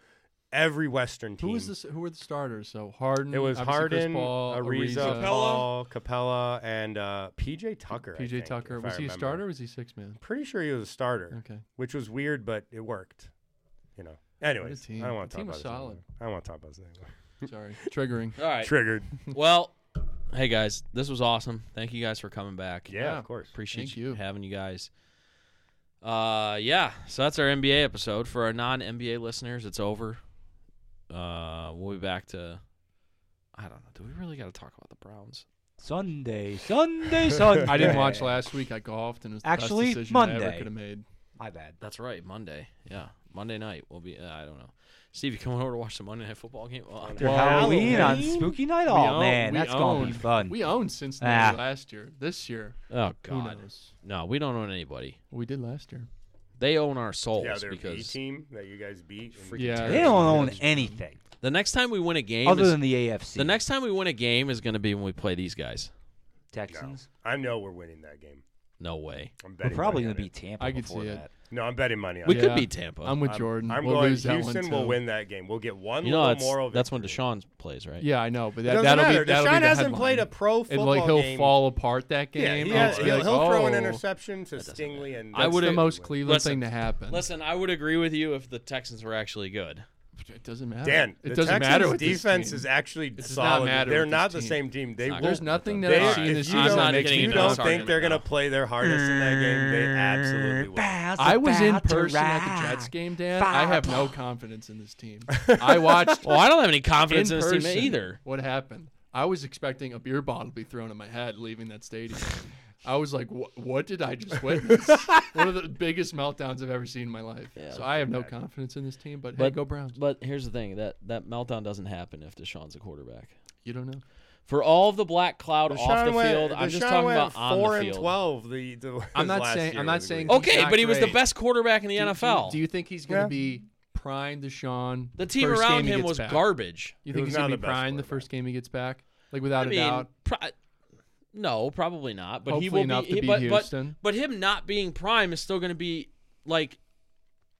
every Western team.
Who was this? Who were the starters? So Harden.
It was
obviously Chris
Harden,
Paul,
Ariza,
Ariza,
Paul, Capella, and uh, PJ Tucker. I
PJ
think,
Tucker.
if I
Was he a
remember.
starter? or Was he six man?
Pretty sure he was a starter
Okay.
which was weird, but it worked. You know. Anyways,
team.
I don't want
The
to talk
team
about
was
this
solid.
anymore. I don't want to talk about this anymore.
Sorry, triggering.
All right.
Triggered.
Well, hey guys, this was awesome. Thank you guys for coming back.
Yeah,
Yeah.
of course.
Appreciate
Thank you.
having you guys. Uh, yeah. So that's our NBA episode for our non NBA listeners. It's over. Uh, we'll be back to. I don't know. Do we really got to talk about the Browns?
Sunday, Sunday, Sunday.
I didn't watch last week. I golfed and it was the
Actually,
best decision I ever
Monday.
could have made.
My bad.
That's right, Monday. Yeah, Monday night. We'll be. Uh, I don't know. Steve, you coming over to watch the Monday night football game? Oh, Well, I'm-
After
Whoa.
Halloween on
Halloween?
Spooky Night.
We
Oh
own-
man,
we
that's gonna be
own-
fun.
We owned
Ah.
Cincinnati last year. This year,
oh
who
God,
knows?
no, we don't own anybody.
We did last year.
They own our souls
Yeah, their B
because
team that you guys beat. and-
Freaking
Yeah.
terrible.
They don't own
That's true.
anything
the next time we win a game,
other
is-
than the AFC.
the next time we win a game is going to be when we play these guys.
Texans.
I know we're winning that game.
No way.
I'm
We're
betting.
probably
money
gonna
on
beat
it.
Tampa
I could
before
see it.
that.
No, I'm betting money on
We
it.
could
Yeah.
beat Tampa.
I'm with
I'm-
Jordan.
I'm
we'll
going.
lose that
Houston
one
will
too.
win that game. We'll get one
you know,
little
that's,
moral.
that's when
victory.
Deshaun plays, right?
Yeah, I know, but that,
Doesn't
that'll
matter.
be that'll
Deshaun
be the
hasn't
headline.
played a pro
And
football
like he'll
game.
fall apart that
Yeah,
game.
he
I'll
has,
be
he'll,
like,
he'll throw an
"Oh."
interception to Stingley, and
I would-
that's
It's the
would've-
most Cleveland
Listen.
thing to happen.
Listen, I would agree with you if the Texans were actually good.
It doesn't matter.
Dan,
it
the
doesn't
Texans
matter. With this
defense
team.
is actually
does not
solid.
matter
They're
with this
not the
team.
same team. They
not
will
good.
There's nothing that
They
I've
are-
seen
if
this
you
I'm
season.
not
that
don't,
makes
if
getting
me
you
into
doubt
this
don't
it.
think they're gonna play their hardest in that game, they absolutely will.
I was in person at the Jets game, Dan. I have no confidence in this team. I watched
Well, I don't have any
in
confidence in, this
person
team either.
What happened? I was expecting a beer bottle to be thrown in my head leaving that stadium. I was like, "Wha- "What did I just witness? One of the biggest meltdowns I've ever seen in my life." so I have no confidence in this team. But, hey, go Browns.
But here's the thing that that meltdown doesn't happen if Deshaun's a quarterback.
You don't know.
For all of the black cloud off the
Deshaun went-
field, I'm just
Deshaun
talking
went
about on
four
the
and
field.
twelve. The, the
I'm not
last
saying-
year
I'm not
was
saying-
great.
Okay,
He's not
but he was the
great.
best quarterback in the
Do you- do you-
NFL.
Do you think he's going to
Yeah.
be prime Deshaun?
the team
first
around
game he
him
gets
was
back?
garbage.
He
You think
was
he's going
not
to
the
be
best
prime the
quarterback.
first game he gets back? Like without
I
a
mean,
doubt.
pro- no, probably not. But he
Hopefully
will
enough
be.
to
he-
beat
but, but-
Houston.
but him not being prime is still going to be like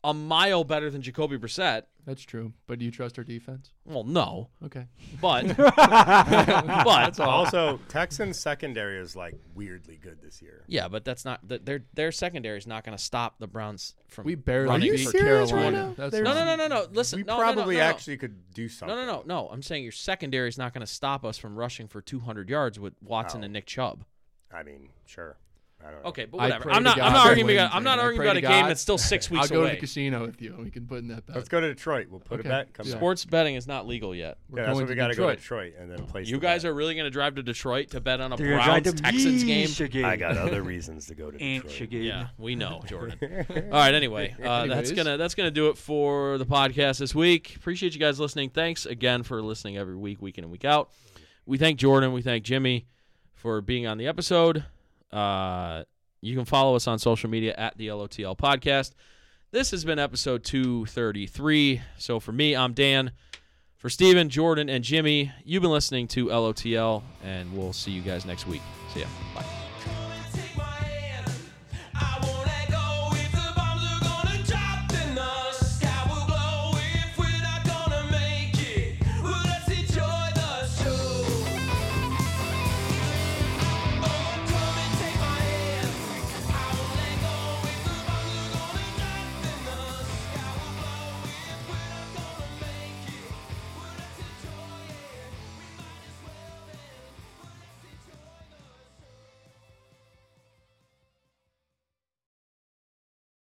a mile better than Jacoby Brissett.
That's true. But do you trust our defense?
Well, no,
Okay.
but
That's all.
Also, Texans secondary is like weirdly good this year.
yeah, but that's not th- their their secondary is not going to stop the Browns from.
We barely
running
beat
for
serious right
Carolina.
now?
That's
They're-
No, no,
wrong.
no, no, no. Listen,
We
no, no, no,
probably
no, no.
actually could do something.
No, no, no, no. I'm saying your secondary is not going to stop us from rushing for 200 yards with Watson
Wow.
and Nick Chubb.
I mean, sure. I don't know.
Okay, but
I
whatever.
pray
I'm
to
not.
God
I'm not
they
arguing
win,
about. I'm not
Tanner. I
arguing
pray
about a
to
game
God.
that's still six
I'll
weeks
go to
away.
the casino with you and we can put in that bet.
Let's go to Detroit. We'll put
Okay.
a bet. Come
Yeah.
back.
Sports betting is not legal yet.
We're
Yeah, that's
going
what we
to
got to go to
Detroit.
Detroit and then place.
You guys are really going to drive to Detroit to bet on a
You're gonna
Browns
drive to
Texans game?
Michigan.
I got other reasons to go to
Ant
Detroit.
Chicken.
Yeah, we know, Jordan. All right. Anyway, uh, that's
Anyways.
gonna that's gonna do it for the podcast this week. Appreciate you guys listening. Thanks again for listening every week, week in and week out. We thank Jordan. We thank Jimmy for being on the episode. Uh, you can follow us on social media at the LOTL Podcast. This has been episode 233. So for me, I'm Dan. For Steven, Jordan, and Jimmy, you've been listening to LOTL, and we'll see you guys next week. See ya. Bye.